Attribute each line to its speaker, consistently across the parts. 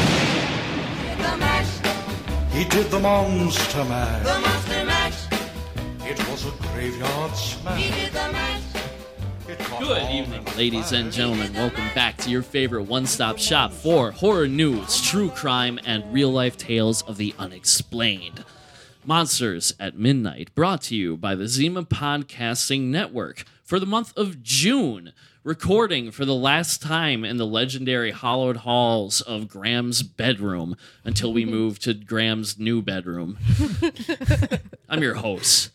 Speaker 1: The mash,
Speaker 2: He did the monster mash.
Speaker 1: the monster mash.
Speaker 2: It was a graveyard
Speaker 1: He
Speaker 2: smash.
Speaker 1: did the mash.
Speaker 2: It caught
Speaker 3: Good
Speaker 2: all
Speaker 3: evening,
Speaker 2: the
Speaker 3: ladies and
Speaker 2: flies.
Speaker 3: gentlemen. Welcome back to your favorite one stop shop for horror news, true crime, and real life tales of the unexplained. Monsters at Midnight, brought to you by the Zima Podcasting Network for the month of June, recording for the last time in the legendary hollowed halls of Graham's bedroom until we move to Graham's new bedroom. I'm your host,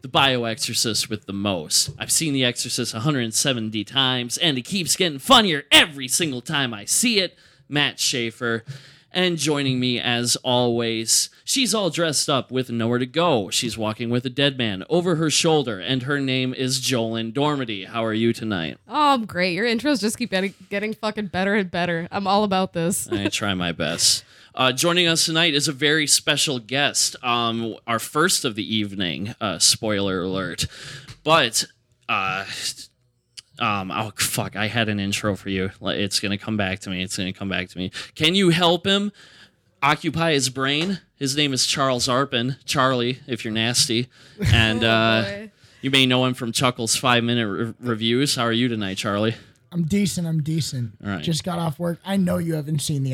Speaker 3: the bioexorcist with the most. I've seen The Exorcist 170 times, and it keeps getting funnier every single time I see it. Matt Schaefer. And joining me as always, she's all dressed up with nowhere to go. She's walking with a dead man over her shoulder, and her name is Jolyn Dormady. How are you tonight?
Speaker 4: Oh, I'm great. Your intros just keep getting, getting fucking better and better. I'm all about this.
Speaker 3: I try my best. Uh, joining us tonight is a very special guest, um, our first of the evening. Uh, spoiler alert, but uh, um, oh fuck, I had an intro for you. Like, It's gonna come back to me. It's gonna come back to me. Can you help him occupy his brain? His name is Charles Arpin, Charlie, if you're nasty, and uh,
Speaker 4: Oh, boy.
Speaker 3: you may know him from Chuckle's five minute re- reviews. How are you tonight, Charlie?
Speaker 5: I'm decent. I'm decent.
Speaker 3: All right.
Speaker 5: Just got off work. I know you haven't seen The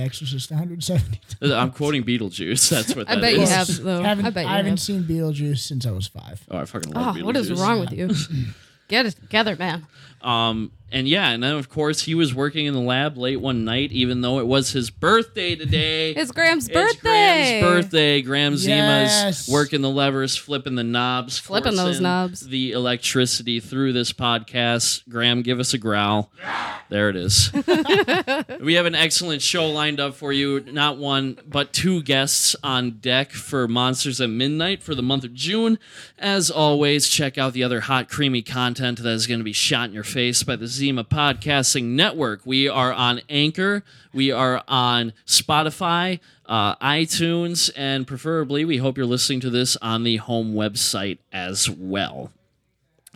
Speaker 5: Exorcist 170 times.
Speaker 3: Uh, I'm quoting Beetlejuice. That's what
Speaker 4: I
Speaker 3: that
Speaker 4: bet you
Speaker 3: is.
Speaker 4: have, though.
Speaker 5: haven't,
Speaker 4: I bet you
Speaker 5: haven't
Speaker 4: have.
Speaker 5: seen Beetlejuice since I was five.
Speaker 3: Oh, I fucking
Speaker 4: Oh,
Speaker 3: love
Speaker 4: what is
Speaker 3: Beetlejuice.
Speaker 4: wrong with you? Get it together, man.
Speaker 3: Um, and yeah, and then of course he was working in the lab late one night, even though it was his birthday today.
Speaker 4: It's Graham's
Speaker 3: It's
Speaker 4: birthday.
Speaker 3: Graham's birthday. Graham
Speaker 5: Yes.
Speaker 3: Zima's working the levers, flipping the knobs,
Speaker 4: Flipping those
Speaker 3: forcing
Speaker 4: knobs.
Speaker 3: the electricity through this podcast. Graham, give us a growl. There it is. we have an excellent show lined up for you. Not one, but two guests on deck for Monsters at Midnight for the month of June. As always, check out the other hot, creamy content that is going to be shot in your face by the Zima Podcasting Network. We are on Anchor, we are on Spotify, uh, iTunes, and preferably, we hope you're listening to this on the home website as well.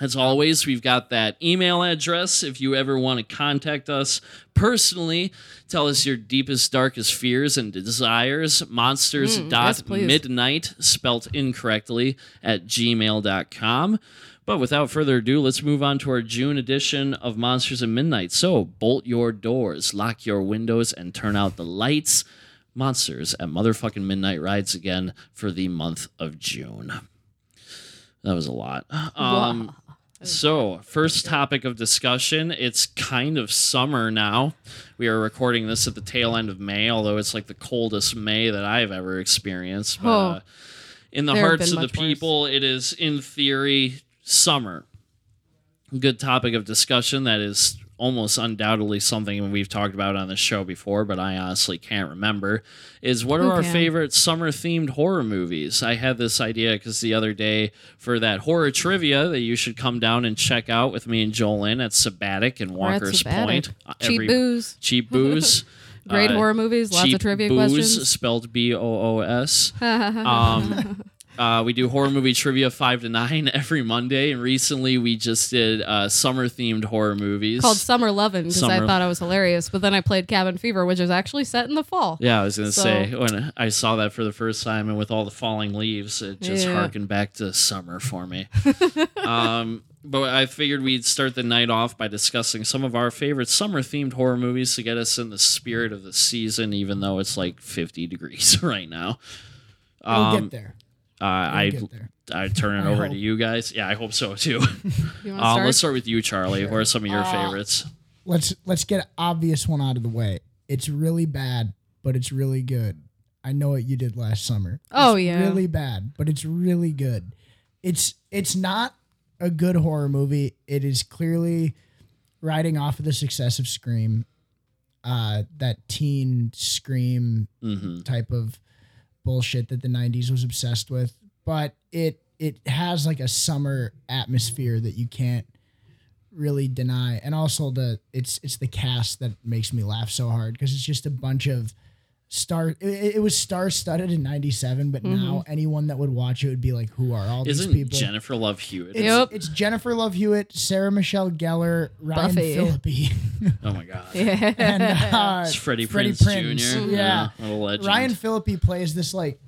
Speaker 3: As always, we've got that email address if you ever want to contact us personally. Tell us your deepest, darkest fears and desires. Monsters
Speaker 4: Mm, yes,
Speaker 3: dot
Speaker 4: please.
Speaker 3: midnight spelt incorrectly, at gmail.com. But without further ado, let's move on to our June edition of Monsters at Midnight. So bolt your doors, lock your windows, and turn out the lights. Monsters at motherfucking midnight rides again for the month of June. That was a lot. Um, so, first topic of discussion. It's kind of summer now. We are recording this at the tail end of May, although it's like the coldest May that I've ever experienced. But
Speaker 4: Oh.
Speaker 3: uh, in the
Speaker 4: There have
Speaker 3: hearts
Speaker 4: been
Speaker 3: of the
Speaker 4: much worse.
Speaker 3: people, it is, in theory, summer. Good topic of discussion that is almost undoubtedly something we've talked about on the show before, but I honestly can't remember. Is what are our
Speaker 4: can?
Speaker 3: favorite? favorite summer themed horror movies. I had this idea because the other day for that horror trivia that you should come down and check out with me and Jolene at Sabbatic and
Speaker 4: We're at
Speaker 3: Walker's
Speaker 4: Sabbatic.
Speaker 3: Point. Uh,
Speaker 4: Cheap booze.
Speaker 3: Cheap booze.
Speaker 4: Great
Speaker 3: Uh,
Speaker 4: horror movies. Lots
Speaker 3: cheap
Speaker 4: of trivia
Speaker 3: booze,
Speaker 4: questions.
Speaker 3: Spelled B O O S. Um, uh, we do horror movie trivia five to nine every Monday, and recently we just did uh, summer themed horror movies
Speaker 4: Called Summer Lovin' because I
Speaker 3: Summer-
Speaker 4: thought I was hilarious. But then I played Cabin Fever, which is actually set in the fall.
Speaker 3: Yeah, I was gonna
Speaker 4: So-
Speaker 3: say when I saw that for the first time, and with all the falling leaves, it just
Speaker 4: Yeah.
Speaker 3: harkened back to summer for me. um, but I figured we'd start the night off by discussing some of our favorite summer-themed horror movies to get us in the spirit of the season, even though it's like 50 degrees right now.
Speaker 5: We'll get there.
Speaker 3: Uh,
Speaker 5: We'll
Speaker 3: I
Speaker 5: get there.
Speaker 3: I turn it
Speaker 5: I
Speaker 3: over
Speaker 5: hope.
Speaker 3: to you guys. Yeah, I hope so too.
Speaker 4: You want to
Speaker 3: Um,
Speaker 4: start?
Speaker 3: let's start with you, Charlie. What are some of your
Speaker 5: Uh,
Speaker 3: favorites?
Speaker 5: Let's let's get an obvious one out of the way. It's really bad, but it's really good. I know what you did last summer.
Speaker 4: Oh,
Speaker 5: It's
Speaker 4: yeah.
Speaker 5: really bad, but it's really good. It's it's not a good horror movie. It is clearly riding off of the success of Scream, uh, that teen Scream
Speaker 3: hmm
Speaker 5: type of bullshit that the 90s was obsessed with but it it has like a summer atmosphere that you can't really deny and also the it's it's the cast that makes me laugh so hard because it's just a bunch of star. It, it was star studded in '97, but
Speaker 4: Mm-hmm.
Speaker 5: now anyone that would watch it would be like, "Who are all
Speaker 3: Isn't
Speaker 5: these people?"
Speaker 3: Jennifer Love Hewitt?
Speaker 5: it's,
Speaker 4: Yep.
Speaker 5: it's Jennifer Love Hewitt, Sarah Michelle Gellar, Ryan
Speaker 4: Buffy.
Speaker 5: Phillippe,
Speaker 3: Oh my god.
Speaker 4: Yeah.
Speaker 5: and uh,
Speaker 3: It's Freddie, Prinze Jr.
Speaker 5: Yeah,
Speaker 3: What a legend.
Speaker 5: Ryan Phillippe plays this like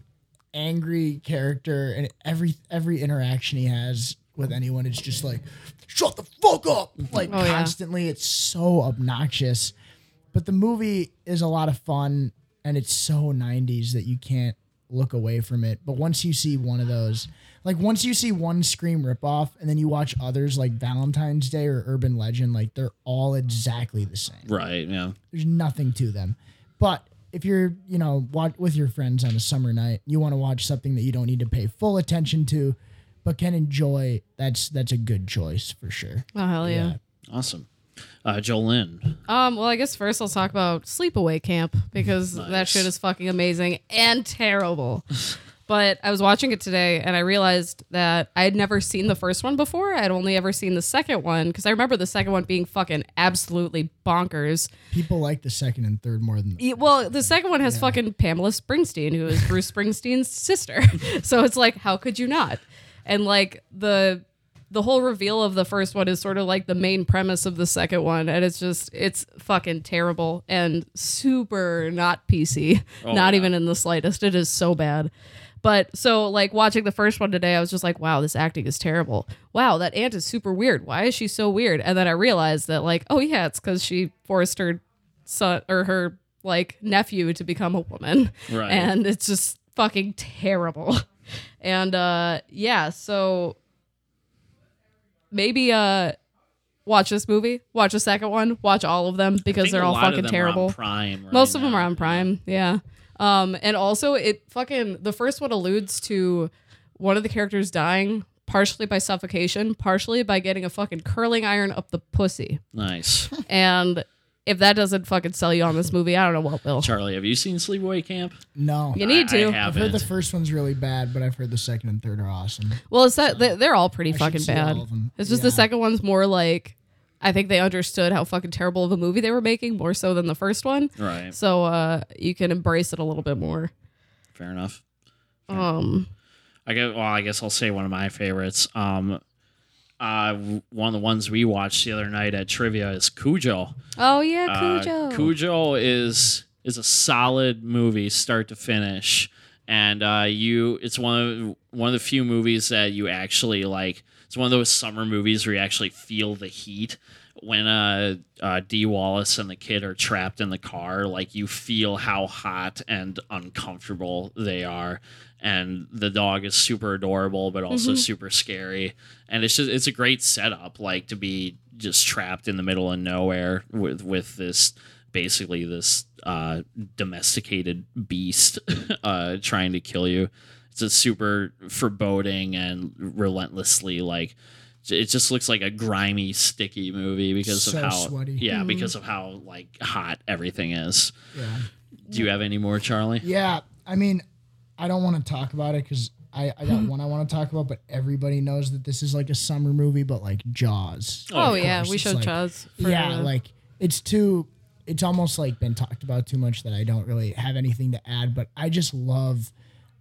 Speaker 5: angry character, and every every interaction he has with anyone, it's just like, shut the fuck up, like
Speaker 4: Oh, yeah.
Speaker 5: constantly. It's so obnoxious, but the movie is a lot of fun, and it's so '90s that you can't look away from it. But once you see one of those. Like once you see one Scream ripoff, and then you watch others like Valentine's Day or Urban Legend, like they're all exactly the same.
Speaker 3: Right. Yeah.
Speaker 5: There's nothing to them. But if you're, you know, watch, with your friends on a summer night, you want to watch something that you don't need to pay full attention to, but can enjoy. That's that's a good choice for sure.
Speaker 4: Oh hell yeah.
Speaker 3: Awesome. Uh, Jolynn.
Speaker 4: Um. Well, I guess first I'll talk about Sleepaway Camp because that
Speaker 3: Nice.
Speaker 4: shit is fucking amazing and terrible. but I was watching it today and I realized that I had never seen the first one before. I'd only ever seen the second one because I remember the second one being fucking absolutely bonkers.
Speaker 5: People like the second and third more than the
Speaker 4: Yeah, well, the second one has fucking Pamela Springsteen, who is Bruce Springsteen's sister. So it's like, how could you not? And like the the whole reveal of the first one is sort of like the main premise of the second one, and it's just it's fucking terrible and super not PC, not
Speaker 3: yeah.
Speaker 4: even in the slightest. It is so bad. But so like watching the first one today, I was just like, wow, this acting is terrible. Wow, that aunt is super weird. Why is she so weird? And then I realized that like, oh yeah, it's because she forced her son or her like nephew to become a woman.
Speaker 3: Right.
Speaker 4: And it's just fucking terrible. And uh yeah, so maybe uh watch this movie, watch the second one, watch all of them
Speaker 3: I
Speaker 4: because
Speaker 3: think
Speaker 4: they're
Speaker 3: a
Speaker 4: all
Speaker 3: lot of
Speaker 4: fucking
Speaker 3: them are on
Speaker 4: terrible.
Speaker 3: Prime. right
Speaker 4: Most of them
Speaker 3: now.
Speaker 4: are on Prime. Yeah. Um, and also it fucking the first one alludes to one of the characters dying partially by suffocation, partially by getting a fucking curling iron up the pussy.
Speaker 3: Nice.
Speaker 4: And if that doesn't fucking sell you on this movie, I don't know what will.
Speaker 3: Charlie, have you seen Sleepaway Camp?
Speaker 5: no.
Speaker 4: You need
Speaker 3: I- I
Speaker 4: to.
Speaker 5: I've heard the
Speaker 3: haven't.
Speaker 5: first one's really bad, but I've heard the second and third are awesome.
Speaker 4: well, it's that they- they're all pretty
Speaker 5: should
Speaker 4: fucking
Speaker 5: see
Speaker 4: bad.
Speaker 5: all of them.
Speaker 4: It's just the
Speaker 5: Yeah.
Speaker 4: second one's more like I think they understood how fucking terrible of a movie they were making more so than the first one.
Speaker 3: Right.
Speaker 4: So uh you can embrace it a little bit more.
Speaker 3: Fair enough.
Speaker 4: Um
Speaker 3: I guess. Well, I guess I'll say one of my favorites. Um, uh, w- one of the ones we watched the other night at trivia is Cujo.
Speaker 4: Oh yeah,
Speaker 3: Uh,
Speaker 4: Cujo.
Speaker 3: Cujo is is a solid movie, start to finish, and uh, you it's one of one of the few movies that you actually like. It's one of those summer movies where you actually feel the heat when uh, uh, D. Wallace and the kid are trapped in the car. Like you feel how hot and uncomfortable they are, and the dog is super adorable but also super scary. And it's just it's a great setup, like to be just trapped in the middle of nowhere with with this basically this uh, domesticated beast uh, trying to kill you. It's a super foreboding and relentlessly like it just looks like a grimy, sticky movie because
Speaker 5: So
Speaker 3: of how
Speaker 5: sweaty. Mm-hmm.
Speaker 3: yeah because of how like hot everything is.
Speaker 5: Yeah.
Speaker 3: Do you have any more, Charlie?
Speaker 5: Yeah, I mean, I don't want to talk about it because I, I got one I want to talk about, but everybody knows that this is like a summer movie, but like Jaws.
Speaker 4: oh
Speaker 3: of
Speaker 4: yeah,
Speaker 5: course,
Speaker 4: we
Speaker 5: it's
Speaker 4: showed
Speaker 5: like-
Speaker 4: Chaz. for,
Speaker 5: yeah,
Speaker 4: uh,
Speaker 5: like it's too. It's almost like been talked about too much that I don't really have anything to add. But I just love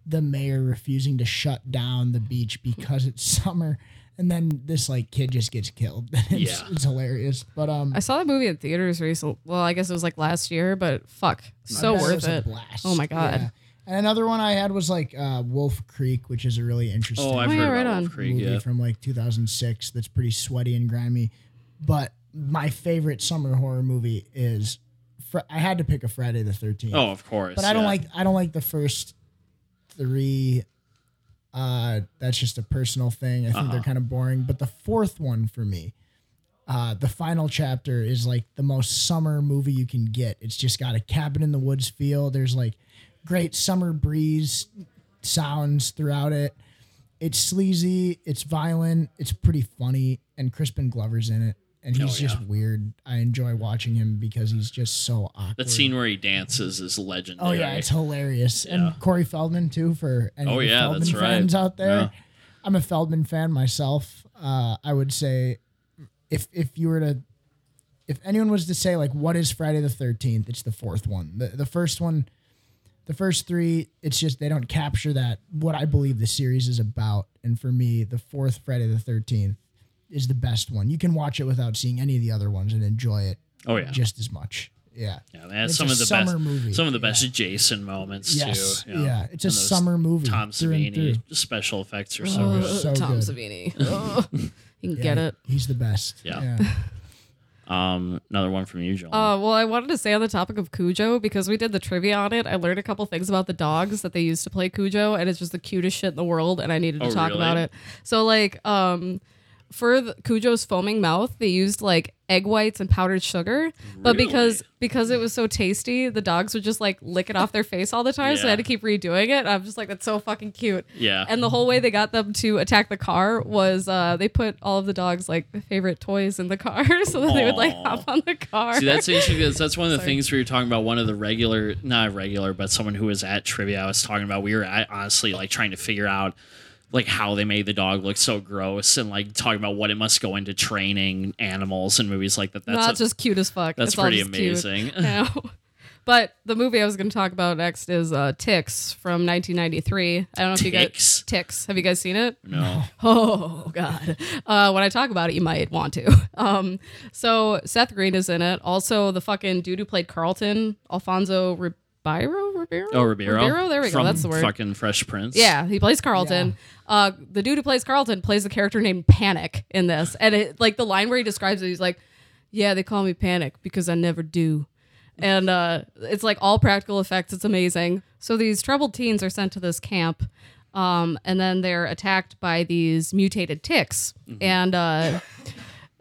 Speaker 5: the mayor refusing to shut down the beach because it's summer, and then this like kid just gets killed. it's,
Speaker 3: Yeah.
Speaker 5: it's hilarious. But um,
Speaker 4: I saw that movie in theaters recently. Well, I guess it was like last year, but fuck, so
Speaker 5: I bet
Speaker 4: worth
Speaker 5: was a
Speaker 4: it.
Speaker 5: blast.
Speaker 4: Oh my God.
Speaker 5: Yeah. And another one I had was like uh, Wolf Creek, which is a really interesting.
Speaker 3: Oh, I've
Speaker 4: Oh, yeah,
Speaker 3: heard
Speaker 4: right
Speaker 3: about
Speaker 4: on.
Speaker 3: Wolf Creek.
Speaker 5: movie
Speaker 3: Yeah.
Speaker 5: from like 2006 that's pretty sweaty and grimy. But my favorite summer horror movie is Fr- I had to pick a Friday the 13th.
Speaker 3: Oh, of course.
Speaker 5: but I don't
Speaker 3: yeah.
Speaker 5: like I don't like the first three. Uh, that's just a personal thing. I think
Speaker 3: Uh-huh.
Speaker 5: they're kind of boring. But the fourth one for me, uh, the final chapter is like the most summer movie you can get. It's just got a cabin in the woods feel. There's like great summer breeze sounds throughout it. It's sleazy, it's violent, it's pretty funny, and Crispin Glover's in it. And he's
Speaker 3: yeah.
Speaker 5: just weird. I enjoy watching him because he's just so awkward.
Speaker 3: that scene where he dances is legendary.
Speaker 5: Oh yeah, it's hilarious. And Corey Feldman too for any
Speaker 3: Oh,
Speaker 5: of the
Speaker 3: yeah,
Speaker 5: Feldman
Speaker 3: that's right.
Speaker 5: fans out there.
Speaker 3: Yeah.
Speaker 5: I'm a Feldman fan myself. Uh, I would say if if you were to if anyone was to say like what is Friday the 13th, it's the fourth one. The the first one The first three, it's just they don't capture that what I believe the series is about. And for me, the fourth Friday the Thirteenth is the best one. You can watch it without seeing any of the other ones and enjoy it
Speaker 3: Oh yeah.
Speaker 5: just as much. Yeah.
Speaker 3: Yeah, they had
Speaker 5: It's
Speaker 3: some
Speaker 5: a
Speaker 3: of the
Speaker 5: summer
Speaker 3: best,
Speaker 5: movie,
Speaker 3: some of the best
Speaker 5: yeah.
Speaker 3: Jason moments
Speaker 5: Yes,
Speaker 3: too.
Speaker 5: yeah. It's a
Speaker 3: And those
Speaker 5: summer movie.
Speaker 3: Tom
Speaker 5: through and
Speaker 3: Savini
Speaker 5: through.
Speaker 3: special effects are so
Speaker 4: Oh,
Speaker 3: good.
Speaker 5: So
Speaker 4: Tom
Speaker 5: good.
Speaker 4: Savini. Oh, you can
Speaker 5: Yeah,
Speaker 4: get it.
Speaker 5: He's the best.
Speaker 3: Yeah. Um, another one from you, Joel.
Speaker 4: Uh, well, I wanted to say on the topic of Cujo because we did the trivia on it. I learned a couple things about the dogs that they used to play Cujo, and it's just the cutest shit in the world. And I needed to
Speaker 3: Oh,
Speaker 4: talk
Speaker 3: really?
Speaker 4: about it. So, like, um, for the, Cujo's foaming mouth, they used like egg whites and powdered sugar. But because because it was so tasty, the dogs would just like lick it off their face all the time. So I had to
Speaker 3: Yeah.
Speaker 4: keep redoing it. And I'm just like, that's so fucking cute.
Speaker 3: yeah,
Speaker 4: And the whole way they got them to attack the car was uh, they put all of the dogs like favorite toys in the car, so that they would like
Speaker 3: Aw.
Speaker 4: hop on the car.
Speaker 3: See, that's interesting. Because that's one of the things we were talking about. One of the regular, not regular, but someone who was at trivia. I was talking about. We were at, honestly like trying to figure out like how they made the dog look so gross and like talking about what it must go into training animals and movies like that. That's
Speaker 4: no,
Speaker 3: a-
Speaker 4: it's just cute as fuck.
Speaker 3: that's
Speaker 4: It's all
Speaker 3: pretty
Speaker 4: just cute.
Speaker 3: amazing.
Speaker 4: I know. But the movie I was going to talk about next is uh, Ticks from 1993. I don't know if you guys
Speaker 3: Ticks?
Speaker 4: Ticks. Have you guys seen it?
Speaker 3: no.
Speaker 4: Oh God! Uh, when I talk about it, you might want to. Um, so Seth Green is in it. Also, the fucking dude who played Carlton, Alfonso Ribeiro. Ribeiro.
Speaker 3: Oh, Ribeiro.
Speaker 4: Ribeiro. There we go.
Speaker 3: From
Speaker 4: That's the word.
Speaker 3: Fucking Fresh Prince.
Speaker 4: Yeah, he plays Carlton. Uh, the dude who plays Carlton plays a character named Panic in this, and it, like the line where he describes it, he's like, "Yeah, they call me Panic because I never do." And uh, it's like all practical effects. It's amazing. So these troubled teens are sent to this camp, um, and then they're attacked by these mutated ticks. And uh,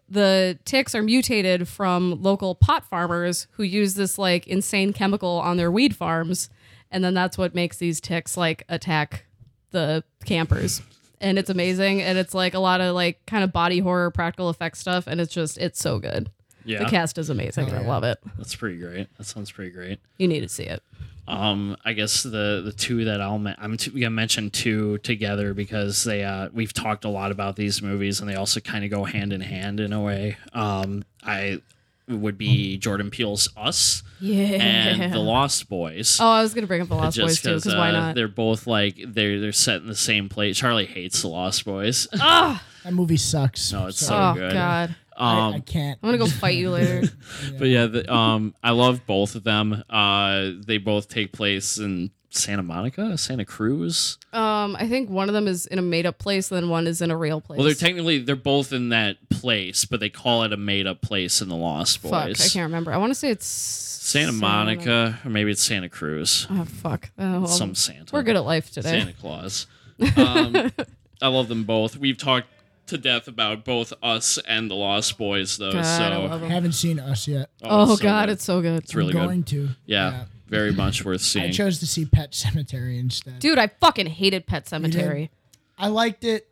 Speaker 4: the ticks are mutated from local pot farmers who use this like insane chemical on their weed farms and then that's what makes these ticks like attack the campers and it's amazing and it's like a lot of like kind of body horror practical effects stuff and it's just it's so good
Speaker 3: Yeah.
Speaker 4: the cast is amazing and i love it
Speaker 3: That's pretty great. That sounds pretty great.
Speaker 4: you need to see it
Speaker 3: Um, I guess the the two that I'll men- I'm t- gonna mention two together because they uh we've talked a lot about these movies and they also kind of go hand in hand in a way. Um, I would be
Speaker 4: Mm-hmm.
Speaker 3: Jordan Peele's Us
Speaker 4: yeah
Speaker 3: and The Lost Boys.
Speaker 4: oh i was gonna bring up the lost boys too because why
Speaker 3: uh,
Speaker 4: not
Speaker 3: They're both like they're they're set in the same place. Charlie hates The Lost Boys.
Speaker 4: oh,
Speaker 5: That movie sucks.
Speaker 3: No, it's so
Speaker 4: oh
Speaker 3: good.
Speaker 4: god
Speaker 5: I, I
Speaker 3: Um,
Speaker 5: can't.
Speaker 4: i'm gonna go fight you later
Speaker 3: but yeah, the, um, I love both of them. Uh, they both take place in Santa Monica, Santa Cruz.
Speaker 4: um i think one of them is in a made-up place and then one is in a real place
Speaker 3: Well, they're technically they're both in that place, but they call it a made up place in the Lost Boys.
Speaker 4: Fuck, I can't remember. I want to say it's Santa
Speaker 3: Santa Monica, or maybe it's Santa Cruz.
Speaker 4: Oh fuck. Oh, well,
Speaker 3: Some Santa.
Speaker 4: we're good at life today.
Speaker 3: Santa Claus. Um, I love them both. We've talked to death about both us and the Lost Boys, though.
Speaker 4: God,
Speaker 3: so
Speaker 4: I love 'em.
Speaker 5: haven't seen us yet.
Speaker 4: Oh,
Speaker 3: so
Speaker 4: god,
Speaker 3: good.
Speaker 4: it's so good.
Speaker 3: it's really
Speaker 5: I'm
Speaker 3: good.
Speaker 5: going to.
Speaker 3: Yeah, very much worth seeing.
Speaker 5: I chose to see Pet Cemetery instead.
Speaker 4: Dude, I fucking hated Pet Cemetery.
Speaker 5: I liked it.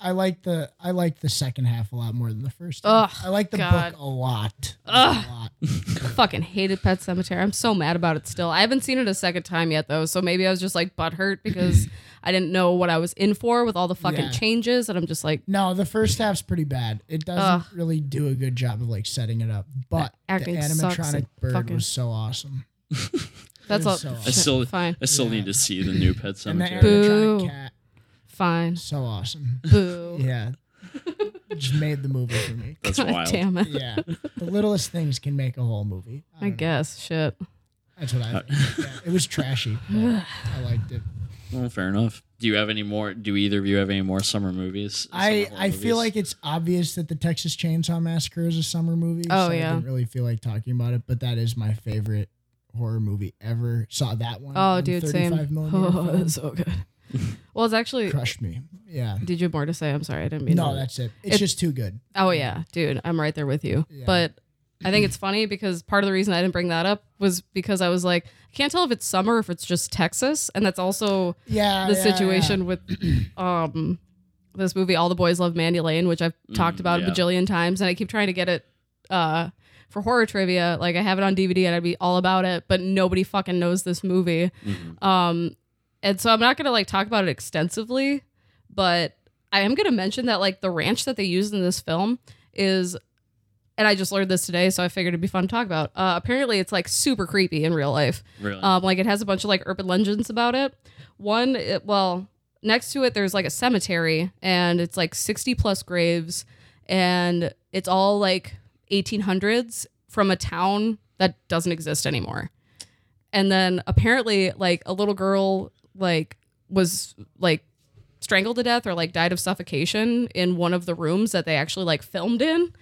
Speaker 5: I liked the I liked the second half a lot more than the first.
Speaker 4: Ugh,
Speaker 5: half. I liked the
Speaker 4: God.
Speaker 5: book a lot. A lot.
Speaker 4: fucking hated Pet Cemetery. I'm so mad about it still. I haven't seen it a second time yet though, so maybe I was just like butthurt because I didn't know what I was in for with all the fucking
Speaker 5: Yeah.
Speaker 4: changes, and I'm just like,
Speaker 5: No, the first half's pretty bad. It doesn't
Speaker 4: Ugh.
Speaker 5: really do a good job of like setting it up. But
Speaker 4: The acting
Speaker 5: the
Speaker 4: sucks
Speaker 5: animatronic
Speaker 4: and
Speaker 5: bird
Speaker 4: fucking-
Speaker 5: was so awesome.
Speaker 4: that's all.
Speaker 5: so- I
Speaker 3: I still,
Speaker 4: fine,
Speaker 3: I still need to see the new Pet
Speaker 5: And the
Speaker 3: Cemetery.
Speaker 5: animatronic
Speaker 4: Boo.
Speaker 5: cat,
Speaker 4: fine.
Speaker 5: so awesome.
Speaker 4: Boo.
Speaker 5: Yeah, just made the movie for me.
Speaker 3: That's
Speaker 4: God
Speaker 3: wild.
Speaker 4: damn it.
Speaker 5: Yeah, the littlest things can make a whole movie. I
Speaker 4: I
Speaker 5: don't know.
Speaker 4: guess shit.
Speaker 5: That's what I. Think. Yeah, it was trashy. but I liked it.
Speaker 3: Well, fair enough. Do you have any more? Do either of you have any more summer movies?
Speaker 5: I,
Speaker 3: Summer horror
Speaker 5: I feel
Speaker 3: movies?
Speaker 5: like it's obvious that the Texas Chainsaw Massacre is a summer movie.
Speaker 4: Oh,
Speaker 5: so
Speaker 4: yeah.
Speaker 5: I didn't really feel like talking about it, but that is my favorite horror movie ever. Saw that one.
Speaker 4: Oh,
Speaker 5: on
Speaker 4: dude, same.
Speaker 5: 35 millimeter
Speaker 4: Oh,
Speaker 5: film.
Speaker 4: it's so good. Well, it's actually.
Speaker 5: crushed me. Yeah.
Speaker 4: Did you have more to say? I'm sorry, I didn't mean.
Speaker 5: No,
Speaker 4: to-
Speaker 5: that's it. It's
Speaker 4: It-
Speaker 5: just too good.
Speaker 4: Oh yeah, dude, I'm right there with you.
Speaker 5: Yeah.
Speaker 4: But I think it's funny because part of the reason I didn't bring that up was because I was like, I can't tell if it's summer or if it's just Texas, and that's also
Speaker 5: Yeah.
Speaker 4: the
Speaker 5: Oh, yeah,
Speaker 4: situation with um this movie All the Boys Love Mandy Lane, which I've talked about
Speaker 3: yeah.
Speaker 4: a bajillion times, and I keep trying to get it uh for horror trivia. Like I have it on DVD and I'd be all about it, but nobody fucking knows this movie.
Speaker 3: Mm-hmm.
Speaker 4: Um and so I'm not gonna like talk about it extensively, but I am gonna mention that like the ranch that they used in this film is and I just learned this today, so I figured it'd be fun to talk about. Uh, apparently, it's like super creepy in real life.
Speaker 3: Really?
Speaker 4: Um, like it has a bunch of like urban legends about it. One, it, well, next to it, there's like a cemetery, and it's like 60 plus graves, and it's all like 1800s from a town that doesn't exist anymore. And then apparently, like a little girl, like was like strangled to death or like died of suffocation in one of the rooms that they actually like filmed in.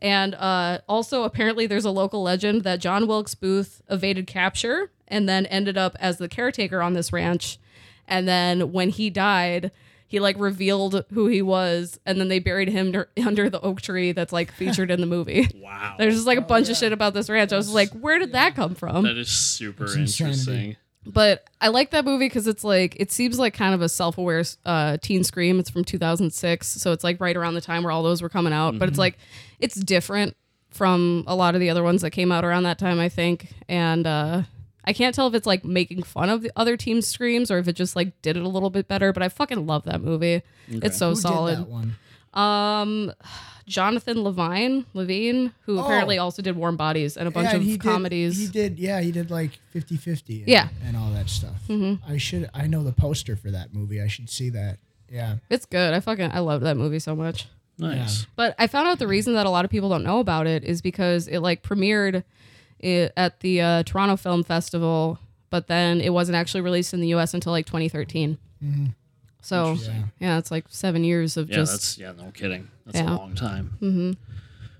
Speaker 4: And uh, also, apparently, there's a local legend that John Wilkes Booth evaded capture and then ended up as the caretaker on this ranch. And then when he died, he like revealed who he was, and then they buried him ner- under the oak tree that's like featured in the movie.
Speaker 3: Wow.
Speaker 4: There's just like a bunch of shit about this ranch. I was like, where did that come from?
Speaker 3: That is super
Speaker 5: It's insanity.
Speaker 3: interesting.
Speaker 4: but I like that movie because it's like it seems like kind of a self-aware uh, teen scream. It's from 2006, so it's like right around the time where all those were coming out. But it's like it's different from a lot of the other ones that came out around that time, I think. And uh, I can't tell if it's like making fun of the other team's screams or if it just like did it a little bit better. But I fucking love that movie. It's so
Speaker 5: Who
Speaker 4: solid.
Speaker 5: Did that one?
Speaker 4: Um, Jonathan Levine, Levine, who
Speaker 5: Oh.
Speaker 4: apparently also did Warm Bodies and a bunch
Speaker 5: Yeah,
Speaker 4: of
Speaker 5: he
Speaker 4: comedies.
Speaker 5: Did, he did, yeah, he did like 50 50 and,
Speaker 4: Yeah. Mm-hmm.
Speaker 5: and all that stuff. I should, I know the poster for that movie. I should see that. Yeah.
Speaker 4: It's good. I fucking I love that movie so much.
Speaker 3: Nice.
Speaker 4: But I found out the reason that a lot of people don't know about it is because it like premiered i at the uh, Toronto Film Festival, but then it wasn't actually released in the U.S. until like 2013. So yeah, it's like seven years of
Speaker 3: Yeah,
Speaker 4: just
Speaker 3: that's yeah, no kidding. That's
Speaker 4: Yeah.
Speaker 3: a long time. Mm-hmm.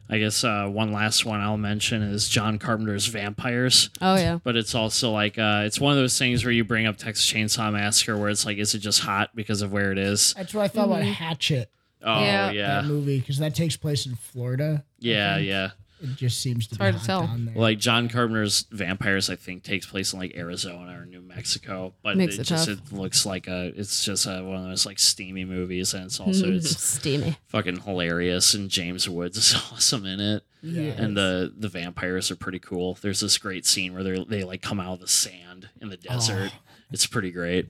Speaker 3: I guess uh, one last one I'll mention is John Carpenter's Vampires.
Speaker 4: oh yeah,
Speaker 3: But it's also like uh, it's one of those things where you bring up Texas Chainsaw Massacre, where it's like, is it just hot because of where it is?
Speaker 5: That's what I thought
Speaker 4: Mm-hmm.
Speaker 5: about Hatchet,
Speaker 3: Oh
Speaker 4: Yeah.
Speaker 3: yeah,
Speaker 5: that
Speaker 3: yeah,
Speaker 5: movie, because that takes place in Florida.
Speaker 3: yeah.
Speaker 5: It just seems to be
Speaker 4: hard to
Speaker 5: hard to
Speaker 4: tell.
Speaker 5: down there.
Speaker 3: Like John Carpenter's Vampires, I think takes place in like Arizona or New Mexico, but
Speaker 4: Makes
Speaker 3: it
Speaker 4: it
Speaker 3: just
Speaker 4: tough.
Speaker 3: it looks like a it's just a, one of those like steamy movies, and it's also
Speaker 4: Mm-hmm.
Speaker 3: it's
Speaker 4: steamy.
Speaker 3: fucking hilarious and James Woods is awesome in it. And the the vampires are pretty cool. There's this great scene where they they like come out of the sand in the desert. It's pretty great.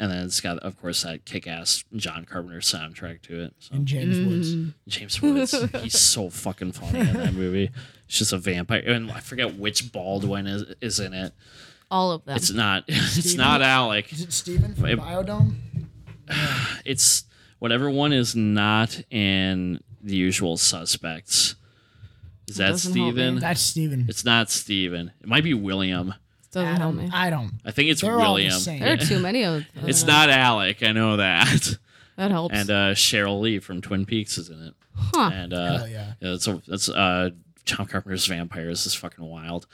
Speaker 3: And then it's got of course that kick-ass John Carpenter soundtrack to it. So
Speaker 5: and James Woods.
Speaker 4: Mm-hmm.
Speaker 3: James Woods, he's so fucking funny in that movie. It's just a vampire and I forget which Baldwin is, is in it.
Speaker 4: All of them.
Speaker 3: It's not it's not Alec.
Speaker 5: Is it Steven from
Speaker 3: It-
Speaker 5: Biodome?
Speaker 3: It's whatever one is not in the usual suspects. Is that
Speaker 4: doesn't help me.
Speaker 3: Steven?
Speaker 5: That's Steven.
Speaker 3: It's not Steven. It might be William.
Speaker 4: Doesn't
Speaker 5: I
Speaker 4: help
Speaker 5: don't.
Speaker 4: me.
Speaker 5: I don't.
Speaker 3: I think it's
Speaker 5: They're all the
Speaker 3: William.
Speaker 5: same.
Speaker 4: There are too many of. Them.
Speaker 3: It's not Alec. I know that.
Speaker 4: that helps.
Speaker 3: And uh, Cheryl Lee from Twin Peaks is in it.
Speaker 4: Huh.
Speaker 3: And uh,
Speaker 5: Hell yeah.
Speaker 3: that's that's uh, John Carpenter's Vampires is fucking wild.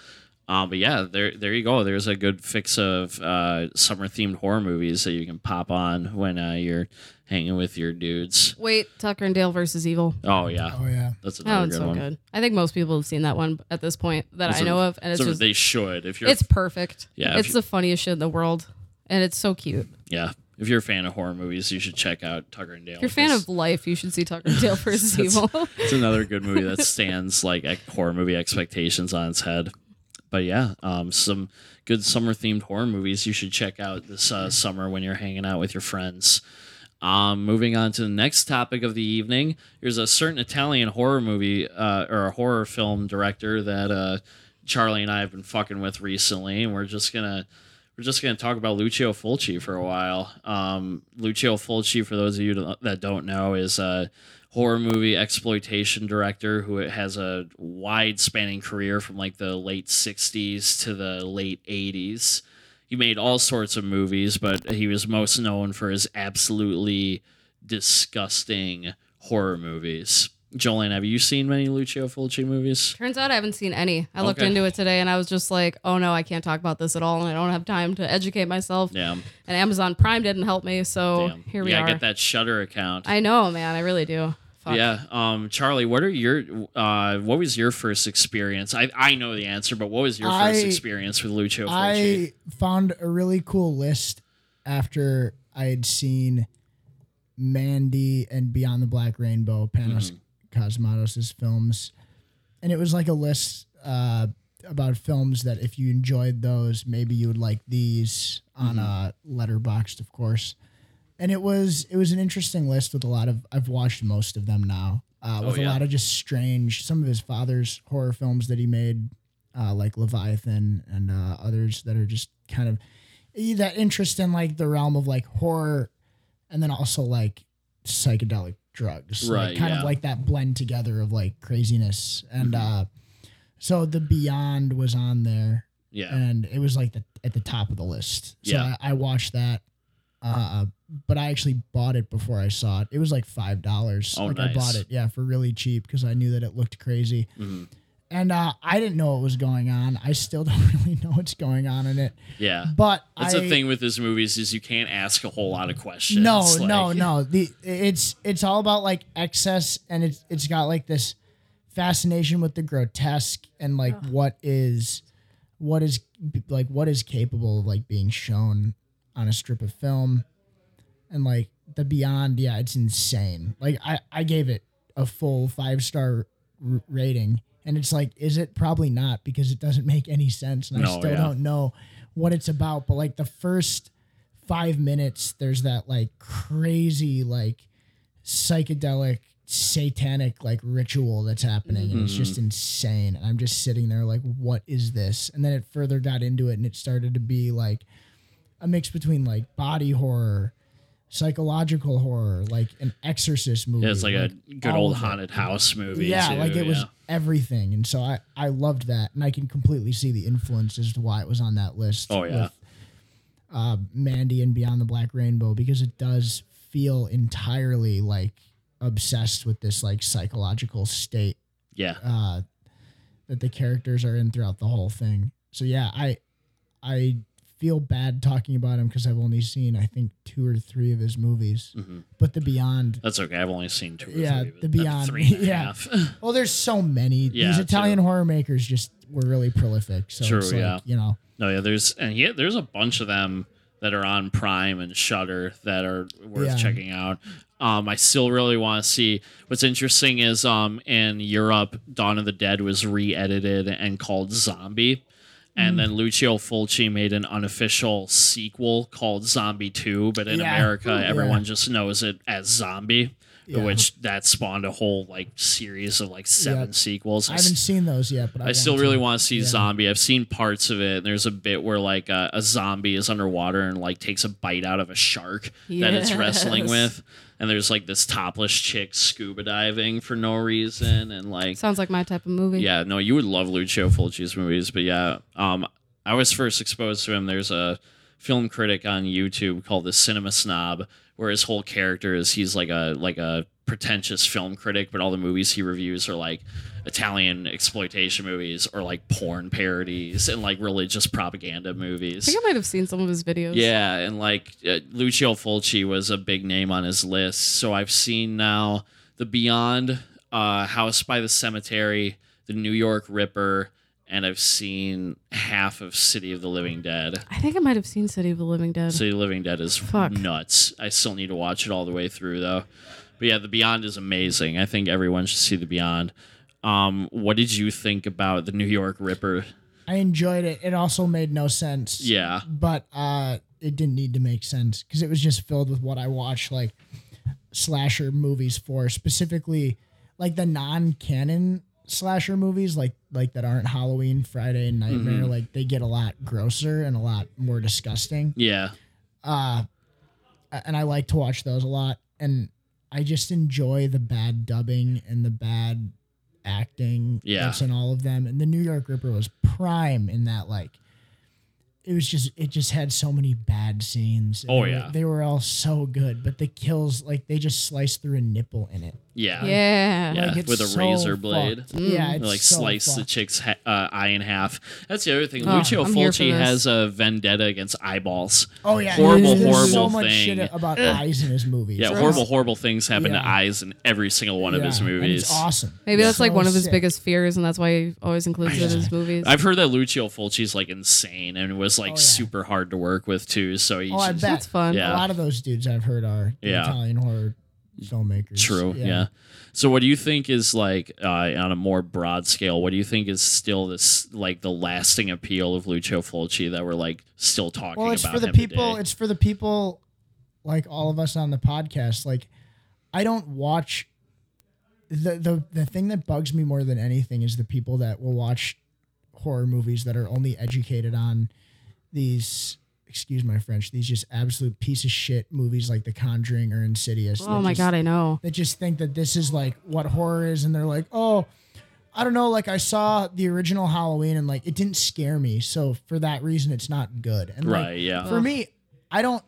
Speaker 3: Um, but yeah, there there you go. There's a good fix of uh, summer themed horror movies that you can pop on when uh, you're hanging with your dudes.
Speaker 4: Wait, Tucker and Dale versus Evil.
Speaker 3: Oh yeah,
Speaker 5: Oh yeah.
Speaker 3: that's another
Speaker 4: Oh, it's
Speaker 3: good
Speaker 4: so
Speaker 3: one.
Speaker 4: good. I think most people have seen that one at this point that I
Speaker 3: So-
Speaker 4: know of, and it's
Speaker 3: so
Speaker 4: just
Speaker 3: they should if you're
Speaker 4: It's perfect.
Speaker 3: Yeah, if
Speaker 4: It's
Speaker 3: you-
Speaker 4: the funniest shit in the world. And it's so cute.
Speaker 3: yeah if you're a fan of horror movies, you should check out Tucker and Dale.
Speaker 4: If you're a fan
Speaker 3: 'cause-
Speaker 4: of life, you should see Tucker and Dale versus Evil.
Speaker 3: it's another good movie that stands like ec- horror movie expectations on its head. But yeah, um, some good summer themed horror movies you should check out this uh, summer when you're hanging out with your friends. Um, moving on to the next topic of the evening, there's a certain Italian horror movie uh, or a horror film director that uh, Charlie and I have been fucking with recently, and we're just gonna we're just gonna talk about Lucio Fulci for a while. Um, Lucio Fulci, for those of you to- that don't know, is a horror movie exploitation director who has a wide spanning career from like the late '60s to the late '80s he made all sorts of movies, but he was most known for his absolutely disgusting horror movies. Jolene, have you seen many Lucio Fulci movies?
Speaker 4: Turns out I haven't seen any. I looked
Speaker 3: Okay.
Speaker 4: into it today and I was just like, oh no, I can't talk about this at all. And I don't have time to educate myself.
Speaker 3: Damn,
Speaker 4: And Amazon Prime didn't help me. So
Speaker 3: damn.
Speaker 4: Oh, here
Speaker 3: you
Speaker 4: we
Speaker 3: gotta
Speaker 4: are.
Speaker 3: get that Shutter account.
Speaker 4: I know, man. I really do. Fuck.
Speaker 3: yeah, um, Charlie, what are your uh, what was your first experience? I, I know the answer, but what was your first
Speaker 5: I-
Speaker 3: experience with Lucio Fulci?
Speaker 5: I found a really cool list after I had seen Mandy and Beyond the Black Rainbow, Panos Cosmatos' films. And it was like a list uh, about films that if you enjoyed those, maybe you would like these on uh,
Speaker 3: Mm-hmm.
Speaker 5: letterboxed, of course. And it was it was an interesting list with a lot of I've watched most of them now. uh,
Speaker 3: Oh,
Speaker 5: with
Speaker 3: yeah.
Speaker 5: a lot of just strange, some of his father's horror films that he made, uh, like Leviathan and uh, others that are just kind of eh, that interest in like the realm of like horror and then also like psychedelic drugs. Like,
Speaker 3: Right, yeah.
Speaker 5: kind
Speaker 3: Mm-hmm.
Speaker 5: of like that blend together of like craziness. And uh, so The Beyond was on there
Speaker 3: Yeah.
Speaker 4: Uh,
Speaker 5: and it was like the, at the top of the list. So
Speaker 3: Yeah.
Speaker 5: I, I watched that, uh, but I actually bought it before I saw it. It was like five dollars.
Speaker 3: Oh,
Speaker 5: like
Speaker 3: nice.
Speaker 5: I bought it, yeah, for really cheap because I knew that it looked crazy,
Speaker 3: Mhm.
Speaker 5: and uh, I didn't know what was going on. I still don't really know what's going on in it,
Speaker 3: Yeah.
Speaker 5: but
Speaker 3: That's
Speaker 5: I,
Speaker 3: the Uh, thing with his movies is you can't ask a whole lot of questions.
Speaker 5: No,
Speaker 3: Like,
Speaker 5: no, no. The it's it's all about like excess, and it's it's got like this fascination with the grotesque and like what is what is like what is capable of like being shown on a strip of film, and like the beyond. Yeah, it's insane. Like I I gave it a full five star r- rating, and it's like is it probably not because it doesn't make any sense, and I
Speaker 3: No,
Speaker 5: still
Speaker 3: yeah.
Speaker 5: don't know what it's about. But like the first five minutes, there's that like crazy, like psychedelic, satanic, like ritual that's happening. And
Speaker 3: Mm-hmm.
Speaker 5: it's just insane. And I'm just sitting there like, what is this? And then it further got into it and it started to be like a mix between like body horror, psychological horror, like an exorcist movie.
Speaker 3: Yeah, it's like, a good
Speaker 5: all
Speaker 3: old
Speaker 5: of it.
Speaker 3: haunted house movie.
Speaker 5: Yeah,
Speaker 3: too,
Speaker 5: like it was
Speaker 3: yeah.
Speaker 5: everything. And so I, I loved that. And I can completely see the influence as to why it was on that list.
Speaker 3: Oh yeah.
Speaker 5: with uh, Mandy and Beyond the Black Rainbow because it does feel entirely like obsessed with this like psychological state
Speaker 3: Yeah.
Speaker 5: uh, that the characters are in throughout the whole thing. So yeah, I I feel bad talking about him because I've only seen I think two or three of his movies,
Speaker 3: Mhm.
Speaker 5: but the Beyond.
Speaker 3: That's okay. I've only seen two or
Speaker 5: Mm-hmm. Yeah,
Speaker 3: three. but
Speaker 5: the
Speaker 3: I'm
Speaker 5: Beyond-
Speaker 3: Three and a
Speaker 5: yeah.
Speaker 3: half.
Speaker 5: Well, there's so many.
Speaker 3: Yeah,
Speaker 5: These Italian
Speaker 3: true.
Speaker 5: horror makers just were really prolific. So
Speaker 3: True,
Speaker 5: it's like,
Speaker 3: yeah.
Speaker 5: you know,
Speaker 3: no, Oh, yeah, there's and yeah, there's a bunch of them that are on Prime and Shutter that are worth
Speaker 5: Yeah.
Speaker 3: checking out. Um, I still really want to see. What's interesting is um in Europe, Dawn of the Dead was re-edited and called Zombie.
Speaker 5: Hmm.
Speaker 3: And then Lucio Fulci made an unofficial sequel called Zombie 2, but in
Speaker 5: Yeah.
Speaker 3: America,
Speaker 5: Ooh, yeah.
Speaker 3: everyone just knows it as Zombie,
Speaker 5: Yeah.
Speaker 3: which that spawned a whole like series of like seven
Speaker 5: Yeah.
Speaker 3: sequels.
Speaker 5: I
Speaker 3: I
Speaker 5: haven't seen those yet, but I,
Speaker 3: I still
Speaker 5: want
Speaker 3: really
Speaker 5: to.
Speaker 3: want to see
Speaker 5: Yeah.
Speaker 3: Zombie. I've seen parts of it. And there's a bit where like uh, a, a zombie is underwater and like takes a bite out of a shark that it's wrestling
Speaker 4: Yes.
Speaker 3: with. And there's like this topless chick scuba diving for no reason and like
Speaker 4: Sounds like my type of movie.
Speaker 3: yeah, no, you would love Lucio Fulci's movies, but yeah, um, I was first exposed to him. There's a film critic on YouTube called the Cinema Snob, where his whole character is he's like a like a pretentious film critic, but all the movies he reviews are like Italian exploitation movies or like porn parodies and like religious propaganda
Speaker 4: I
Speaker 3: movies.
Speaker 4: think I might have seen some of his videos.
Speaker 3: Yeah, and like uh, Lucio Fulci was a big name on his list. So I've seen now The Beyond, uh, House by the Cemetery, The New York Ripper, and I've seen half of City of the Living Dead.
Speaker 4: I think I might have seen City of the Living Dead.
Speaker 3: City of the Living Dead is
Speaker 4: Fuck.
Speaker 3: nuts. I still need to watch it all the way through though. But yeah, The Beyond is amazing. I think everyone should see The Beyond. Um, what did you think about The New York Ripper?
Speaker 5: I enjoyed it. It also made no sense.
Speaker 3: Yeah.
Speaker 5: but uh it didn't need to make sense because it was just filled with what I watched like slasher movies for specifically like the non-canon slasher movies like like that aren't Halloween, Friday, and Nightmare
Speaker 3: Mm-hmm.
Speaker 5: like they get a lot grosser and a lot more disgusting.
Speaker 3: Yeah.
Speaker 5: Uh and I like to watch those a lot and I just enjoy the bad dubbing and the bad acting
Speaker 3: Yeah.
Speaker 5: that's in all of them and the New York Ripper was prime in that like it was just it just had so many bad scenes. and
Speaker 3: Oh,
Speaker 5: they were-
Speaker 3: yeah.
Speaker 5: they were all so good, but the kills like they just sliced through a nipple in it.
Speaker 3: Yeah.
Speaker 4: Yeah.
Speaker 3: Yeah.
Speaker 5: Like, it's
Speaker 3: with a
Speaker 5: so
Speaker 3: razor blade.
Speaker 5: fucked. Yeah, it's
Speaker 3: like
Speaker 5: so
Speaker 3: slice the
Speaker 5: fucked.
Speaker 3: chick's he- uh, eye in half. That's the other thing.
Speaker 4: Oh,
Speaker 3: Lucio
Speaker 4: I'm here for
Speaker 3: Fulci
Speaker 4: this.
Speaker 3: has a vendetta against eyeballs.
Speaker 5: Oh yeah,
Speaker 3: Horrible,
Speaker 5: there's, there's so
Speaker 3: horrible
Speaker 5: much
Speaker 3: thing.
Speaker 5: shit about eyes in his movies.
Speaker 3: Yeah,
Speaker 5: It's
Speaker 3: horrible, horrible things happen to
Speaker 5: Yeah.
Speaker 3: eyes in every single one of
Speaker 5: Yeah,
Speaker 3: his
Speaker 5: and
Speaker 3: movies.
Speaker 5: It's awesome.
Speaker 4: Maybe that's like
Speaker 5: So
Speaker 4: one of his
Speaker 5: sick.
Speaker 4: biggest fears, and that's why he always includes it in his movies.
Speaker 3: I've heard that Lucio Fulci's like insane and was like
Speaker 5: Oh, yeah.
Speaker 3: super hard to work with too. So he's
Speaker 5: Oh, I bet.
Speaker 4: that's fun.
Speaker 3: Yeah.
Speaker 5: A lot of those dudes I've heard are the
Speaker 3: Yeah.
Speaker 5: Italian horror filmmakers.
Speaker 3: true. Yeah. So what do you think is like uh, on a more broad scale? What do you think is still this like the lasting appeal of Lucio Fulci that we're like still talking
Speaker 5: Well, it's
Speaker 3: about?
Speaker 5: for the
Speaker 3: him
Speaker 5: people.
Speaker 3: today?
Speaker 5: It's for the people, like all of us on the podcast. Like, I don't watch the, the the thing that bugs me more than anything is the people that will watch horror movies that are only educated on these excuse my French, these just absolute piece of shit movies like The Conjuring or Insidious.
Speaker 4: Oh
Speaker 5: that
Speaker 4: my
Speaker 5: just-
Speaker 4: god, I know.
Speaker 5: that just think that this is like what horror is and they're like oh i don't know like i saw the original halloween and like it didn't scare me so for that reason it's not good and like,
Speaker 3: Right, yeah.
Speaker 5: for me i don't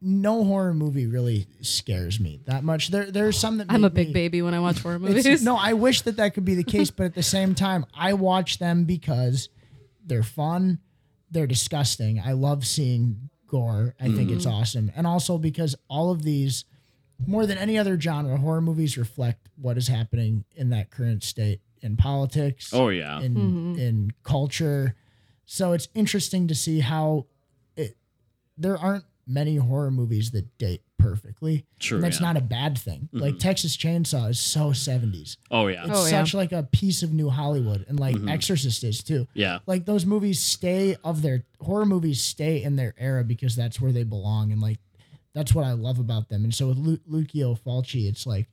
Speaker 5: no horror movie really scares me that much there there's some that
Speaker 4: I'm a
Speaker 5: make
Speaker 4: big
Speaker 5: me-
Speaker 4: baby when I watch horror
Speaker 5: it's-
Speaker 4: movies.
Speaker 5: no i wish that that could be the case but at the same time i watch them because they're fun they're disgusting i love seeing gore i think it's awesome and also because all of these more than any other genre, horror movies reflect what is happening in that current state in politics,
Speaker 3: Oh yeah.
Speaker 5: in
Speaker 4: Mm-hmm.
Speaker 5: in culture. So it's interesting to see how it. There aren't many horror movies that date perfectly.
Speaker 3: Sure,
Speaker 5: and that's
Speaker 3: yeah. Mm-hmm.
Speaker 5: not a bad thing. Like Texas Chainsaw is so seventies.
Speaker 3: Oh Mm-hmm. yeah.
Speaker 5: It's
Speaker 4: Oh, yeah.
Speaker 5: such like a piece of new Hollywood, and like Exorcist is too.
Speaker 3: Yeah.
Speaker 5: Like those movies stay of their horror movies stay in their era because that's where they belong, and like that's what I love about them. And so with Lu- Lucio Falci, it's like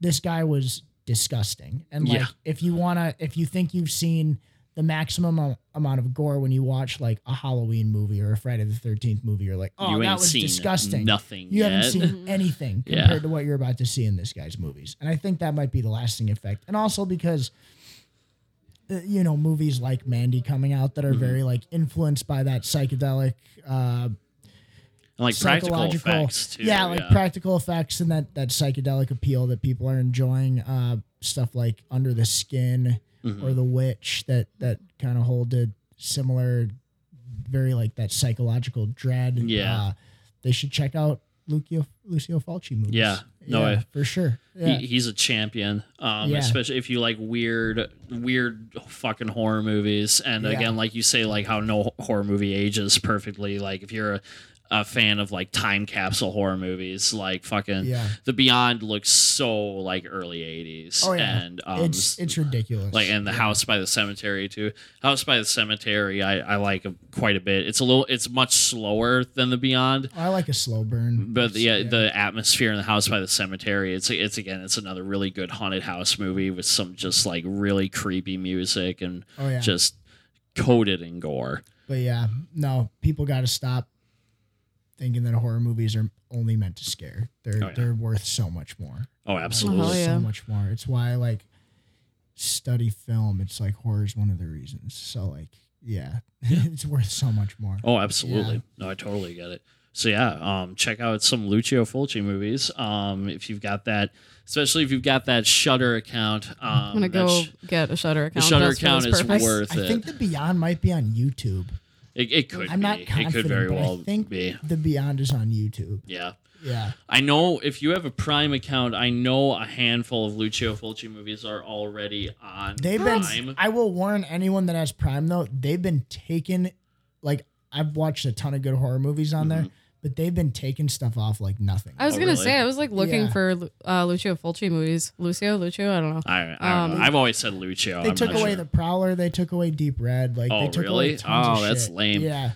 Speaker 5: this guy was disgusting, and like
Speaker 3: Yeah.
Speaker 5: if you wanna, if you think you've seen the maximum am- amount of gore when you watch like a Halloween movie or a Friday the Thirteenth movie, you're like, oh,
Speaker 3: you
Speaker 5: that
Speaker 3: ain't
Speaker 5: was
Speaker 3: seen
Speaker 5: disgusting.
Speaker 3: nothing
Speaker 5: You
Speaker 3: yet.
Speaker 5: haven't seen anything
Speaker 3: Yeah.
Speaker 5: compared to what you're about to see in this guy's movies. And I think that might be the lasting effect. And also because, uh, you know, movies like Mandy coming out that are very like influenced by that psychedelic, uh,
Speaker 3: And, like practical
Speaker 5: psychological,
Speaker 3: effects too.
Speaker 5: yeah, like practical effects and that, that psychedelic appeal that people are enjoying, uh, stuff like under the skin
Speaker 3: Mm-hmm.
Speaker 5: or the witch that, that kind of hold a similar, very like that psychological dread.
Speaker 3: Yeah.
Speaker 5: Uh, they should check out Lucio Lucio Falci movies.
Speaker 3: Yeah. No,
Speaker 5: yeah,
Speaker 3: I-
Speaker 5: for sure.
Speaker 3: He-
Speaker 5: Yeah.
Speaker 3: he's a champion, um,
Speaker 5: Yeah.
Speaker 3: especially if you like weird, weird fucking horror movies. And
Speaker 5: Yeah.
Speaker 3: again, like you say, like how no horror movie ages perfectly. Like if you're a, a fan of like time capsule horror movies, like fucking
Speaker 5: Yeah.
Speaker 3: The Beyond looks so like early '80s.
Speaker 5: Oh yeah,
Speaker 3: and um,
Speaker 5: it's it's ridiculous.
Speaker 3: like and the house by the cemetery too house by the cemetery i, I like a, quite a bit it's a little it's much slower than the beyond
Speaker 5: I like a slow burn.
Speaker 3: but yeah, the atmosphere in the house by the cemetery it's it's again it's another really good haunted house movie with some just like really creepy music and
Speaker 5: Oh, yeah.
Speaker 3: just coated in gore
Speaker 5: But yeah, no, people got to stop thinking that horror movies are only meant to scare. They're
Speaker 3: Oh, yeah.
Speaker 5: they're worth so much more.
Speaker 3: oh absolutely
Speaker 4: Oh, yeah.
Speaker 5: So much more. It's why I like study film. It's like horror is one of the reasons. So like yeah, it's worth so much more.
Speaker 3: Oh, absolutely. No, I totally get it. So yeah, um, check out some Lucio Fulci movies. Um, if you've got that, especially if you've got that Shutter account. Um,
Speaker 4: I'm gonna
Speaker 3: that
Speaker 4: go
Speaker 3: sh-
Speaker 4: get a Shutter
Speaker 3: the
Speaker 4: account.
Speaker 3: Shutter
Speaker 4: just for
Speaker 3: account
Speaker 4: this
Speaker 3: is
Speaker 4: purpose.
Speaker 3: worth
Speaker 5: I
Speaker 3: it.
Speaker 5: think the Beyond might be on YouTube.
Speaker 3: it. It could.
Speaker 5: I'm not
Speaker 3: be.
Speaker 5: confident.
Speaker 3: It could very
Speaker 5: but
Speaker 3: well
Speaker 5: I think
Speaker 3: be.
Speaker 5: the Beyond is on YouTube.
Speaker 3: Yeah.
Speaker 5: Yeah.
Speaker 3: I know if you have a Prime account, I know a handful of Lucio Fulci movies are already on
Speaker 5: They've
Speaker 3: Prime.
Speaker 5: been. I will warn anyone that has Prime though. They've been taking, like I've watched a ton of good horror movies on there,
Speaker 3: Mm-hmm.
Speaker 5: but they've been taking stuff off like nothing.
Speaker 4: I was
Speaker 3: Oh,
Speaker 4: gonna
Speaker 3: really?
Speaker 4: say I was like looking
Speaker 5: Yeah.
Speaker 4: for uh, Lucio Fulci movies. Lucio, Lucio, I don't know.
Speaker 3: I, I don't
Speaker 4: Um,
Speaker 3: know. I've always said Lucio.
Speaker 5: they
Speaker 3: I'm
Speaker 5: took
Speaker 3: not
Speaker 5: away
Speaker 3: sure.
Speaker 5: the Prowler. They took away Deep Red. Like
Speaker 3: Oh,
Speaker 5: they took
Speaker 3: really?
Speaker 5: away tons of
Speaker 3: Oh, that's
Speaker 5: shit.
Speaker 3: lame.
Speaker 5: Yeah,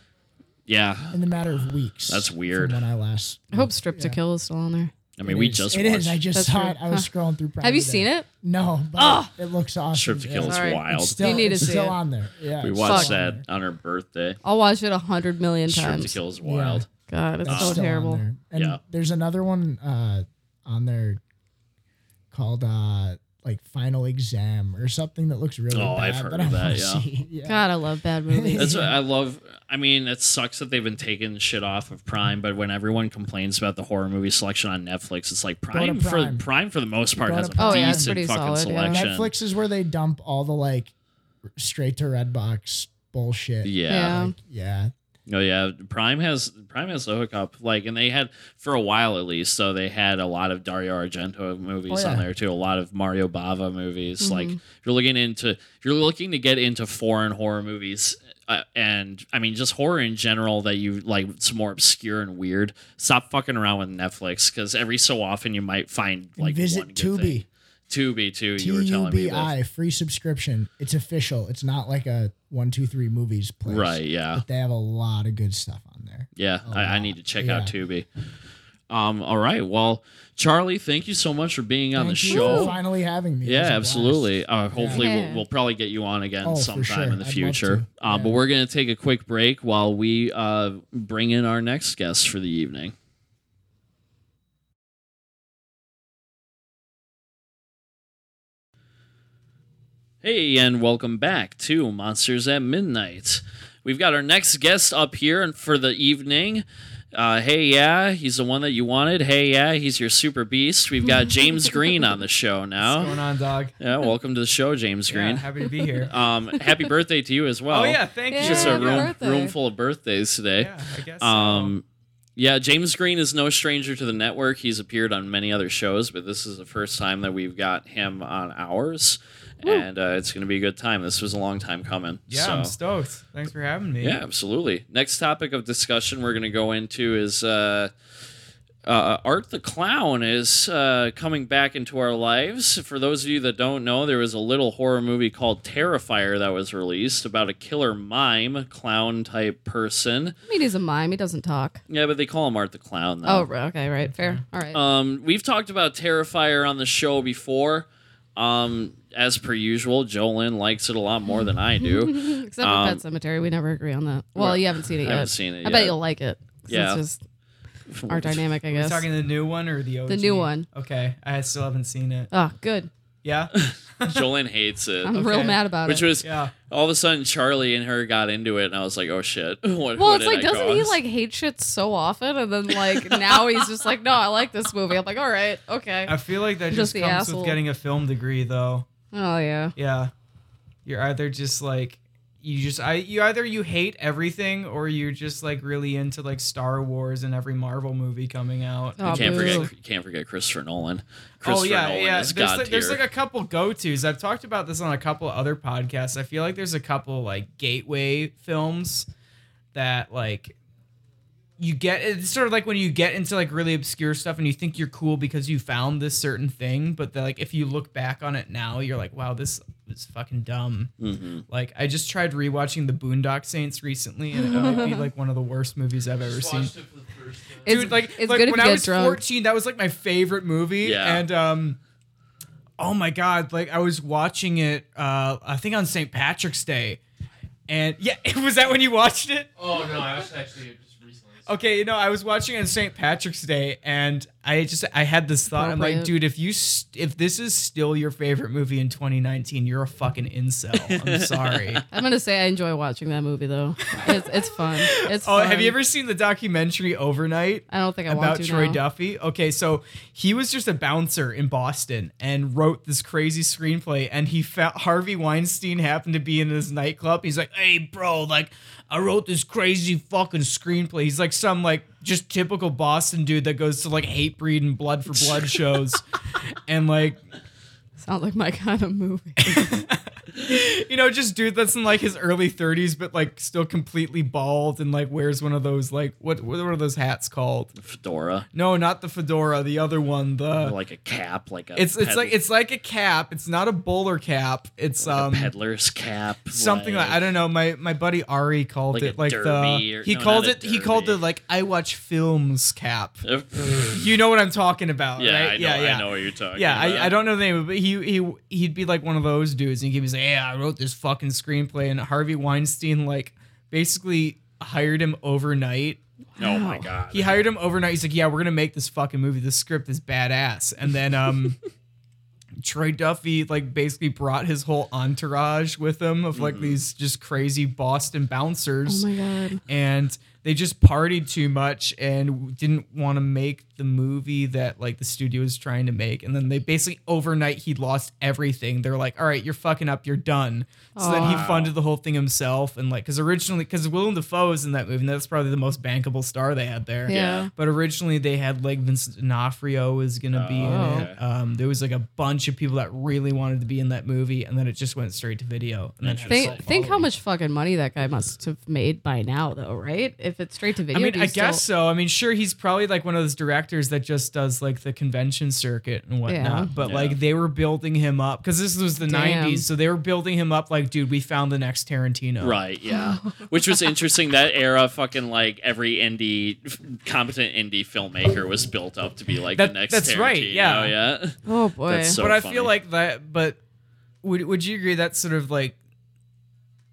Speaker 3: Yeah.
Speaker 5: in the matter of weeks.
Speaker 3: That's weird.
Speaker 5: From when I last.
Speaker 4: I hope Strip to Kill is still on there.
Speaker 3: I mean,
Speaker 5: It
Speaker 3: we
Speaker 5: is-
Speaker 3: just
Speaker 5: It
Speaker 3: watched
Speaker 5: is. I just
Speaker 4: That's
Speaker 5: saw
Speaker 4: true.
Speaker 5: it. I was scrolling through Prime.
Speaker 4: Have you
Speaker 5: today.
Speaker 4: seen it?
Speaker 5: No, but it looks awesome.
Speaker 3: Strip to
Speaker 5: Yeah.
Speaker 3: Kill is
Speaker 4: Sorry.
Speaker 3: wild.
Speaker 5: It's still,
Speaker 4: You need to
Speaker 5: it's
Speaker 4: see
Speaker 5: still
Speaker 4: it.
Speaker 5: on there. Yeah.
Speaker 3: we
Speaker 5: it's
Speaker 3: watched
Speaker 5: still on
Speaker 3: that
Speaker 5: there.
Speaker 3: on her birthday.
Speaker 4: I'll watch it a hundred million
Speaker 3: Strip to
Speaker 4: times.
Speaker 3: Kill is wild.
Speaker 4: God, it's
Speaker 5: It's
Speaker 4: so
Speaker 5: still on
Speaker 4: Oh, terrible.
Speaker 5: there. And
Speaker 3: Yeah.
Speaker 5: there's another one uh, on there called uh, like Final Exam or something that looks really
Speaker 3: Oh,
Speaker 5: bad.
Speaker 3: I've heard
Speaker 5: I
Speaker 3: of that,
Speaker 5: wanna
Speaker 3: yeah.
Speaker 5: see. Yeah.
Speaker 4: God, I love bad movies.
Speaker 3: That's what I love. I mean, it sucks that they've been taking shit off of Prime, but when everyone complains about the horror movie selection on Netflix, it's like Prime,
Speaker 5: Prime.
Speaker 3: for Prime for the most part
Speaker 5: Go to
Speaker 3: has a
Speaker 5: Prime.
Speaker 4: Oh, yeah, it's
Speaker 3: decent
Speaker 4: pretty
Speaker 3: fucking
Speaker 4: solid, yeah.
Speaker 3: selection.
Speaker 5: Netflix is where they dump all the like straight to Redbox bullshit.
Speaker 3: Yeah.
Speaker 4: Yeah.
Speaker 5: Yeah.
Speaker 3: Oh yeah. Prime has Prime has the hookup. Like and they had for a while at least, so they had a lot of Dario Argento movies
Speaker 5: Oh, yeah. Mm-hmm.
Speaker 3: on there too, a lot of Mario Bava movies. Like if you're looking into if you're looking to get into foreign horror movies uh, and I mean just horror in general that you like it's more obscure and weird. Stop fucking around with Netflix cuz every so often you might find like one
Speaker 5: Visit
Speaker 3: good thing.
Speaker 5: Tubi.
Speaker 3: Tubi too.
Speaker 5: T
Speaker 3: You were
Speaker 5: U
Speaker 3: telling me
Speaker 5: B
Speaker 3: this.
Speaker 5: I free subscription. It's official. It's not like a one two three movies place.
Speaker 3: Right, yeah.
Speaker 5: But they have a lot of good stuff on there.
Speaker 3: Yeah, I, I need to check out
Speaker 5: Oh, yeah.
Speaker 3: Tubi. Um, all right. Well, Charlie, thank you so much for being on the
Speaker 5: Thank you
Speaker 3: show.
Speaker 5: for finally having me. It
Speaker 3: Yeah,
Speaker 5: was a
Speaker 3: absolutely.
Speaker 5: blast.
Speaker 3: Uh, hopefully,
Speaker 4: Yeah.
Speaker 3: We'll, we'll probably get you on again
Speaker 5: Oh, for
Speaker 3: sometime
Speaker 5: sure.
Speaker 3: in the
Speaker 5: I'd love
Speaker 3: future.
Speaker 5: to.
Speaker 3: Uh, But we're going to take a quick break while we uh, bring in our next guest for the evening. Hey, and welcome back to Monsters at Midnight. We've got our next guest up here and for the evening. Uh, hey, yeah, he's the one that you wanted. Hey, yeah, he's your super beast. We've got James Green on the show now.
Speaker 1: What's going on, dog?
Speaker 3: Yeah, welcome to the show, James
Speaker 1: Yeah,
Speaker 3: Green.
Speaker 1: happy to be here.
Speaker 3: um, happy birthday to you as well.
Speaker 1: oh yeah, thank you.
Speaker 3: It's just
Speaker 4: Yeah,
Speaker 3: a
Speaker 4: happy
Speaker 3: room
Speaker 4: birthday.
Speaker 3: room full of birthdays today.
Speaker 1: Yeah, I guess.
Speaker 3: Um, yeah, James Green is no stranger to the network. He's appeared on many other shows, but this is the first time that we've got him on ours, and uh, it's going to be a good time. This was a long time coming.
Speaker 1: yeah,
Speaker 3: so.
Speaker 1: I'm stoked. Thanks for having me.
Speaker 3: Yeah, absolutely. Next topic of discussion we're going to go into is uh, uh, Art the Clown is uh, coming back into our lives. For those of you that don't know, there was a little horror movie called Terrifier that was released about a killer mime, clown type person.
Speaker 4: I mean, he's a mime. He doesn't talk.
Speaker 3: Yeah, but they call him Art the Clown,
Speaker 4: Oh,
Speaker 3: though.
Speaker 4: right, okay, right, fair. All right.
Speaker 3: Um, we've talked about Terrifier on the show before. Um, as per usual, Jolyn likes it a lot more than I do.
Speaker 4: Except for Pet Cemetery, we never agree on that. Well, you haven't seen it
Speaker 3: um, I
Speaker 4: yet.
Speaker 3: haven't seen it
Speaker 4: I bet
Speaker 3: yet.
Speaker 4: you'll like it. 'cause
Speaker 3: Yeah.
Speaker 4: It's just our dynamic, I
Speaker 1: Are we
Speaker 4: guess.
Speaker 1: talking the new one or the OG?
Speaker 4: new one.
Speaker 1: Okay, I still haven't seen it.
Speaker 4: Oh, good.
Speaker 1: Yeah,
Speaker 3: Jolyn hates it.
Speaker 4: I'm real
Speaker 1: Okay.
Speaker 4: mad about
Speaker 3: Which
Speaker 4: it.
Speaker 3: was
Speaker 1: yeah.
Speaker 3: all of a sudden Charlie and her got into it, and I was like, "Oh shit!" What,
Speaker 4: Well,
Speaker 3: what
Speaker 4: it's
Speaker 3: did
Speaker 4: like,
Speaker 3: I
Speaker 4: doesn't he
Speaker 3: cause?
Speaker 4: like hate shit so often? And then like now he's just like, no, I like this movie. I'm like, all right, okay.
Speaker 1: I feel like that
Speaker 4: Just
Speaker 1: just,
Speaker 4: the
Speaker 1: comes
Speaker 4: asshole.
Speaker 1: with getting a film degree, though.
Speaker 4: oh yeah.
Speaker 1: Yeah, you're either just like you just I you either you hate everything or you're just like really into like Star Wars and every Marvel movie coming out.
Speaker 4: Oh,
Speaker 3: can't
Speaker 4: boo.
Speaker 3: forget you can't forget Christopher Nolan?
Speaker 1: Oh
Speaker 3: Christopher
Speaker 1: yeah,
Speaker 3: Nolan
Speaker 1: yeah.
Speaker 3: is
Speaker 1: There's
Speaker 3: god
Speaker 1: like, there's
Speaker 3: tier.
Speaker 1: like a couple go tos. I've talked about this on a couple other podcasts. I feel like there's a couple like gateway films that like you get. It's sort of like when you get into like really obscure stuff and you think you're cool because you found this certain thing, but the, like if you look back on it now, you're like, wow, this was fucking dumb.
Speaker 3: Mm-hmm.
Speaker 1: Like I just tried rewatching The Boondock Saints recently, and it might be like one of the worst movies I've ever seen.
Speaker 4: It's,
Speaker 1: Dude, like,
Speaker 4: it's
Speaker 1: like
Speaker 4: good if
Speaker 1: when
Speaker 4: you
Speaker 1: I
Speaker 4: get
Speaker 1: was
Speaker 4: drunk.
Speaker 1: 14, that was like my favorite movie.
Speaker 3: Yeah.
Speaker 1: And um oh my god, like I was watching it uh I think on St. Patrick's Day. And yeah, was that when you watched it?
Speaker 6: Oh no, I was actually just recently.
Speaker 1: Okay, you know, I was watching it on St. Patrick's Day and I just I had this thought. I'm like,
Speaker 4: Appropriate.
Speaker 1: dude, if you st- if this is still your favorite movie in 2019, you're a fucking incel. I'm sorry.
Speaker 4: I'm gonna say I enjoy watching that movie though. It's it's fun. It's
Speaker 1: oh, have
Speaker 4: fun.
Speaker 1: you ever seen the documentary Overnight?
Speaker 4: I don't think I want
Speaker 1: about
Speaker 4: to
Speaker 1: Troy
Speaker 4: now.
Speaker 1: Duffy. Okay, so he was just a bouncer in Boston and wrote this crazy screenplay. And he found Harvey Weinstein happened to be in his nightclub. He's like, "Hey, bro, like, I wrote this crazy fucking screenplay." He's like some like just typical Boston dude that goes to like hate breed and blood for blood shows, and like
Speaker 4: Sounds like my kind of movie.
Speaker 1: you know, just dude that's in like his early 30s, but like still completely bald and like wears one of those like what what are those hats called?
Speaker 3: fedora,
Speaker 1: No, not the fedora, the other one, the
Speaker 3: like a cap, like a
Speaker 1: It's it's
Speaker 3: ped-
Speaker 1: like it's like a cap. It's not a bowler cap. It's um
Speaker 3: peddler's cap,
Speaker 1: something like, I don't know. My my buddy Ari called
Speaker 3: Like a
Speaker 1: it like
Speaker 3: derby
Speaker 1: the
Speaker 3: or-
Speaker 1: he
Speaker 3: no,
Speaker 1: called
Speaker 3: not
Speaker 1: it
Speaker 3: a
Speaker 1: he called
Speaker 3: derby.
Speaker 1: it like I watch films cap.
Speaker 3: don't.
Speaker 1: You know what I'm talking about,
Speaker 3: yeah,
Speaker 1: right?
Speaker 3: I know,
Speaker 1: yeah, yeah.
Speaker 3: I know what you're talking.
Speaker 1: Yeah,
Speaker 3: about.
Speaker 1: I, I don't know the name, but he he he'd be like one of those dudes, and he'd be like, "Yeah, I wrote this fucking screenplay," and Harvey Weinstein like basically hired him overnight
Speaker 3: Oh my god.
Speaker 1: he hired him overnight. He's like, "Yeah, we're gonna make this fucking movie. This script is badass." And then um, Troy Duffy like basically brought his whole entourage with him of like these just crazy Boston
Speaker 4: Oh
Speaker 1: bouncers,
Speaker 4: my god.
Speaker 1: and they just partied too much and didn't want to make the movie that like the studio was trying to make. And then they basically overnight he lost everything. They're like, "All right, you're fucking up. You're done." So then he
Speaker 4: Aw.
Speaker 1: funded the whole thing himself and like because originally because Willem Dafoe is in that movie and that's probably the most bankable star they had there.
Speaker 4: Yeah.
Speaker 3: Yeah.
Speaker 1: But originally they had like Vincent D'Onofrio was gonna be in
Speaker 3: Oh, okay.
Speaker 1: it. Um, there was like a bunch of people that really wanted to be in that movie, and then it just went straight to video. And then had a
Speaker 4: Think
Speaker 1: cult
Speaker 4: think how
Speaker 1: following.
Speaker 4: much fucking money that guy must have made by now though, right? If if it's straight to
Speaker 1: I
Speaker 4: video.
Speaker 1: mean,
Speaker 4: do
Speaker 1: I
Speaker 4: you still-
Speaker 1: guess so. I mean, sure, he's probably like one of those directors that just does like the convention circuit and whatnot.
Speaker 4: Yeah.
Speaker 1: But
Speaker 3: Yeah.
Speaker 1: like they were building him up because this was the
Speaker 4: Damn.
Speaker 1: '90s, so they were building him up like, dude, we found the next Tarantino.
Speaker 3: Right, yeah. Which was interesting. That era, fucking like every indie, competent indie filmmaker was built up to be like
Speaker 1: That-
Speaker 3: the next.
Speaker 1: that's right,
Speaker 3: Tarantino,
Speaker 1: yeah.
Speaker 3: yeah.
Speaker 4: Oh boy.
Speaker 3: That's so
Speaker 1: but I
Speaker 3: funny.
Speaker 1: feel like that. But would would you agree that sort of like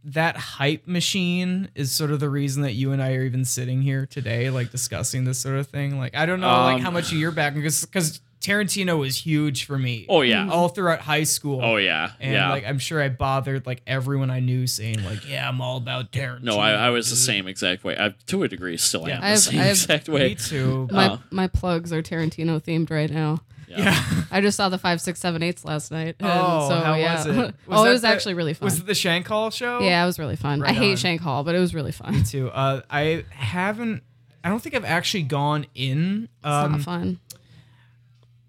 Speaker 1: that hype machine is sort of the reason that you and I are even sitting here today, like discussing this sort of thing? Like, I don't know, like
Speaker 3: Um,
Speaker 1: how much of your background because Tarantino was huge for me.
Speaker 3: Oh yeah.
Speaker 1: all throughout high school.
Speaker 3: Oh yeah.
Speaker 1: And
Speaker 3: yeah.
Speaker 1: like I'm sure I bothered like everyone I knew saying like, yeah, I'm all about Tarantino.
Speaker 3: no, I, I was the same exact way. I, to a degree, still
Speaker 1: Yeah.
Speaker 3: am the
Speaker 4: I've-
Speaker 3: same
Speaker 4: I've-
Speaker 3: exact
Speaker 1: Me
Speaker 3: way.
Speaker 1: too.
Speaker 4: my
Speaker 3: Oh.
Speaker 4: my plugs are Tarantino themed right now.
Speaker 3: Yeah.
Speaker 4: I just saw the five, six, seven, eights last night. and
Speaker 1: Oh,
Speaker 4: so,
Speaker 1: how
Speaker 4: yeah.
Speaker 1: was it? Was
Speaker 4: oh,
Speaker 1: that
Speaker 4: it was
Speaker 1: the-
Speaker 4: actually really fun.
Speaker 1: Was it the Shank Hall show?
Speaker 4: yeah, it was really fun. I
Speaker 1: Right
Speaker 4: hate
Speaker 1: on.
Speaker 4: Shank Hall, but it was really fun. It's
Speaker 1: Too. Uh, I haven't. I don't think I've actually gone in.
Speaker 4: not
Speaker 1: Um,
Speaker 4: fun.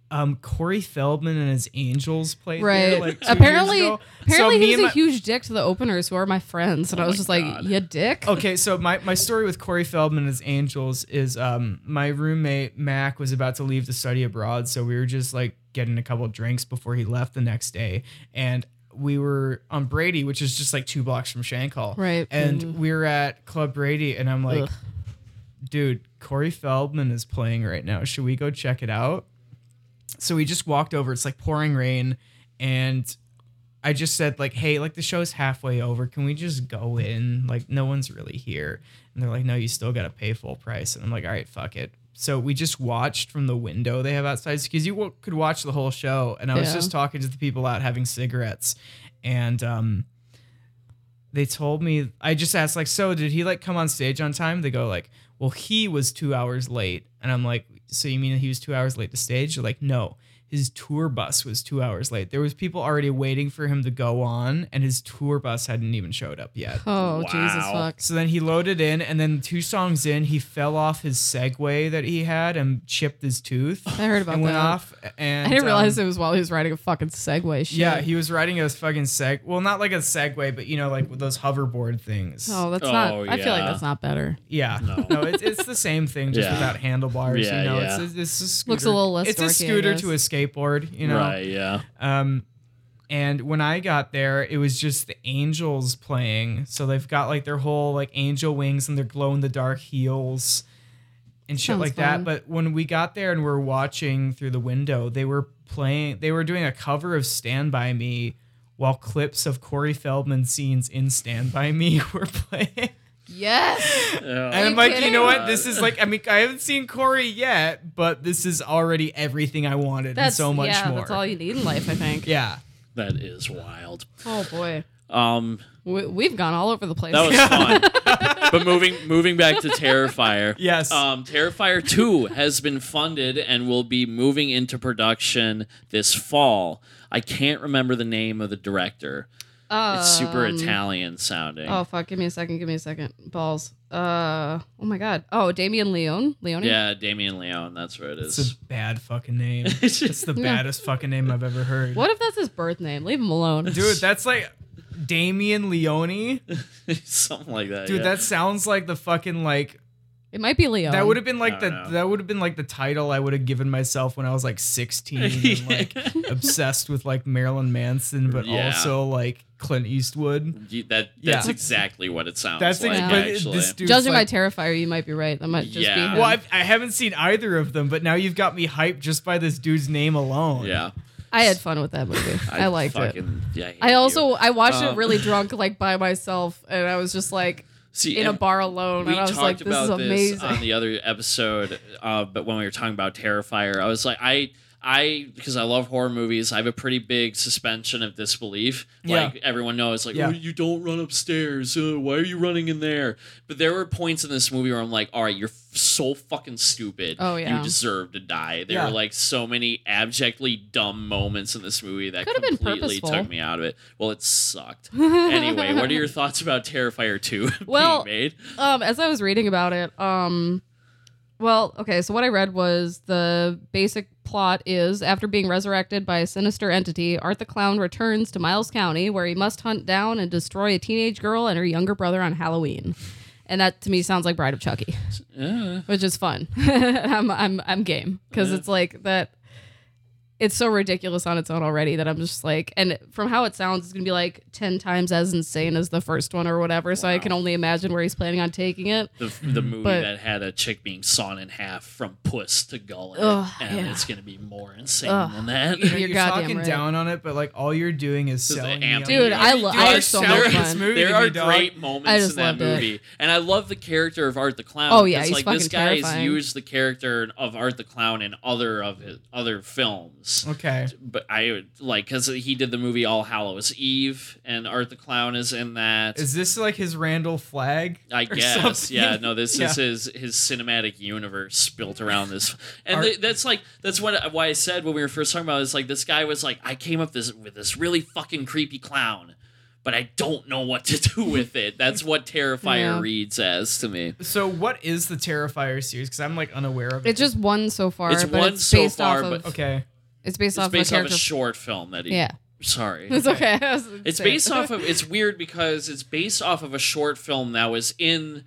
Speaker 1: um, Corey Feldman and his Angels played there,
Speaker 4: Right.
Speaker 1: like, two years
Speaker 4: apparently
Speaker 1: ago.
Speaker 4: apparently
Speaker 1: so
Speaker 4: he
Speaker 1: me
Speaker 4: was a
Speaker 1: and my-
Speaker 4: huge dick to the openers who are my friends.
Speaker 3: Oh
Speaker 4: And I was just like, you dick?
Speaker 1: Okay, so my, my story with Corey Feldman and his Angels is um my roommate Mac was about to leave to study abroad, so we were just like getting a couple drinks before he left the next day, and we were on Brady, which is just like two blocks from Shank Hall,
Speaker 4: Right.
Speaker 1: And
Speaker 4: Mm.
Speaker 1: we were at Club Brady, and I'm like,
Speaker 4: Ugh.
Speaker 1: dude, Corey Feldman is playing right now. Should we go check it out? So we just walked over. It's like pouring rain, and I just said like, "Hey, like the show's halfway over. Can we just go in? Like no one's really here." And they're like, "No, you still got to pay full price." And I'm like, "All right, fuck it." So we just watched from the window they have outside because you w- could watch the whole show. And I was
Speaker 4: Yeah.
Speaker 1: just talking to the people out having cigarettes, and um, they told me I just asked like, "So did he like come on stage on time?" They go like, "Well, he was two hours late," and I'm like, "So you mean he was two hours late to stage?" They're like, "No." His tour bus was two hours late. There was people already waiting for him to go on, and his tour bus hadn't even showed up yet.
Speaker 4: Oh, Jesus
Speaker 3: Wow.
Speaker 4: fuck.
Speaker 1: So then he loaded in, and then two songs in, he fell off his Segway that he had and chipped his tooth.
Speaker 4: I heard about
Speaker 1: and went
Speaker 4: that.
Speaker 1: off. And
Speaker 4: I didn't
Speaker 1: um,
Speaker 4: realize it was while he was riding a fucking Segway. Shit.
Speaker 1: Yeah, he was riding a fucking seg. Well, not like a Segway, but you know, like with those hoverboard things.
Speaker 4: Oh, that's
Speaker 3: Oh,
Speaker 4: not. I feel like
Speaker 3: yeah.
Speaker 4: that's not better.
Speaker 1: Yeah, no, it's, it's the same thing, just
Speaker 3: Yeah.
Speaker 1: without handlebars.
Speaker 3: Yeah,
Speaker 1: you know,
Speaker 3: yeah.
Speaker 1: it's, a- it's a scooter.
Speaker 4: Looks a little less
Speaker 1: It's
Speaker 4: dorky,
Speaker 1: a
Speaker 4: I
Speaker 1: scooter
Speaker 4: guess.
Speaker 1: to a skateboard. You know,
Speaker 3: Right. Yeah.
Speaker 1: um, and when I got there, it was just the angels playing. So they've got like their whole like angel wings and their glow in the dark heels and shit
Speaker 4: Sounds
Speaker 1: like
Speaker 4: fun.
Speaker 1: that. But when we got there and we are watching through the window, they were playing. They were doing a cover of "Stand by Me," while clips of Corey Feldman scenes in "Stand by Me" were playing.
Speaker 4: Yes.
Speaker 1: And
Speaker 4: you
Speaker 1: I'm like, you
Speaker 4: kidding?
Speaker 1: know what? This is like, I mean, I haven't seen Corey yet, but this is already everything I wanted and
Speaker 4: That's
Speaker 1: so much
Speaker 4: yeah,
Speaker 1: more.
Speaker 4: That's all you need in life, I think.
Speaker 1: yeah.
Speaker 3: That is wild.
Speaker 4: Oh boy,
Speaker 3: Um,
Speaker 4: we, we've gone all over the place.
Speaker 3: that was fun. but moving moving back to Terrifier.
Speaker 1: Yes.
Speaker 3: Um, Terrifier 2 has been funded and will be moving into production this fall. I can't remember the name of the director. It's super
Speaker 4: Um,
Speaker 3: Italian sounding.
Speaker 4: Oh fuck! Give me a second. Give me a second. Balls. Uh. Oh my god. Oh, Damien Leone. Leone.
Speaker 3: yeah, Damien Leone. That's what it
Speaker 1: It's
Speaker 3: is.
Speaker 1: a bad fucking name. It's the baddest fucking name I've ever heard.
Speaker 4: What if that's his birth name? Leave him alone.
Speaker 1: Dude, that's like Damien Leone.
Speaker 3: Something like that.
Speaker 1: Dude,
Speaker 3: yeah.
Speaker 1: that sounds like the fucking like
Speaker 4: it might be Leone.
Speaker 1: that would have been like
Speaker 3: I
Speaker 1: the
Speaker 3: don't know.
Speaker 1: that would have been like the title I would have given myself when I was like 16 and like obsessed with like Marilyn Manson but
Speaker 3: Yeah.
Speaker 1: also like Clint Eastwood.
Speaker 3: You- that
Speaker 1: Yeah.
Speaker 3: that's exactly what it sounds
Speaker 1: That's
Speaker 3: like.
Speaker 1: ex- but
Speaker 3: actually,
Speaker 1: this dude's
Speaker 4: Judging
Speaker 1: like,
Speaker 4: by Terrifier, you might be right. That might just be.
Speaker 3: Yeah.
Speaker 4: Him.
Speaker 1: Well, I've, I haven't seen either of them, but now you've got me hyped just by this dude's name alone.
Speaker 3: yeah,
Speaker 4: I had fun with that movie. I, liked it.
Speaker 3: fucking, it. Yeah, hate
Speaker 4: I
Speaker 3: you.
Speaker 4: also I watched
Speaker 3: Um,
Speaker 4: it really drunk, like by myself, and I was just like
Speaker 3: see
Speaker 4: in a
Speaker 3: and-
Speaker 4: bar alone,
Speaker 3: we
Speaker 4: and I was
Speaker 3: talked
Speaker 4: like, "This is
Speaker 3: about
Speaker 4: amazing."
Speaker 3: this Uh, on the other episode, uh, but when we were talking about Terrifier, I was like, I, I, because I love horror movies, I have a pretty big suspension of disbelief. Like everyone knows, like,
Speaker 1: Yeah.
Speaker 3: oh, you don't run upstairs. Uh, why are you running in there? But there were points in this movie where I'm like, all right, you're f- so fucking stupid.
Speaker 4: Oh, yeah.
Speaker 3: you deserve to die. There
Speaker 1: Yeah.
Speaker 3: were like so many abjectly dumb moments in this movie that
Speaker 4: Could've been
Speaker 3: completely
Speaker 4: purposeful.
Speaker 3: took me out of it. Well, it sucked. anyway, what are your thoughts about Terrifier two
Speaker 4: Well,
Speaker 3: being made?
Speaker 4: um, as I was reading about it, um, well, okay, so what I read was the basic plot is after being resurrected by a sinister entity, Art the Clown returns to Miles County where he must hunt down and destroy a teenage girl and her younger brother on Halloween. and that to me sounds like Bride of Chucky,
Speaker 3: Yeah.
Speaker 4: which is fun. I'm I'm I'm game because it's like that. It's so ridiculous on its own already that I'm just like, and from how it sounds, it's gonna be like ten times as insane as the first one or whatever. So I can only imagine where he's planning on taking it.
Speaker 3: The, the movie
Speaker 4: But-
Speaker 3: that had a chick being sawn in half from puss to gullet,
Speaker 4: Ugh,
Speaker 3: and
Speaker 4: yeah.
Speaker 3: it's gonna be more insane
Speaker 4: Ugh.
Speaker 3: than that.
Speaker 4: You're
Speaker 1: You're,
Speaker 4: goddamn
Speaker 1: talking
Speaker 4: right.
Speaker 1: down on it, but like all you're doing is
Speaker 3: This is
Speaker 1: selling.
Speaker 3: the amp.
Speaker 1: the
Speaker 4: Dude,
Speaker 1: idea.
Speaker 4: I lo-
Speaker 1: You
Speaker 4: I
Speaker 1: are
Speaker 4: had so much
Speaker 1: selling
Speaker 4: fun.
Speaker 1: this movie
Speaker 3: there
Speaker 1: to
Speaker 3: are
Speaker 1: me, dog.
Speaker 3: great
Speaker 4: I
Speaker 3: moments
Speaker 4: just
Speaker 3: in that
Speaker 4: loved it.
Speaker 3: movie, and I love the character of Art the Clown.
Speaker 4: Oh, yeah,
Speaker 3: 'cause,
Speaker 4: he's
Speaker 3: like this
Speaker 4: fucking
Speaker 3: guy has
Speaker 4: terrifying.
Speaker 3: used the character of Art the Clown in other of his other films.
Speaker 1: Okay.
Speaker 3: But I would like because he did the movie All Hallows Eve, and Art the Clown is in that.
Speaker 1: Is this like his Randall flag?
Speaker 3: I
Speaker 1: or
Speaker 3: guess.
Speaker 1: something?
Speaker 3: Yeah. No, this
Speaker 1: Yeah.
Speaker 3: is his his cinematic universe built around this, and
Speaker 1: Art-
Speaker 3: th- that's like that's what why I said when we were first talking about. It's like this guy was like, I came up this with this really fucking creepy clown, but I don't know what to do with it. That's what Terrifier
Speaker 4: Yeah.
Speaker 3: reads as to me.
Speaker 1: So what is the Terrifier series? Because I'm like unaware of it.
Speaker 4: It's just one so far.
Speaker 3: It's
Speaker 4: but
Speaker 3: one
Speaker 4: it's
Speaker 3: so
Speaker 4: based
Speaker 3: far,
Speaker 4: off
Speaker 3: but-
Speaker 4: of,
Speaker 1: okay.
Speaker 4: It's based
Speaker 3: It's
Speaker 4: off
Speaker 3: based
Speaker 4: of a
Speaker 3: off a
Speaker 4: character.
Speaker 3: short film that he.
Speaker 4: yeah,
Speaker 3: Sorry.
Speaker 4: it's okay.
Speaker 3: It's based off of. It's weird because it's based off of a short film that was in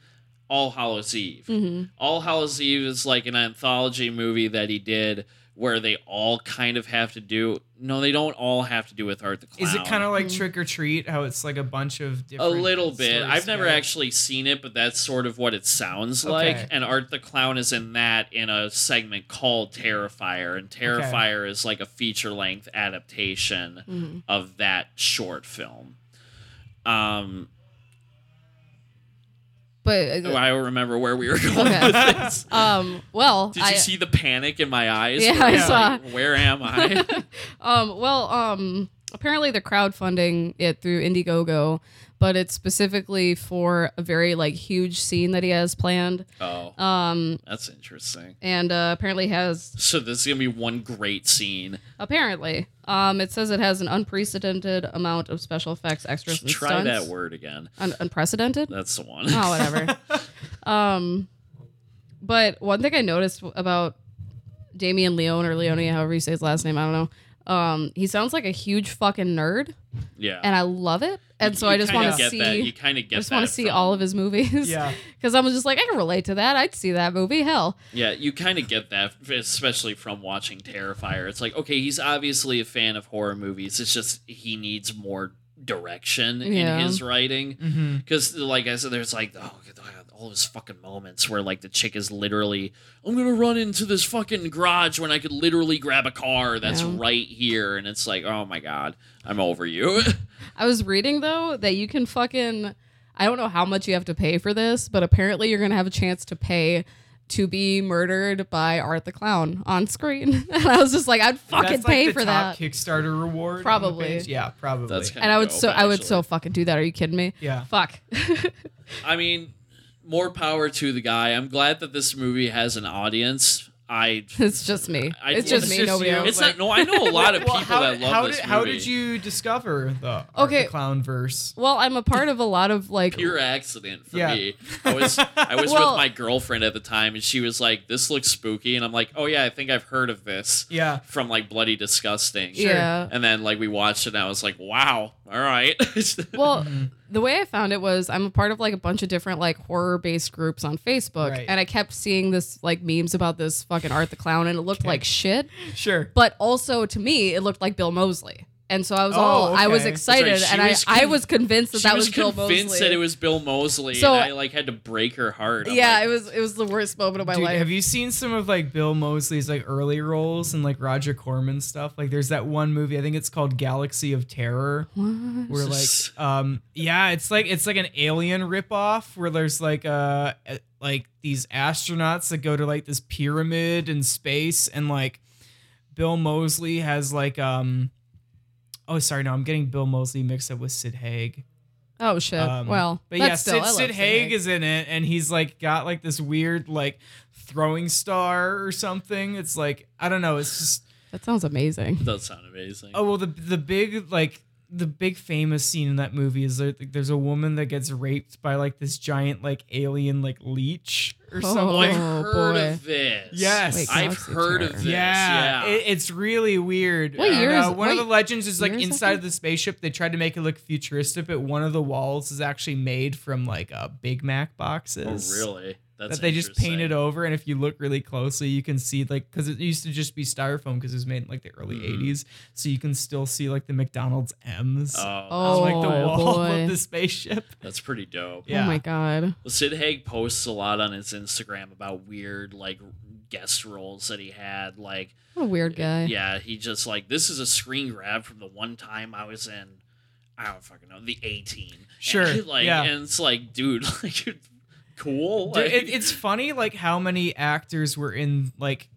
Speaker 3: All Hallows Eve.
Speaker 1: Mm-hmm.
Speaker 3: All Hallows Eve is like an anthology movie that he did where they all kind of have to do. No, they don't all have to do with Art the Clown.
Speaker 1: Is it kind of
Speaker 4: Mm-hmm.
Speaker 1: like Trick or Treat? How it's like a bunch of
Speaker 3: a
Speaker 1: different
Speaker 3: little bit?
Speaker 1: stories
Speaker 3: I've never
Speaker 1: together?
Speaker 3: actually seen it, but that's sort of what it sounds
Speaker 1: Okay.
Speaker 3: like. And Art the Clown is in that in a segment called Terrifier, and Terrifier is like a feature length adaptation
Speaker 1: Mm-hmm.
Speaker 3: of that short film. Um,
Speaker 4: But
Speaker 3: Oh, I don't remember where we were going
Speaker 4: Okay.
Speaker 3: with this.
Speaker 4: um, well,
Speaker 3: Did you
Speaker 4: I,
Speaker 3: see the panic in my eyes?
Speaker 4: Yeah,
Speaker 3: Where
Speaker 4: I
Speaker 3: was
Speaker 4: saw.
Speaker 3: like, Where am I?
Speaker 4: Um, well, um, apparently they're crowdfunding it through Indiegogo, but it's specifically for a very like huge scene that he has planned,
Speaker 3: oh,
Speaker 4: um,
Speaker 3: that's interesting.
Speaker 4: and uh, apparently has
Speaker 3: So this is gonna be one great scene.
Speaker 4: apparently. Um, it says it has an unprecedented amount of special effects, extras, and
Speaker 3: Try
Speaker 4: stunts.
Speaker 3: that word again.
Speaker 4: Un- unprecedented.
Speaker 3: That's the one.
Speaker 4: oh, whatever. um, but one thing I noticed about Damien Leone or Leone, however you say his last name, I don't know. Um, he sounds like a huge fucking nerd,
Speaker 3: yeah.
Speaker 4: and I love it. And so
Speaker 3: You
Speaker 4: I just
Speaker 3: kinda
Speaker 4: want to
Speaker 3: get That.
Speaker 4: see.
Speaker 3: You kind of get.
Speaker 4: I just want
Speaker 3: that
Speaker 4: to see
Speaker 3: from-
Speaker 4: all of his movies.
Speaker 1: Yeah.
Speaker 4: Because I was just like, I can relate to that. I'd see that movie. Hell.
Speaker 3: Yeah, you kind of get that, especially from watching Terrifier. It's like, okay, he's obviously a fan of horror movies. It's just he needs more direction
Speaker 4: Yeah.
Speaker 3: in
Speaker 4: Mm-hmm.
Speaker 3: his writing.
Speaker 1: hmm
Speaker 3: Because, like I said, there's like oh, God, all those fucking moments where like the chick is literally, I'm gonna run into this fucking garage when I could literally grab a car that's
Speaker 4: Yeah.
Speaker 3: right here, and it's like, oh my god, I'm over you.
Speaker 4: I was reading, though, that you can fucking. I don't know how much you have to pay for this, but apparently you're going to have a chance to pay to be murdered by Art the Clown on screen. and I was just like, I'd fucking
Speaker 1: That's
Speaker 4: pay
Speaker 1: like the
Speaker 4: for
Speaker 1: top
Speaker 4: that.
Speaker 1: Kickstarter reward. on the
Speaker 4: Probably.
Speaker 1: page? Yeah, probably.
Speaker 3: that's kind
Speaker 4: and I would so I would so fucking do that. Are you kidding me?
Speaker 1: Yeah.
Speaker 4: Fuck.
Speaker 3: I mean, more power to the guy. I'm glad that this movie has an audience. I.
Speaker 4: it's just me.
Speaker 3: I-
Speaker 4: it's
Speaker 3: It's
Speaker 4: just me.
Speaker 1: just
Speaker 4: nobody
Speaker 1: you.
Speaker 4: else.
Speaker 3: It's not. No, I know a lot of people
Speaker 1: how,
Speaker 3: that love
Speaker 1: how
Speaker 3: this
Speaker 1: did,
Speaker 3: movie.
Speaker 1: How did you discover the, Art
Speaker 4: Okay.
Speaker 1: the clown verse?
Speaker 4: well, I'm a part of a lot of like
Speaker 3: pure accident for
Speaker 1: Yeah.
Speaker 3: me. I was I was
Speaker 4: Well-
Speaker 3: with my girlfriend at the time, and she was like, "This looks spooky," and I'm like, "Oh yeah, I think I've heard of this."
Speaker 1: Yeah.
Speaker 3: From like bloody disgusting.
Speaker 4: Sure. Yeah.
Speaker 3: And then like we watched it, and I was like, "Wow, all right."
Speaker 4: Well, the way I found it was I'm a part of like a bunch of different like horror based groups on Facebook,
Speaker 1: Right.
Speaker 4: and I kept seeing this like memes about this fucking Art the Clown, and it looked like shit.
Speaker 1: Sure.
Speaker 4: But also to me, it looked like Bill Mosley, and so I was
Speaker 1: Oh,
Speaker 4: all I was
Speaker 1: okay.
Speaker 4: excited,
Speaker 3: That's right. She
Speaker 4: and I
Speaker 3: was
Speaker 4: I
Speaker 3: con-
Speaker 4: was convinced that
Speaker 3: she
Speaker 4: that
Speaker 3: was,
Speaker 4: was, Bill
Speaker 3: convinced
Speaker 4: Mosley.
Speaker 3: that it was Bill Mosley,
Speaker 4: So-
Speaker 3: and I like had to break her heart. I'm
Speaker 4: yeah,
Speaker 3: like,
Speaker 4: it was it was the worst moment of my
Speaker 1: Dude,
Speaker 4: life.
Speaker 1: have you seen some of like Bill Mosley's like early roles and like Roger Corman stuff? Like, there's that one movie. I think it's called Galaxy of Terror. Where like,
Speaker 3: This-
Speaker 1: um, yeah, it's like it's like an alien ripoff where there's like uh uh, like these astronauts that go to like this pyramid in space and like Bill Mosley has like um. Oh, sorry. No, I'm getting Bill Mosley mixed up with Sid Haig.
Speaker 4: oh shit.
Speaker 1: Um,
Speaker 4: well,
Speaker 1: but
Speaker 4: that's
Speaker 1: yeah,
Speaker 4: still,
Speaker 1: Sid,
Speaker 4: I love
Speaker 1: Sid Haig
Speaker 4: Haig.
Speaker 1: is in it, and he's like got like this weird like throwing star or something. It's like I don't know. It's just
Speaker 4: that sounds amazing.
Speaker 3: That sounds amazing.
Speaker 1: oh well, the the big like the big famous scene in that movie is there, like, there's a woman that gets raped by like this giant like alien like leech or
Speaker 4: Oh.
Speaker 1: something.
Speaker 3: Oh, I've
Speaker 4: Oh,
Speaker 3: heard
Speaker 4: boy.
Speaker 3: of this.
Speaker 1: Yes. Wait,
Speaker 3: I've
Speaker 4: Galaxy
Speaker 3: heard of
Speaker 4: Terror.
Speaker 3: this.
Speaker 1: Yeah,
Speaker 3: Yeah.
Speaker 1: It, it's really weird.
Speaker 4: What
Speaker 1: And,
Speaker 4: year
Speaker 1: uh,
Speaker 4: is-
Speaker 1: one of
Speaker 4: wait,
Speaker 1: the legends is like
Speaker 4: year is that
Speaker 1: inside
Speaker 4: from?
Speaker 1: of the spaceship. They tried to make it look futuristic, but one of the walls is actually made from like uh, Big Mac
Speaker 3: oh,
Speaker 1: boxes.
Speaker 3: really? That's
Speaker 1: that they just
Speaker 3: interesting.
Speaker 1: painted over, and if you look really closely, you can see like because it used to just be styrofoam because it was made in like the early
Speaker 3: Mhm.
Speaker 1: '80s, so you can still see like the McDonald's M's
Speaker 3: Oh,
Speaker 4: Oh.
Speaker 1: on like the wall
Speaker 4: boy.
Speaker 1: of the spaceship.
Speaker 3: that's pretty dope.
Speaker 1: Yeah.
Speaker 4: Oh my god.
Speaker 3: Well, Sid Haig posts a lot on his Instagram about weird like guest roles that he had. Like,
Speaker 4: What a weird guy.
Speaker 3: yeah, he just like this is a screen grab from the one time I was in. I don't fucking know the A Team.
Speaker 1: Sure,
Speaker 3: And, like,
Speaker 1: yeah.
Speaker 3: and it's like, dude, like, you're cool.
Speaker 1: Dude,
Speaker 3: Like,
Speaker 1: it, it's funny like how many actors were in like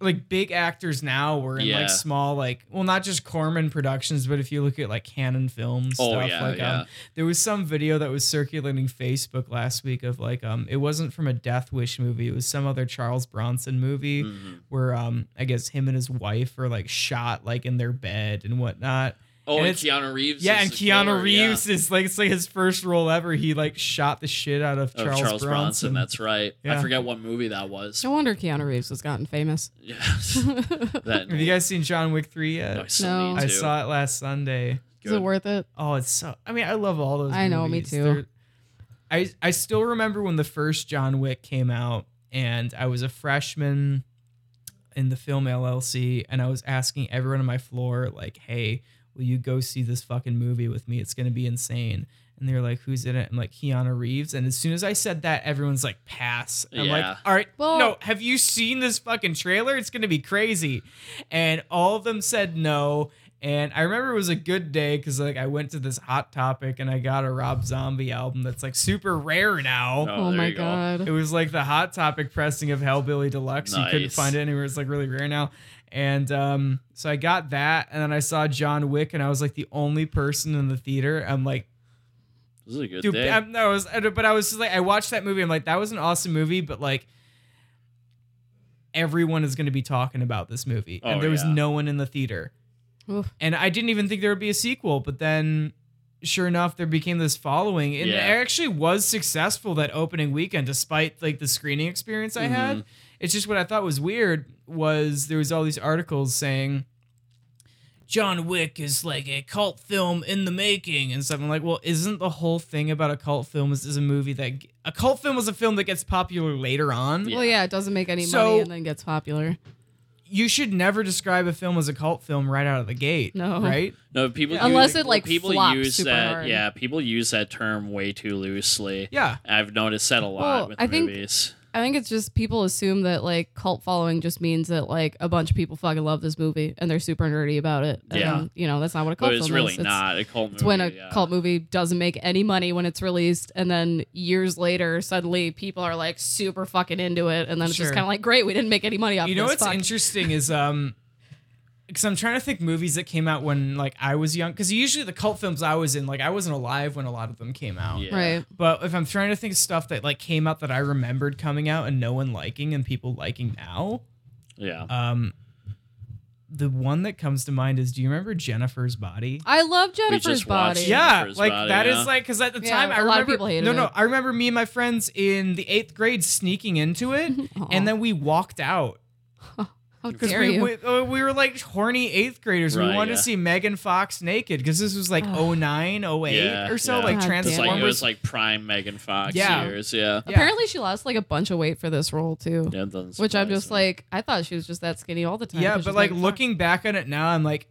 Speaker 1: like big actors now were in
Speaker 3: Yeah.
Speaker 1: like small like well not just Corman Productions but if you look at like Canon Films
Speaker 3: Oh,
Speaker 1: stuff
Speaker 3: yeah,
Speaker 1: like
Speaker 3: yeah.
Speaker 1: um there was some video that was circulating Facebook last week of like um it wasn't from a Death Wish movie it was some other Charles Bronson movie
Speaker 3: Mhm.
Speaker 1: where um I guess him and his wife are like shot like in their bed and whatnot
Speaker 3: Oh,
Speaker 1: and
Speaker 3: and,
Speaker 1: it's-
Speaker 3: Keanu Reeves.
Speaker 1: yeah,
Speaker 3: is
Speaker 1: and
Speaker 3: the
Speaker 1: Keanu
Speaker 3: killer, yeah,
Speaker 1: Reeves is like it's like his first role ever. He like shot the shit out of,
Speaker 3: of Charles, Bronson.
Speaker 1: Bronson.
Speaker 3: That's right. I
Speaker 1: Yeah.
Speaker 3: forget what movie that was.
Speaker 4: No wonder Keanu Reeves has gotten famous.
Speaker 3: Yeah. that
Speaker 1: Have you guys seen John Wick 3 yet?
Speaker 3: no, I, still
Speaker 4: No.
Speaker 3: Need
Speaker 1: I
Speaker 3: to.
Speaker 1: saw it last Sunday.
Speaker 4: Is it worth it?
Speaker 1: Oh, it's so I mean, I love all those
Speaker 4: I know, me
Speaker 1: movies.
Speaker 4: too.
Speaker 1: They're- I I still remember when the first John Wick came out and I was a freshman in the film LLC and I was asking everyone on my floor like, "Hey, will you go see this fucking movie with me? It's going to be insane." And they're like, "Who's in it?" I'm like, "Keanu Reeves." And as soon as I said that, everyone's like, "Pass." And I'm
Speaker 3: Yeah.
Speaker 1: like, "All right,
Speaker 4: Well-
Speaker 1: no, have you seen this fucking trailer? It's going to be crazy." And all of them said no. And I remember it was a good day because like I went to this Hot Topic and I got a Rob Zombie album that's like super rare now.
Speaker 3: Oh,
Speaker 4: Oh,
Speaker 3: there
Speaker 4: my
Speaker 3: you go.
Speaker 4: god.
Speaker 1: It was like the Hot Topic pressing of Hellbilly Deluxe. You couldn't
Speaker 3: Nice.
Speaker 1: find it anywhere. It's like really rare now. And um, so I got that, and then I saw John Wick, and I was like the only person in the theater. I'm like,
Speaker 3: This is a good
Speaker 1: dude,
Speaker 3: day.
Speaker 1: I'm, no, I was, I don't- but I was just like, I watched that movie. I'm like, that was an awesome movie, but like, everyone is going to be talking about this movie,
Speaker 3: Oh,
Speaker 1: and there was
Speaker 3: yeah.
Speaker 1: no one in the theater.
Speaker 4: Oof.
Speaker 1: And I didn't even think there would be a sequel, but then sure enough, there became this following. And
Speaker 3: Yeah.
Speaker 1: it actually was successful that opening weekend, despite like the screening experience I
Speaker 3: Mm-hmm.
Speaker 1: had. It's just what I thought was weird was there was all these articles saying John Wick is like a cult film in the making and stuff. I'm like, well, isn't the whole thing about a cult film is, is a movie that a cult film is a film that gets popular later on?
Speaker 3: Yeah.
Speaker 4: Well, yeah, it doesn't make any
Speaker 1: So-
Speaker 4: money and then gets popular.
Speaker 1: You should never describe a film as a cult film right out of the gate.
Speaker 4: No.
Speaker 1: Right?
Speaker 3: No, people
Speaker 4: Yeah. Unless
Speaker 3: use,
Speaker 4: it, like,
Speaker 3: people
Speaker 4: flops
Speaker 3: use
Speaker 4: super
Speaker 3: that.
Speaker 4: hard.
Speaker 3: Yeah, people use that term way too loosely.
Speaker 1: Yeah.
Speaker 3: I've noticed that a lot
Speaker 4: Well,
Speaker 3: with
Speaker 4: I think-
Speaker 3: movies.
Speaker 4: I think it's just people assume that like cult following just means that like a bunch of people fucking love this movie and they're super nerdy about it. And
Speaker 3: Yeah.
Speaker 4: then, you know, that's not what a cult
Speaker 3: But it's
Speaker 4: film
Speaker 3: really
Speaker 4: is.
Speaker 3: not a cult movie.
Speaker 4: It's when a
Speaker 3: yeah.
Speaker 4: cult movie doesn't make any money when it's released, and then years later, suddenly people are like super fucking into it, and then it's just
Speaker 1: Sure.
Speaker 4: kind of like, great, we didn't make any money off.
Speaker 1: You know
Speaker 4: this,
Speaker 1: what's
Speaker 4: fuck.
Speaker 1: interesting is um because I'm trying to think movies that came out when like I was young because usually the cult films I was in like I wasn't alive when a lot of them came out.
Speaker 3: Yeah.
Speaker 4: right?
Speaker 1: But if I'm trying to think of stuff that like came out that I remembered coming out and no one liking and people liking now,
Speaker 3: Yeah.
Speaker 1: um the one that comes to mind is do you remember Jennifer's Body?
Speaker 4: I love
Speaker 3: just
Speaker 4: Jennifer's
Speaker 3: watched-
Speaker 4: body.
Speaker 1: Yeah,
Speaker 3: Jennifer's
Speaker 1: like
Speaker 3: Body,
Speaker 1: that is
Speaker 3: yeah.
Speaker 1: like because at the
Speaker 4: Yeah,
Speaker 1: time I
Speaker 4: a
Speaker 1: remember
Speaker 4: lot of people hated
Speaker 1: no no
Speaker 4: it.
Speaker 1: I remember me and my friends in the eighth grade sneaking into it and then we walked out
Speaker 4: how
Speaker 1: Because
Speaker 4: dare
Speaker 1: we,
Speaker 4: you?
Speaker 1: we, uh, we were like horny eighth graders.
Speaker 3: Right,
Speaker 1: we wanted
Speaker 3: yeah.
Speaker 1: to see Megan Fox naked because this was like 09, 08
Speaker 3: Yeah,
Speaker 1: or so,
Speaker 3: yeah.
Speaker 1: like
Speaker 4: God damn
Speaker 3: It's like it
Speaker 4: it.
Speaker 3: was
Speaker 1: Transformers.
Speaker 3: like prime Megan Fox
Speaker 1: Yeah.
Speaker 3: years. Yeah.
Speaker 1: yeah.
Speaker 4: Apparently, she lost like a bunch of weight for this role too,
Speaker 3: yeah it doesn't
Speaker 4: which I'm
Speaker 3: surprise
Speaker 4: just
Speaker 3: me.
Speaker 4: like, I thought she was just that skinny all the time.
Speaker 1: yeah,
Speaker 4: 'cause
Speaker 1: but
Speaker 4: she's
Speaker 1: like
Speaker 4: Fox.
Speaker 1: looking back on it now, I'm like,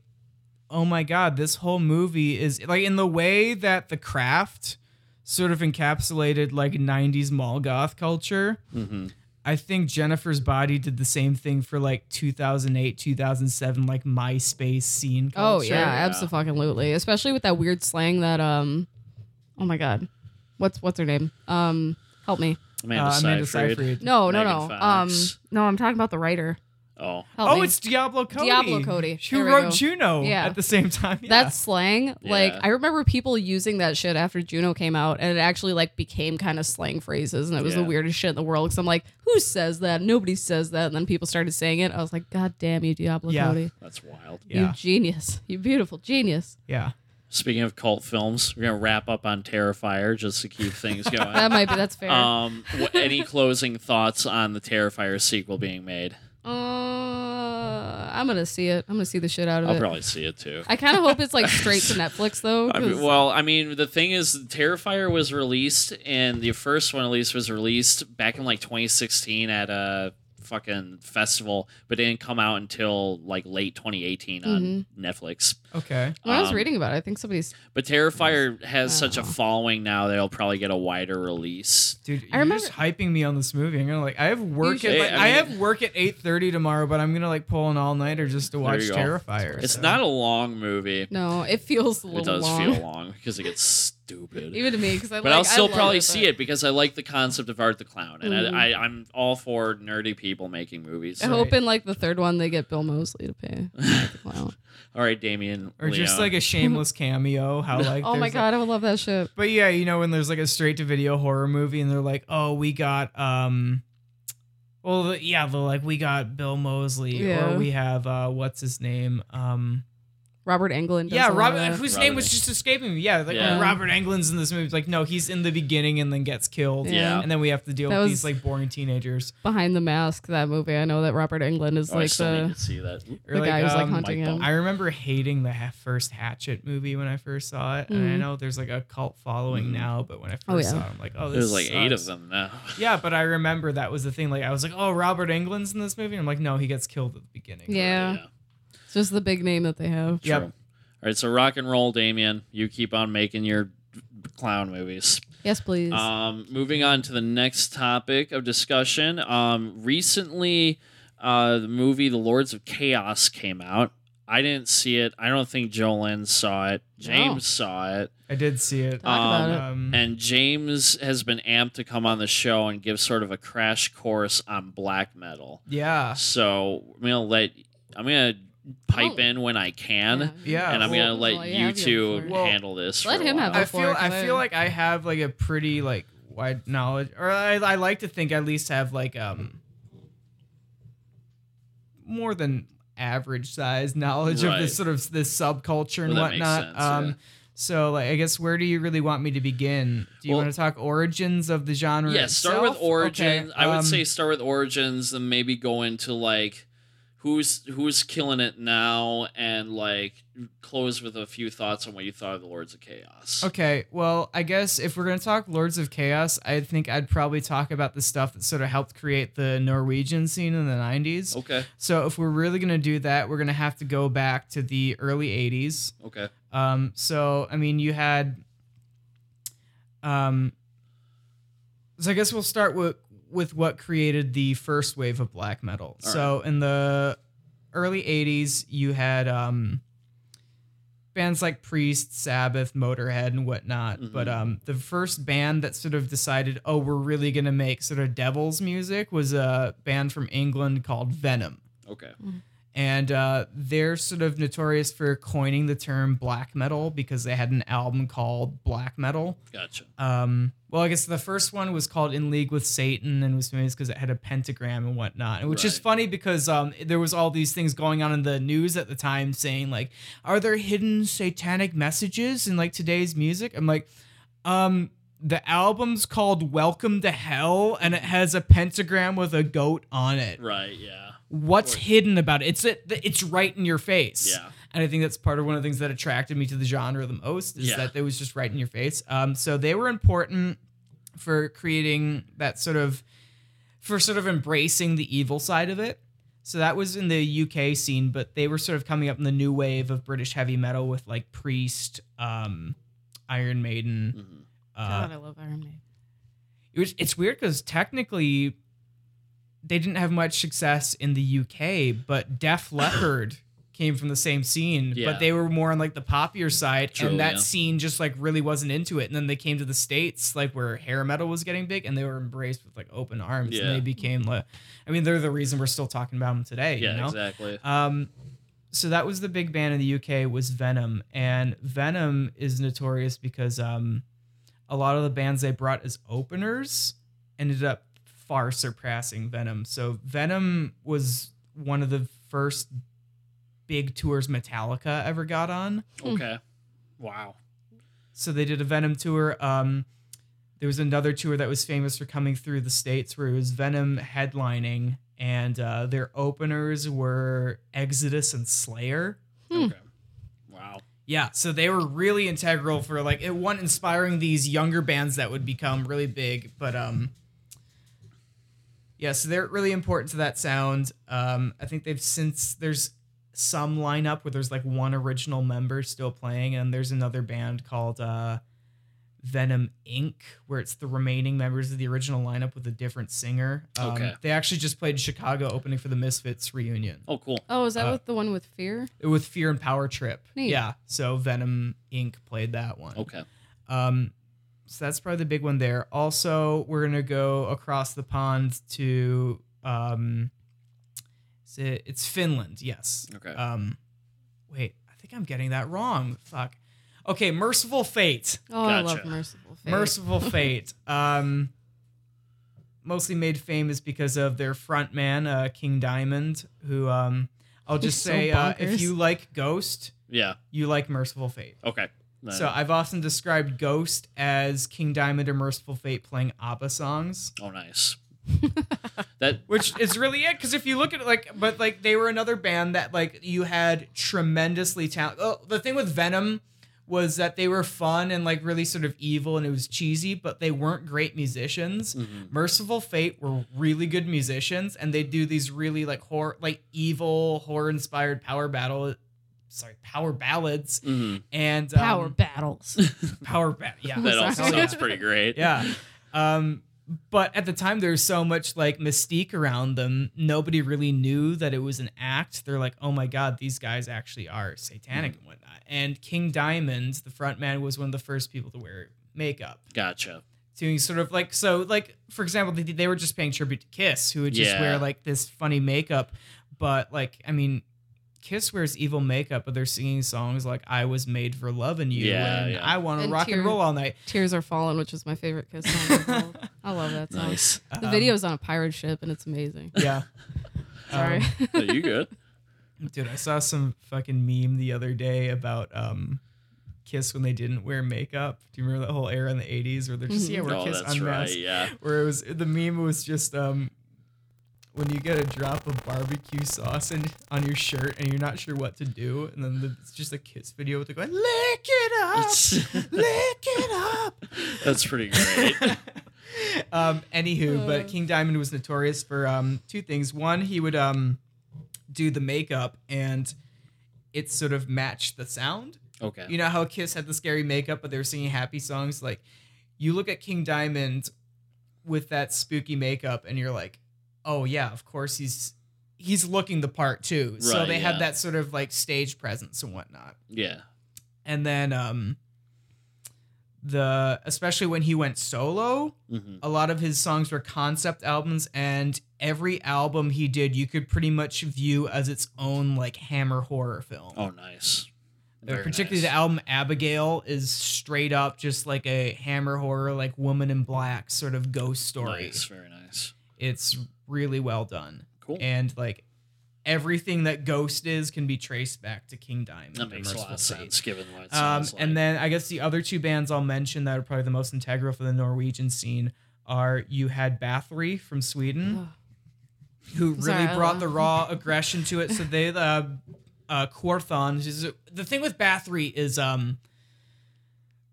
Speaker 1: oh my God, this whole movie is like in the way that the craft sort of encapsulated like 90s mall goth culture.
Speaker 3: Mhm.
Speaker 1: I think Jennifer's Body did the same thing for like 2008, 2007, like MySpace scene
Speaker 4: Oh
Speaker 1: culture.
Speaker 4: yeah,
Speaker 3: yeah.
Speaker 4: absolutely. Especially with that weird slang that um, oh my god, what's what's her name? Um, help me.
Speaker 3: Amanda,
Speaker 1: Uh, Amanda
Speaker 3: Seyfried.
Speaker 1: Seyfried.
Speaker 4: No, no,
Speaker 3: Megan
Speaker 4: no.
Speaker 3: Fox.
Speaker 4: Um, no, I'm talking about the writer.
Speaker 3: Oh,
Speaker 4: Help
Speaker 1: Oh,
Speaker 4: me.
Speaker 1: it's Diablo Cody.
Speaker 4: Diablo Cody.
Speaker 1: Who
Speaker 4: There we
Speaker 1: wrote
Speaker 4: go.
Speaker 1: Juno
Speaker 4: Yeah.
Speaker 1: at the same time? Yeah.
Speaker 4: that slang like
Speaker 3: Yeah.
Speaker 4: i remember people using that shit after juno came out and it actually like became kind of slang phrases and it was
Speaker 3: Yeah.
Speaker 4: the weirdest shit in the world because i'm like who says that nobody says that and then people started saying it i was like god damn you diablo
Speaker 1: Yeah.
Speaker 4: cody
Speaker 3: that's wild.
Speaker 1: yeah.
Speaker 4: you genius you beautiful genius
Speaker 1: yeah.
Speaker 3: Speaking of cult films, we're gonna wrap up on Terrifier just to keep things going.
Speaker 4: that might be that's fair
Speaker 3: um, wh- any closing thoughts on the Terrifier sequel being made?
Speaker 4: uh, i'm gonna see it i'm gonna see the shit out of
Speaker 3: I'll
Speaker 4: it
Speaker 3: probably see it too.
Speaker 4: i kind of hope it's like straight to netflix though
Speaker 3: I mean,
Speaker 4: 'cause-
Speaker 3: well, I mean, the thing is, Terrifier was released, and the first one at least was released back in like 2016 at a fucking festival, but it didn't come out until like late 2018 on
Speaker 4: Mm-hmm.
Speaker 3: Netflix.
Speaker 1: Okay.
Speaker 4: when i was
Speaker 3: um,
Speaker 4: reading about it i think somebody's
Speaker 3: But Terrifier has such
Speaker 4: Uh-huh.
Speaker 3: a following now that it'll probably get a wider release.
Speaker 1: Dude, you're
Speaker 4: I remember-
Speaker 1: just hyping me on this movie. I'm gonna like, I have work
Speaker 4: should.
Speaker 1: at,
Speaker 3: Hey,
Speaker 1: like,
Speaker 3: I
Speaker 1: I,
Speaker 3: mean-
Speaker 1: have work at 8:30 tomorrow, but I'm gonna like pull an all nighter just to watch
Speaker 3: you go.
Speaker 1: Terrifier.
Speaker 3: It's
Speaker 1: so.
Speaker 3: not a long movie.
Speaker 4: no it feels a little
Speaker 3: it does
Speaker 4: long
Speaker 3: feel long because it gets stupid.
Speaker 4: even to me because i
Speaker 3: but
Speaker 4: like,
Speaker 3: I'll
Speaker 4: I
Speaker 3: still
Speaker 4: love
Speaker 3: probably
Speaker 4: but-
Speaker 3: see it because I like the concept of Art the Clown, and
Speaker 4: Mhm.
Speaker 3: I, I, I'm all for nerdy people making movies.
Speaker 4: I
Speaker 1: Right.
Speaker 4: hope in like the third one they get Bill Mosley to pay. Wow.
Speaker 3: All right, Damien.
Speaker 1: or just
Speaker 3: Leon.
Speaker 1: like a shameless cameo. How like
Speaker 4: oh my
Speaker 1: there's, like-
Speaker 4: god, I would love that shit.
Speaker 1: But yeah, you know when there's like a straight to video horror movie and they're like, "Oh, we got um well, the- yeah, the like we got Bill Mosley
Speaker 4: Yeah.
Speaker 1: or we have uh what's his name? Um
Speaker 4: Robert Englund. Does
Speaker 1: yeah,
Speaker 4: a lot
Speaker 1: Robert
Speaker 4: of that.
Speaker 1: whose
Speaker 3: Robert
Speaker 1: name was
Speaker 3: Englund.
Speaker 1: just escaping me. Yeah, like
Speaker 3: Yeah.
Speaker 1: Robert Englund's in this movie. It's like no, he's in the beginning and then gets killed.
Speaker 3: Yeah.
Speaker 1: And then we have to deal
Speaker 4: That
Speaker 1: with
Speaker 4: was-
Speaker 1: these like boring teenagers.
Speaker 4: Behind the Mask, that movie. I know that Robert Englund is
Speaker 3: Oh, I
Speaker 4: like
Speaker 3: still need
Speaker 4: the
Speaker 3: to see that. Oop,
Speaker 1: Or
Speaker 4: the guy who's like
Speaker 1: um,
Speaker 4: hunting
Speaker 3: Mike
Speaker 4: him.
Speaker 3: Ball.
Speaker 1: I remember hating the ha- first Hatchet movie when I first saw it, and I
Speaker 4: Mhm.
Speaker 1: know there's like a cult following
Speaker 3: Mhm.
Speaker 1: now. But when I first
Speaker 4: Oh, yeah.
Speaker 1: saw it, I'm like, oh,
Speaker 3: There's
Speaker 1: this
Speaker 3: like eight of
Speaker 1: sucks.
Speaker 3: them now.
Speaker 1: Yeah, but I remember that was the thing. Like I was like, oh, Robert Englund's in this movie. And I'm like, no, he gets killed at the beginning.
Speaker 4: yeah, It's just the big name that they have.
Speaker 1: Yep.
Speaker 3: True. All right, so rock and roll, Damien. You keep on making your clown movies.
Speaker 4: Yes, please.
Speaker 3: Um, moving on to the next topic of discussion. Um, recently, uh, the movie The Lords of Chaos came out. I didn't see it. I don't think Jolynn saw it. James saw it.
Speaker 1: I did see
Speaker 4: Talk
Speaker 1: it.
Speaker 4: about it.
Speaker 1: Um,
Speaker 3: And James has been amped to come on the show and give sort of a crash course on black metal.
Speaker 1: yeah,
Speaker 3: So I'm gonna let I'm gonna pipe
Speaker 4: Oh.
Speaker 3: in when I can,
Speaker 1: yeah.
Speaker 3: and I'm
Speaker 1: well,
Speaker 3: gonna let
Speaker 4: Well, yeah,
Speaker 3: you
Speaker 4: I've been
Speaker 3: two
Speaker 4: before.
Speaker 3: handle this.
Speaker 4: Let
Speaker 3: for a
Speaker 4: him have
Speaker 3: while.
Speaker 1: I
Speaker 4: it. for
Speaker 1: feel I
Speaker 4: go
Speaker 1: feel
Speaker 4: ahead.
Speaker 1: like I have like a pretty like wide knowledge, or I, I like to think I at least have like um more than average size knowledge of
Speaker 3: Right.
Speaker 1: this sort of this subculture and
Speaker 3: Well, that makes
Speaker 1: whatnot.
Speaker 3: sense,
Speaker 1: um,
Speaker 3: yeah.
Speaker 1: So, like, I guess where do you really want me to begin? Do you
Speaker 3: Well-
Speaker 1: want to talk origins of the genre?
Speaker 3: Yeah, start
Speaker 1: itself?
Speaker 3: with origins.
Speaker 1: Okay,
Speaker 3: I would
Speaker 1: um,
Speaker 3: say start with origins, and maybe go into like who's who's killing it now, and like close with a few thoughts on what you thought of the Lords of Chaos.
Speaker 1: Okay, well, I guess if we're gonna talk Lords of Chaos, I think I'd probably talk about the stuff that sort of helped create the Norwegian scene in the '90s.
Speaker 3: Okay.
Speaker 1: So if we're really gonna do that, we're gonna have to go back to the early '80s.
Speaker 3: Okay.
Speaker 1: Um, so I mean, you had. Um, so I guess we'll start with with what created the first wave of black metal.
Speaker 3: All
Speaker 1: so in the early '80s, you had um, bands like Priest, Sabbath, Motorhead, and whatnot.
Speaker 3: Mhm.
Speaker 1: But um, the first band that sort of decided, oh, we're really gonna make sort of devil's music was a band from England called Venom
Speaker 3: Okay.
Speaker 1: and uh, they're sort of notorious for coining the term black metal because they had an album called Black Metal.
Speaker 3: Gotcha.
Speaker 1: Um, well, I guess the first one was called In League with Satan and was famous because it had a pentagram and whatnot, which is
Speaker 3: Right.
Speaker 1: funny because um, there was all these things going on in the news at the time saying like, are there hidden satanic messages in like today's music? I'm like, um, the album's called Welcome to Hell and it has a pentagram with a goat on it
Speaker 3: Right. Yeah.
Speaker 1: what's hidden about it. It's it, it's right in your face.
Speaker 3: Yeah.
Speaker 1: And I think that's part of one of the things that attracted me to the genre the most is
Speaker 3: Yeah.
Speaker 1: that it was just right in your face. Um, so they were important for creating that sort of for sort of embracing the evil side of it. So that was in the UK scene, but they were sort of coming up in the new wave of British heavy metal with like Priest, um, Iron Maiden.
Speaker 3: Mhm.
Speaker 1: Uh,
Speaker 4: God, I love Iron Man.
Speaker 1: it was, it's weird because technically they didn't have much success in the UK, but Def Leppard came from the same scene,
Speaker 3: Yeah.
Speaker 1: but they were more on like the poppier side,
Speaker 3: True,
Speaker 1: and that
Speaker 3: yeah.
Speaker 1: scene just like really wasn't into it. And then they came to the states, like where hair metal was getting big, and they were embraced with like open arms,
Speaker 3: Yeah.
Speaker 1: and they became like, I mean, they're the reason we're still talking about them today.
Speaker 3: Yeah,
Speaker 1: you know?
Speaker 3: exactly.
Speaker 1: Um, so that was the big band in the UK was Venom, and Venom is notorious because um, a lot of the bands they brought as openers ended up far surpassing Venom. So Venom was one of the first big tours Metallica ever got on.
Speaker 4: Hmm.
Speaker 3: okay. Wow.
Speaker 1: So they did a Venom tour. Um, there was another tour that was famous for coming through the states where it was Venom headlining, and uh, their openers were Exodus and Slayer.
Speaker 4: Hmm.
Speaker 3: Okay. Wow.
Speaker 1: Yeah, so they were really integral for like it one inspiring these younger bands that would become really big, but um yeah, so they're really important to that sound. Um I think they've since there's some lineup where there's like one original member still playing and there's another band called uh Venom Inc where it's the remaining members of the original lineup with a different singer. Um,
Speaker 3: Okay.
Speaker 1: They actually just played Chicago opening for the Misfits reunion
Speaker 3: Oh, cool.
Speaker 4: Oh, is that
Speaker 1: uh,
Speaker 4: with the one with fear?
Speaker 1: with Fear and Power Trip.
Speaker 4: Neat.
Speaker 1: Yeah. So Venom Inc. played that one.
Speaker 3: Okay.
Speaker 1: Um, so that's probably the big one there. Also, we're gonna go across the pond to um, is it, it's Finland. Yes.
Speaker 3: Okay.
Speaker 1: Um, wait, I think I'm getting that wrong. Fuck. Okay, Merciful Fate.
Speaker 4: Oh, I love
Speaker 3: Gotcha.
Speaker 4: merciful fate.
Speaker 1: Merciful Fate. Um, mostly made famous because of their front man, uh, King Diamond, who um, I'll just
Speaker 4: so
Speaker 1: say uh,
Speaker 4: bonkers.
Speaker 1: if you like Ghost,
Speaker 3: Yeah.
Speaker 1: you like Merciful Fate.
Speaker 3: Okay. Then-
Speaker 1: So I've often described Ghost as King Diamond or Merciful Fate playing ABBA songs,
Speaker 3: oh, nice. that
Speaker 1: which is really it. Because if you look at it, like, but like they were another band that like you had tremendously talent. Oh, the thing with Venom was that they were fun and like really sort of evil and it was cheesy, but they weren't great musicians. Merciful Fate were really good musicians, and they do these really like horror, like evil horror inspired power battle, sorry, power ballads
Speaker 3: mhm.
Speaker 1: and um,
Speaker 4: Power battles.
Speaker 1: power bat. Yeah,
Speaker 3: that also
Speaker 1: Hell yeah.
Speaker 3: sounds pretty great.
Speaker 1: yeah. Um, but at the time, there was so much like mystique around them. Nobody really knew that it was an act. They're like, oh my God, these guys actually are satanic and whatnot. And King Diamond, the front man, was one of the first people to wear makeup.
Speaker 3: Gotcha.
Speaker 1: Doing sort of like, so, like, for example, they, they were just paying tribute to Kiss, who would just
Speaker 3: Yeah.
Speaker 1: wear like this funny makeup. But, like, I mean, Kiss wears evil makeup, but they're singing songs like I Was Made for Loving You
Speaker 3: Yeah,
Speaker 1: and
Speaker 3: yeah.
Speaker 1: I Want to
Speaker 4: And
Speaker 1: Rock
Speaker 4: Tear-
Speaker 1: and Roll All Night.
Speaker 4: Tears Are Fallen, which is my favorite Kiss song. of all. I love that song.
Speaker 3: Nice.
Speaker 4: The video's on a pirate ship and it's amazing.
Speaker 1: Yeah.
Speaker 4: Sorry.
Speaker 1: Um, Um,
Speaker 3: Are you good?
Speaker 1: Dude, I saw some fucking meme the other day about um Kiss when they didn't wear makeup. Do you remember that whole era in the 80s where they're just yeah, we're
Speaker 3: oh,
Speaker 1: Kiss
Speaker 3: that's
Speaker 1: unmasked.
Speaker 3: right. Yeah.
Speaker 1: Where it was the meme was just um when you get a drop of barbecue sauce in, on your shirt and you're not sure what to do, and then the, it's just a kiss video with the going, lick it up, lick it up.
Speaker 3: that's pretty great.
Speaker 1: Um, anywho,
Speaker 3: Uh.
Speaker 1: but King Diamond was notorious for um, two things. One, he would um, do the makeup and it sort of matched the sound.
Speaker 3: Okay.
Speaker 1: You know how Kiss had the scary makeup, but they were singing happy songs? Like, you look at King Diamond with that spooky makeup and you're like, oh, yeah, of course he's. He's looking the part too. so
Speaker 3: Right,
Speaker 1: they
Speaker 3: yeah.
Speaker 1: had that sort of like stage presence and whatnot
Speaker 3: yeah.
Speaker 1: and then um the especially when he went solo
Speaker 3: Mhm.
Speaker 1: a lot of his songs were concept albums and every album he did you could pretty much view as its own like hammer horror film
Speaker 3: Oh, nice.
Speaker 1: Uh,
Speaker 3: Very
Speaker 1: particularly the
Speaker 3: nice.
Speaker 1: album abigail is straight up just like a hammer horror like woman in black sort of ghost story
Speaker 3: Nice. Very nice.
Speaker 1: it's really well done
Speaker 3: Cool.
Speaker 1: and like everything that ghost is can be traced back to king diamond
Speaker 3: that
Speaker 1: and
Speaker 3: makes a lot
Speaker 1: Merciful
Speaker 3: of
Speaker 1: Fate.
Speaker 3: sense given what it
Speaker 1: Um,
Speaker 3: sounds like.
Speaker 1: and then I guess the other two bands I'll mention that are probably the most integral for the Norwegian scene are you had Bathory from Sweden, who really
Speaker 4: Sorry, I
Speaker 1: brought
Speaker 4: laugh.
Speaker 1: the raw aggression to it. So they uh, uh, Quarthon. which is- The thing with Bathory is um,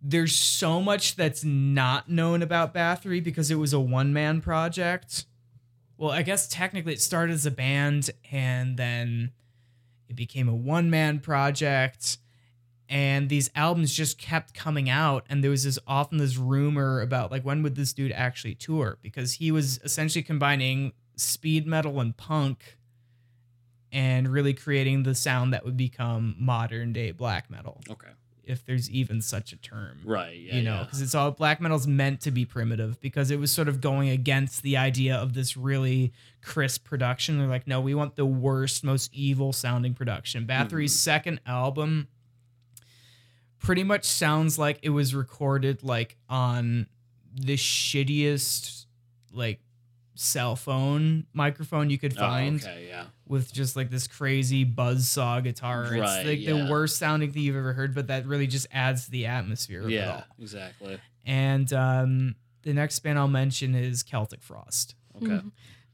Speaker 1: there's so much that's not known about Bathory because it was a one man project. Well, I guess technically it started as a band and then it became a one man project. And these albums just kept coming out, and there was this often this rumor about like when would this dude actually tour? Because he was essentially combining speed metal and punk and really creating the sound that would become modern day black metal,
Speaker 3: Okay.
Speaker 1: if there's even such a term.
Speaker 3: Right. Yeah,
Speaker 1: you know,
Speaker 3: yeah.
Speaker 1: because it's all black metal's meant to be primitive because it was sort of going against the idea of this really crisp production. They're like, no, we want the worst, most evil sounding production. Bathory's
Speaker 3: Mm-hmm.
Speaker 1: second album pretty much sounds like it was recorded like on the shittiest like cell phone microphone you could
Speaker 3: Oh,
Speaker 1: find
Speaker 3: okay. Yeah.
Speaker 1: with just like this crazy buzzsaw guitar.
Speaker 3: Right,
Speaker 1: it's like
Speaker 3: yeah.
Speaker 1: the worst sounding thing you've ever heard, but that really just adds to the atmosphere of it
Speaker 3: Yeah.
Speaker 1: all.
Speaker 3: Exactly.
Speaker 1: And um, the next band I'll mention is Celtic Frost.
Speaker 3: Okay.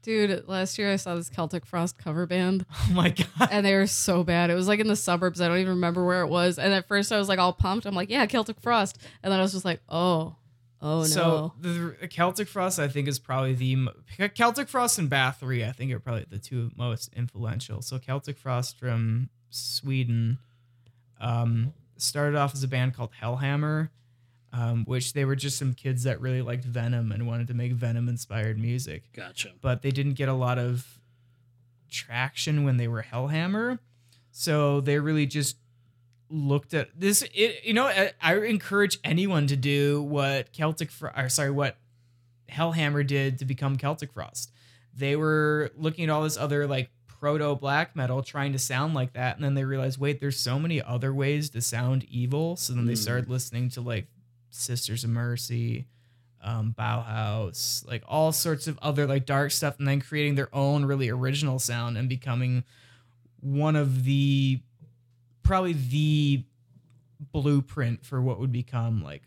Speaker 4: Dude, last year I saw this Celtic Frost cover band
Speaker 1: Oh my god!
Speaker 4: and they were so bad. It was like in the suburbs. I don't even remember where it was. And at first I was like all pumped. I'm like, yeah, Celtic Frost. And then I was just like, oh, oh no.
Speaker 1: So the, the Celtic Frost, I think, is probably the mo- Celtic Frost and Bathory. I think are probably the two most influential. So Celtic Frost from Sweden um, started off as a band called Hellhammer, um, which they were just some kids that really liked Venom and wanted to make Venom inspired music.
Speaker 3: Gotcha.
Speaker 1: but they didn't get a lot of traction when they were Hellhammer. So they really just looked at this. It, you know, I, I encourage anyone to do what Celtic, Fro- or sorry, what Hellhammer did to become Celtic Frost. They were looking at all this other like proto black metal, trying to sound like that, and then they realized, wait, there's so many other ways to sound evil. So then they
Speaker 3: Mm.
Speaker 1: started listening to like Sisters of Mercy, um, Bauhaus, like all sorts of other like dark stuff, and then creating their own really original sound and becoming one of the probably the blueprint for what would become like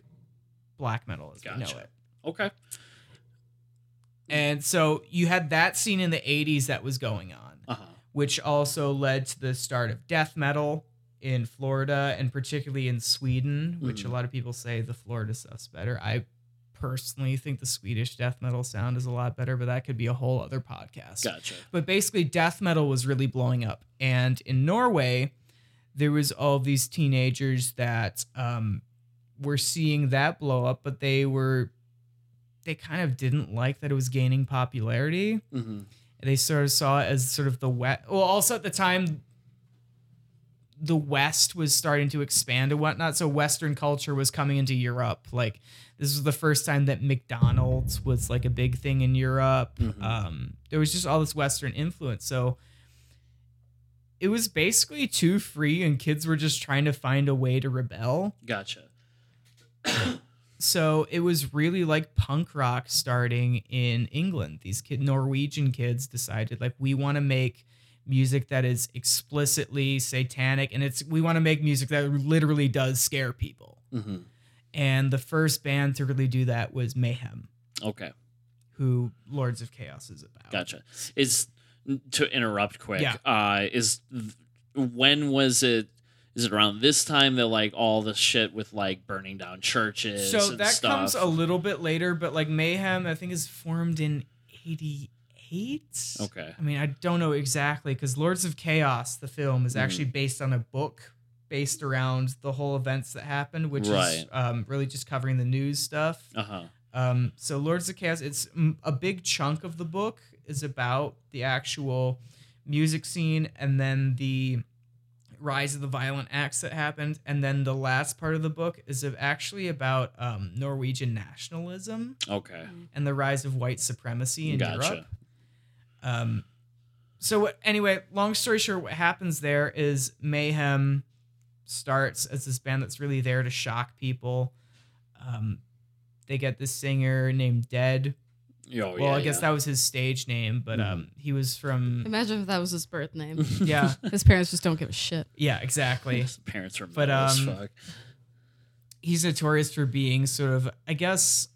Speaker 1: black metal as we know
Speaker 3: Gotcha.
Speaker 1: it.
Speaker 3: Okay.
Speaker 1: And so you had that scene in the 80s that was going on,
Speaker 3: Uh huh.
Speaker 1: which also led to the start of death metal in Florida and particularly in Sweden, which a
Speaker 3: Mhm.
Speaker 1: lot of people say the Florida stuff's better. I personally think the Swedish death metal sound is a lot better, but that could be a whole other podcast.
Speaker 3: Gotcha.
Speaker 1: But basically, death metal was really blowing up, and in Norway, there was all these teenagers that um, were seeing that blow up, but they were they kind of didn't like that it was gaining popularity.
Speaker 3: hmm
Speaker 1: They sort of saw it as sort of the wet. Well, also at the time, the West was starting to expand and whatnot, so Western culture was coming into Europe. Like this was the first time that McDonald's was like a big thing in Europe.
Speaker 3: Mhm.
Speaker 1: Um, there was just all this Western influence, so it was basically too free, and kids were just trying to find a way to rebel.
Speaker 3: Gotcha.
Speaker 1: So it was really like punk rock starting in England. These kid Norwegian kids decided like we want to make music that is explicitly satanic and it's we want to make music that literally does scare people.
Speaker 3: hmm
Speaker 1: And the first band to really do that was Mayhem,
Speaker 3: Okay.
Speaker 1: who Lords of Chaos is about.
Speaker 3: Gotcha. Is to interrupt quick.
Speaker 1: Yeah.
Speaker 3: Uh, is th- when was it? Is it around this time that like all the shit with like burning down churches?
Speaker 1: So
Speaker 3: and
Speaker 1: that
Speaker 3: stuff?
Speaker 1: comes a little bit later, but like Mayhem, I think is formed in '88.
Speaker 3: Okay.
Speaker 1: I mean, I don't know exactly because Lords of Chaos, the film, is
Speaker 3: Mhm.
Speaker 1: actually based on a book based around the whole events that happened, which
Speaker 3: Right.
Speaker 1: is um, really just covering the news stuff.
Speaker 3: Uh huh.
Speaker 1: Um, so Lords of Chaos, it's mm, a big chunk of the book is about the actual music scene and then the rise of the violent acts that happened, and then the last part of the book is of actually about um, Norwegian nationalism
Speaker 3: Okay.
Speaker 1: and the rise of white supremacy in
Speaker 3: Gotcha.
Speaker 1: Europe. Um, so what, anyway, long story short, what happens there is Mayhem starts as this band that's really there to shock people. Um, they get this singer named Dead.
Speaker 3: Oh,
Speaker 1: well,
Speaker 3: yeah,
Speaker 1: I guess
Speaker 3: yeah. Hmm.
Speaker 1: that was his stage name, but um, he was from
Speaker 4: Imagine if that was his birth name.
Speaker 1: yeah,
Speaker 4: his parents just don't give a shit.
Speaker 1: yeah, exactly.
Speaker 3: His parents are
Speaker 1: But,
Speaker 3: metal as
Speaker 1: um,
Speaker 3: fuck.
Speaker 1: he's notorious for being sort of I guess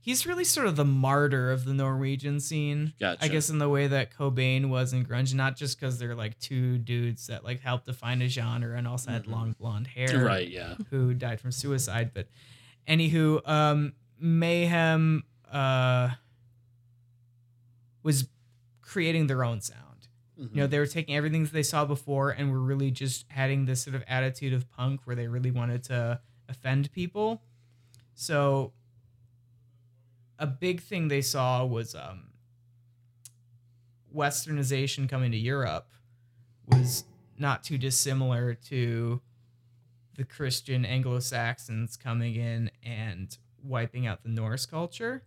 Speaker 1: he's really sort of the martyr of the Norwegian scene.
Speaker 3: Gotcha.
Speaker 1: I guess in the way that Cobain was in grunge, not just because they're like two dudes that like helped define a genre and also had long blonde hair,
Speaker 3: Mm-hmm. Right. Yeah.
Speaker 1: Who died from suicide, but anywho, um, Mayhem uh, was creating their own sound. You know, they were taking everything that they saw before and were really just adding this sort of attitude of punk where they really wanted to offend people. So a big thing they saw was um westernization coming to Europe was not too dissimilar to the Christian Anglo Saxons coming in and wiping out the Norse culture,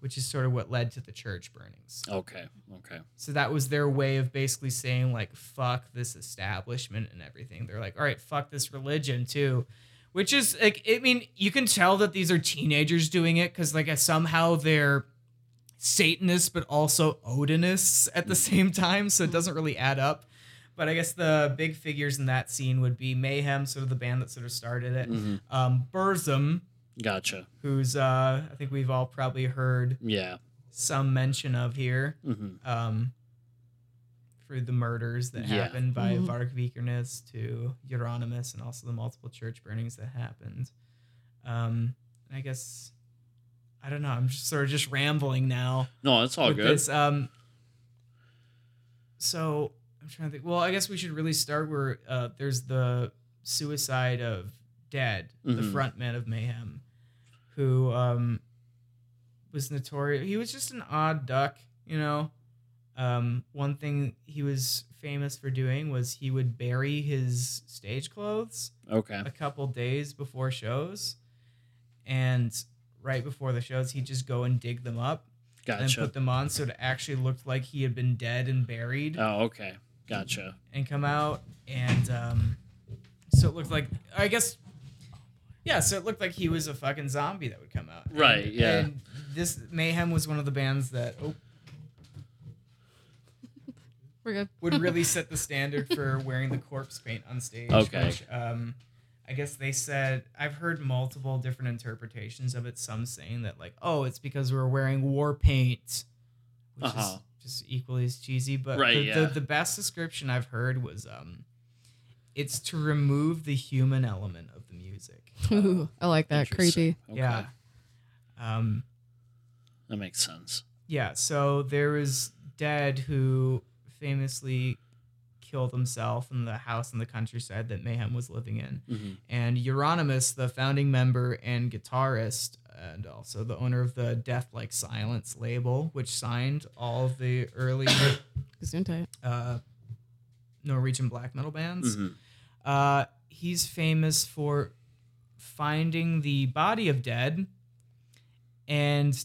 Speaker 1: which is sort of what led to the church burnings.
Speaker 3: Mm-hmm. Okay. Okay.
Speaker 1: So that was their way of basically saying like fuck this establishment and everything. They're like, all right, fuck this religion too, which is like I mean you can tell that these are teenagers doing it because like somehow they're Satanists but also Odinists at the same time, so it doesn't really add up. But I guess the big figures in that scene would be Mayhem, sort of the band that sort of started it. Um, Burzum,
Speaker 3: Gotcha.
Speaker 1: who's uh, I think we've all probably heard
Speaker 3: Yeah.
Speaker 1: some mention of here
Speaker 3: hmm
Speaker 1: um, for the murders that
Speaker 3: Yeah.
Speaker 1: happened by
Speaker 4: Mhm.
Speaker 1: Varg Vikernes to Euronymous and also the multiple church burnings that happened. Um, I guess I don't know. I'm just sort of just rambling now.
Speaker 3: No, it's all
Speaker 1: with
Speaker 3: good.
Speaker 1: This. Um, so I'm trying to think. Well, I guess we should really start where uh, there's the suicide of Dead, the
Speaker 3: Mhm.
Speaker 1: front man of Mayhem, who um, was notorious. He was just an odd duck, you know. Um, one thing he was famous for doing was he would bury his stage clothes
Speaker 3: Okay.
Speaker 1: a couple days before shows, and right before the shows, he'd just go and dig them up and
Speaker 3: Gotcha.
Speaker 1: put them on so it actually looked like he had been dead and buried
Speaker 3: oh, okay. Gotcha.
Speaker 1: and come out and um, so it looked like I guess yeah so it looked like he was a fucking zombie that would come out And-
Speaker 3: Right, yeah.
Speaker 1: and this mayhem was one of the bands that oh,
Speaker 4: We're good.
Speaker 1: would really set the standard for wearing the corpse paint on stage
Speaker 3: Okay.
Speaker 1: which, um, I guess they said I've heard multiple different interpretations of it some saying that like oh it's because we're wearing war paint which
Speaker 3: Uh-huh.
Speaker 1: is just equally as cheesy. But
Speaker 3: Right,
Speaker 1: the,
Speaker 3: yeah.
Speaker 1: the, the best description I've heard was um, it's to remove the human element of the music.
Speaker 4: Ooh, I like that.
Speaker 3: Interesting.
Speaker 4: Creepy.
Speaker 3: Okay.
Speaker 1: Yeah. Um,
Speaker 3: That makes sense.
Speaker 1: yeah. So there was Dead who famously killed himself in the house in the countryside that Mayhem was living in.
Speaker 3: Mhm.
Speaker 1: And Euronymous, the founding member and guitarist, and also the owner of the Death Like Silence label, which signed all of the early
Speaker 4: Gesundheit.
Speaker 1: uh, Norwegian black metal bands.
Speaker 3: Mhm.
Speaker 1: Uh, he's famous for finding the body of dead and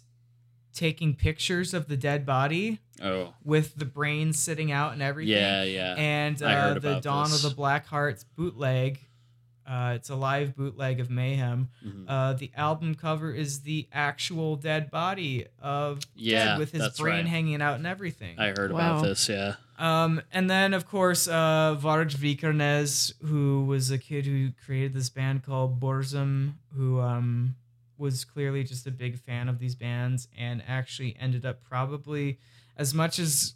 Speaker 1: taking pictures of the dead body
Speaker 3: Oh,
Speaker 1: with the brain sitting out and everything.
Speaker 3: yeah, yeah.
Speaker 1: And
Speaker 3: I
Speaker 1: uh,
Speaker 3: heard
Speaker 1: the
Speaker 3: about
Speaker 1: Dawn
Speaker 3: this.
Speaker 1: of the Black Hearts bootleg. Uh, it's a live bootleg of Mayhem.
Speaker 3: Mhm.
Speaker 1: Uh, the album cover is the actual dead body of
Speaker 3: Yeah,
Speaker 1: Dead with his
Speaker 3: that's right.
Speaker 1: brain hanging out and everything.
Speaker 3: I heard
Speaker 4: Wow.
Speaker 3: about this. Yeah.
Speaker 1: Um, and then, of course, uh, Varg Vikernes, who was a kid who created this band called Borzum, who um, was clearly just a big fan of these bands and actually ended up probably, as much as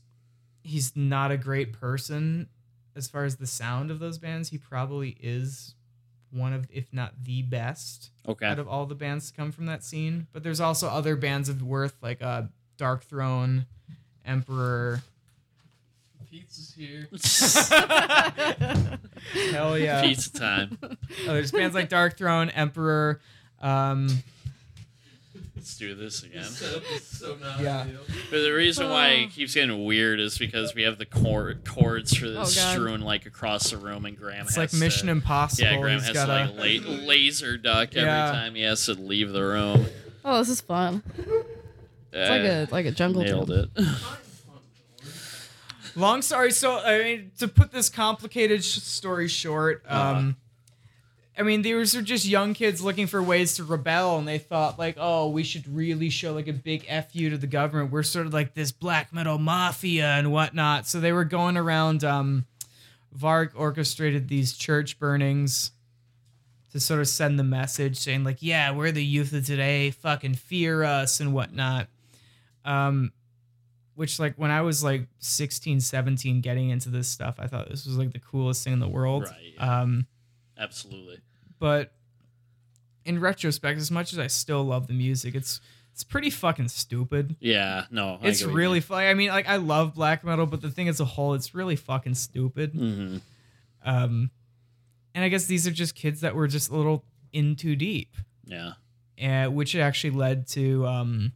Speaker 1: he's not a great person as far as the sound of those bands, he probably is one of, if not the best
Speaker 3: Okay.
Speaker 1: out of all the bands to come from that scene. But there's also other bands of worth like uh, Dark Throne, Emperor.
Speaker 6: Pizza's here.
Speaker 1: Hell yeah.
Speaker 3: Pizza time.
Speaker 1: Oh, there's bands like Dark Throne, Emperor. Um,
Speaker 3: Let's do this again.
Speaker 6: This setup is so not
Speaker 1: Yeah.
Speaker 6: ideal.
Speaker 3: But the reason why
Speaker 1: Oh.
Speaker 3: it keeps getting weird is because we have the chord, chords for this
Speaker 4: Oh, God.
Speaker 3: strewn like across the room, and Graham
Speaker 1: it's
Speaker 3: has
Speaker 1: like Mission
Speaker 3: to,
Speaker 1: Impossible.
Speaker 3: Yeah, Graham
Speaker 1: He's
Speaker 3: has
Speaker 1: got
Speaker 3: to
Speaker 1: a,
Speaker 3: like la- laser duck every
Speaker 1: Yeah.
Speaker 3: time he has to leave the room.
Speaker 4: Oh, this is fun. It's like a like a jungle.
Speaker 3: Uh, nailed
Speaker 4: gym.
Speaker 3: it.
Speaker 1: long story. So I mean, to put this complicated sh- story short,
Speaker 3: Uh-huh.
Speaker 1: um, I mean, these were just young kids looking for ways to rebel, and they thought like, oh, we should really show like a big fu to the government. We're sort of like this black metal mafia and whatnot. So they were going around. Um, Varg orchestrated these church burnings. to sort of send the message saying like yeah we're the youth of today fucking fear us and whatnot um which like when i was like 16 17 getting into this stuff i thought this was like the coolest thing in the world
Speaker 3: Right, yeah.
Speaker 1: um
Speaker 3: Absolutely.
Speaker 1: but in retrospect as much as i still love the music it's it's pretty fucking stupid
Speaker 3: Yeah. No.
Speaker 1: it's really fu- i mean like i love black metal but the thing as a whole it's really fucking stupid
Speaker 3: hmm
Speaker 1: um and i guess these are just kids that were just a little in too deep
Speaker 3: Yeah.
Speaker 1: uh, which actually led to um,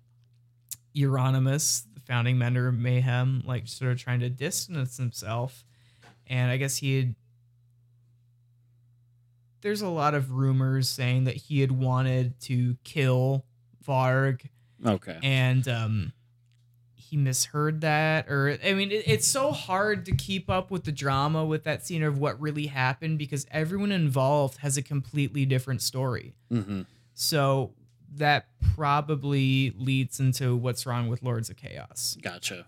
Speaker 1: Euronymous, the founding member of Mayhem, like sort of trying to distance himself. And I guess he had. There's a lot of rumors saying that he had wanted to kill Varg
Speaker 3: Okay.
Speaker 1: and um he misheard that or i mean it, it's so hard to keep up with the drama with that scene of what really happened because everyone involved has a completely different story
Speaker 3: hmm
Speaker 1: so that probably leads into what's wrong with lords of chaos
Speaker 3: Gotcha.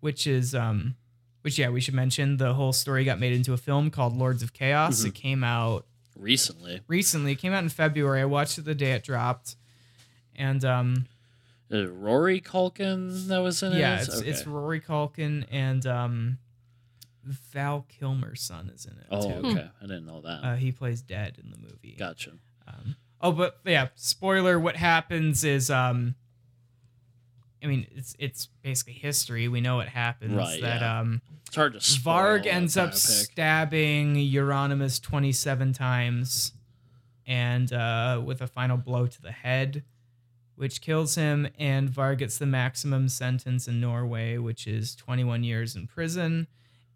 Speaker 1: which is um which yeah we should mention the whole story got made into a film called lords of chaos
Speaker 3: Mm-hmm.
Speaker 1: it came out
Speaker 3: Recently,
Speaker 1: recently it came out in february i watched it the day it dropped and um
Speaker 3: Uh, Rory Culkin Oh, that was in it.
Speaker 1: Yeah, it's,
Speaker 3: Okay.
Speaker 1: it's Rory Culkin and um, Val Kilmer's son is in it.
Speaker 3: Oh,
Speaker 1: too.
Speaker 3: okay. I didn't know that.
Speaker 1: Uh, he plays Dad in the movie.
Speaker 3: gotcha.
Speaker 1: Oh, but yeah, spoiler. What happens is, um, I mean, it's it's basically history. We know what happens.
Speaker 3: Right,
Speaker 1: That
Speaker 3: yeah.
Speaker 1: um,
Speaker 3: It's hard to. spoil
Speaker 1: Varg
Speaker 3: a
Speaker 1: ends up
Speaker 3: biopic.
Speaker 1: stabbing Euronymous twenty seven times, and uh, with a final blow to the head. Which kills him, and Varg gets the maximum sentence in Norway, which is 21 years in prison.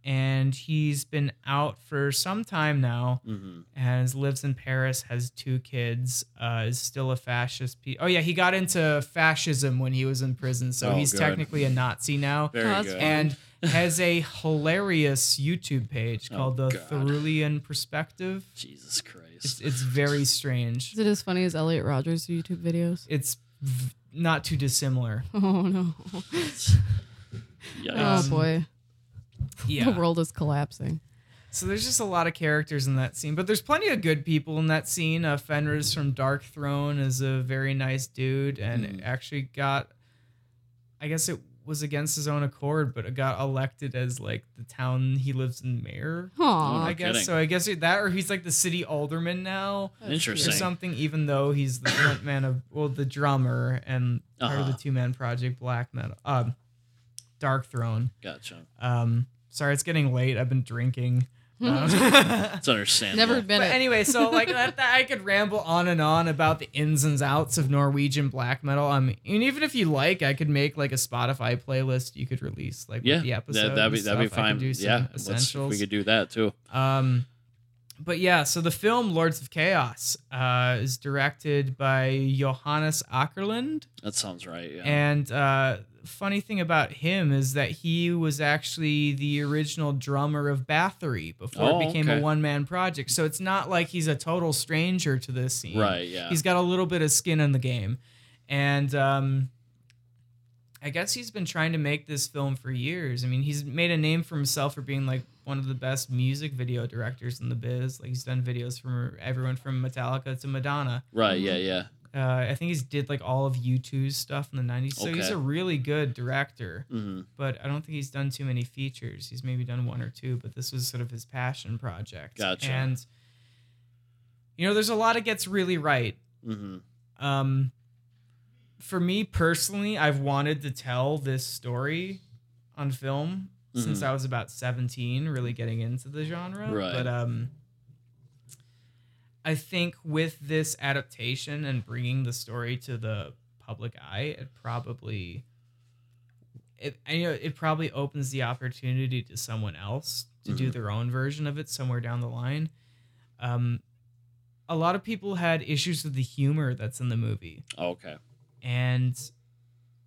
Speaker 1: And he's been out for some time now
Speaker 3: Mhm.
Speaker 1: has lives in Paris, has two kids, uh, is still a fascist. Pe- oh yeah, he got into fascism when he was in prison, so
Speaker 3: Oh,
Speaker 1: he's
Speaker 3: good.
Speaker 1: technically a Nazi now,
Speaker 3: Very
Speaker 4: that's
Speaker 3: good.
Speaker 4: fun.
Speaker 1: and has a hilarious YouTube page
Speaker 3: Oh,
Speaker 1: called the
Speaker 3: God.
Speaker 1: Cerulean Perspective.
Speaker 3: Jesus Christ.
Speaker 1: It's, it's very strange.
Speaker 4: Is it as funny as Elliot Rogers' YouTube videos?
Speaker 1: It's v- not too dissimilar.
Speaker 4: Oh no!
Speaker 1: uh,
Speaker 3: Yikes.
Speaker 4: Oh boy, the
Speaker 1: Um, Yeah.
Speaker 4: world is collapsing.
Speaker 1: So there's just a lot of characters in that scene, but there's plenty of good people in that scene. Uh, Fenris from Dark Throne is a very nice dude, and
Speaker 3: Mm-hmm.
Speaker 1: actually got, I guess it was against his own accord, but it got elected as like the town he lives in mayor.
Speaker 4: Aw,
Speaker 1: Oh, I
Speaker 3: Oh, no
Speaker 1: guess
Speaker 3: kidding.
Speaker 1: so. I guess that, or he's like the city alderman now, or
Speaker 3: Interesting.
Speaker 1: something. Even though he's the front man of, well, the drummer and part of the
Speaker 3: Uh-huh.
Speaker 1: two man project Black Metal, um, Dark Throne.
Speaker 3: Gotcha.
Speaker 1: Um, sorry, it's getting late. I've been drinking. Um,
Speaker 3: It's understandable.
Speaker 4: never been
Speaker 1: but
Speaker 4: it.
Speaker 1: anyway, so like that, that- I could ramble on and on about the ins and outs of Norwegian black metal. I mean, and even if you like, I could make like a Spotify playlist you could release like
Speaker 3: Yeah,
Speaker 1: with the
Speaker 3: that, that'd be
Speaker 1: episode. and
Speaker 3: that'd be
Speaker 1: stuff. I could
Speaker 3: fine.
Speaker 1: do some
Speaker 3: Yeah, let's,
Speaker 1: essentials.
Speaker 3: we could do that too.
Speaker 1: Um, but yeah, so the film Lords of Chaos uh, is directed by Johannes Ackerlund,
Speaker 3: That sounds right. Yeah.
Speaker 1: and uh, funny thing about him is that he was actually the original drummer of Bathory before
Speaker 3: Oh,
Speaker 1: it became
Speaker 3: okay.
Speaker 1: a one man project. So it's not like he's a total stranger to this scene.
Speaker 3: Right, yeah.
Speaker 1: He's got a little bit of skin in the game. And um, I guess he's been trying to make this film for years. I mean, he's made a name for himself for being like one of the best music video directors in the biz. Like he's done videos from everyone from Metallica to Madonna
Speaker 3: right. Yeah. Yeah.
Speaker 1: uh, I think he's did like all of U2's stuff in the 90s. So he's
Speaker 3: Okay.
Speaker 1: a really good director,
Speaker 3: hmm
Speaker 1: but I don't think he's done too many features. He's maybe done one or two, but this was sort of his passion project.
Speaker 3: Gotcha.
Speaker 1: And you know, there's a lot it gets really right.
Speaker 3: hmm
Speaker 1: Um for me personally, I've wanted to tell this story on film since
Speaker 3: Mhm.
Speaker 1: I was about 17, really getting into the genre.
Speaker 3: Right.
Speaker 1: But um I think with this adaptation and bringing the story to the public eye, it probably it I know it probably opens the opportunity to someone else to do their own version of it somewhere down the line. Um, a lot of people had issues with the humor that's in the movie,
Speaker 3: Okay.
Speaker 1: and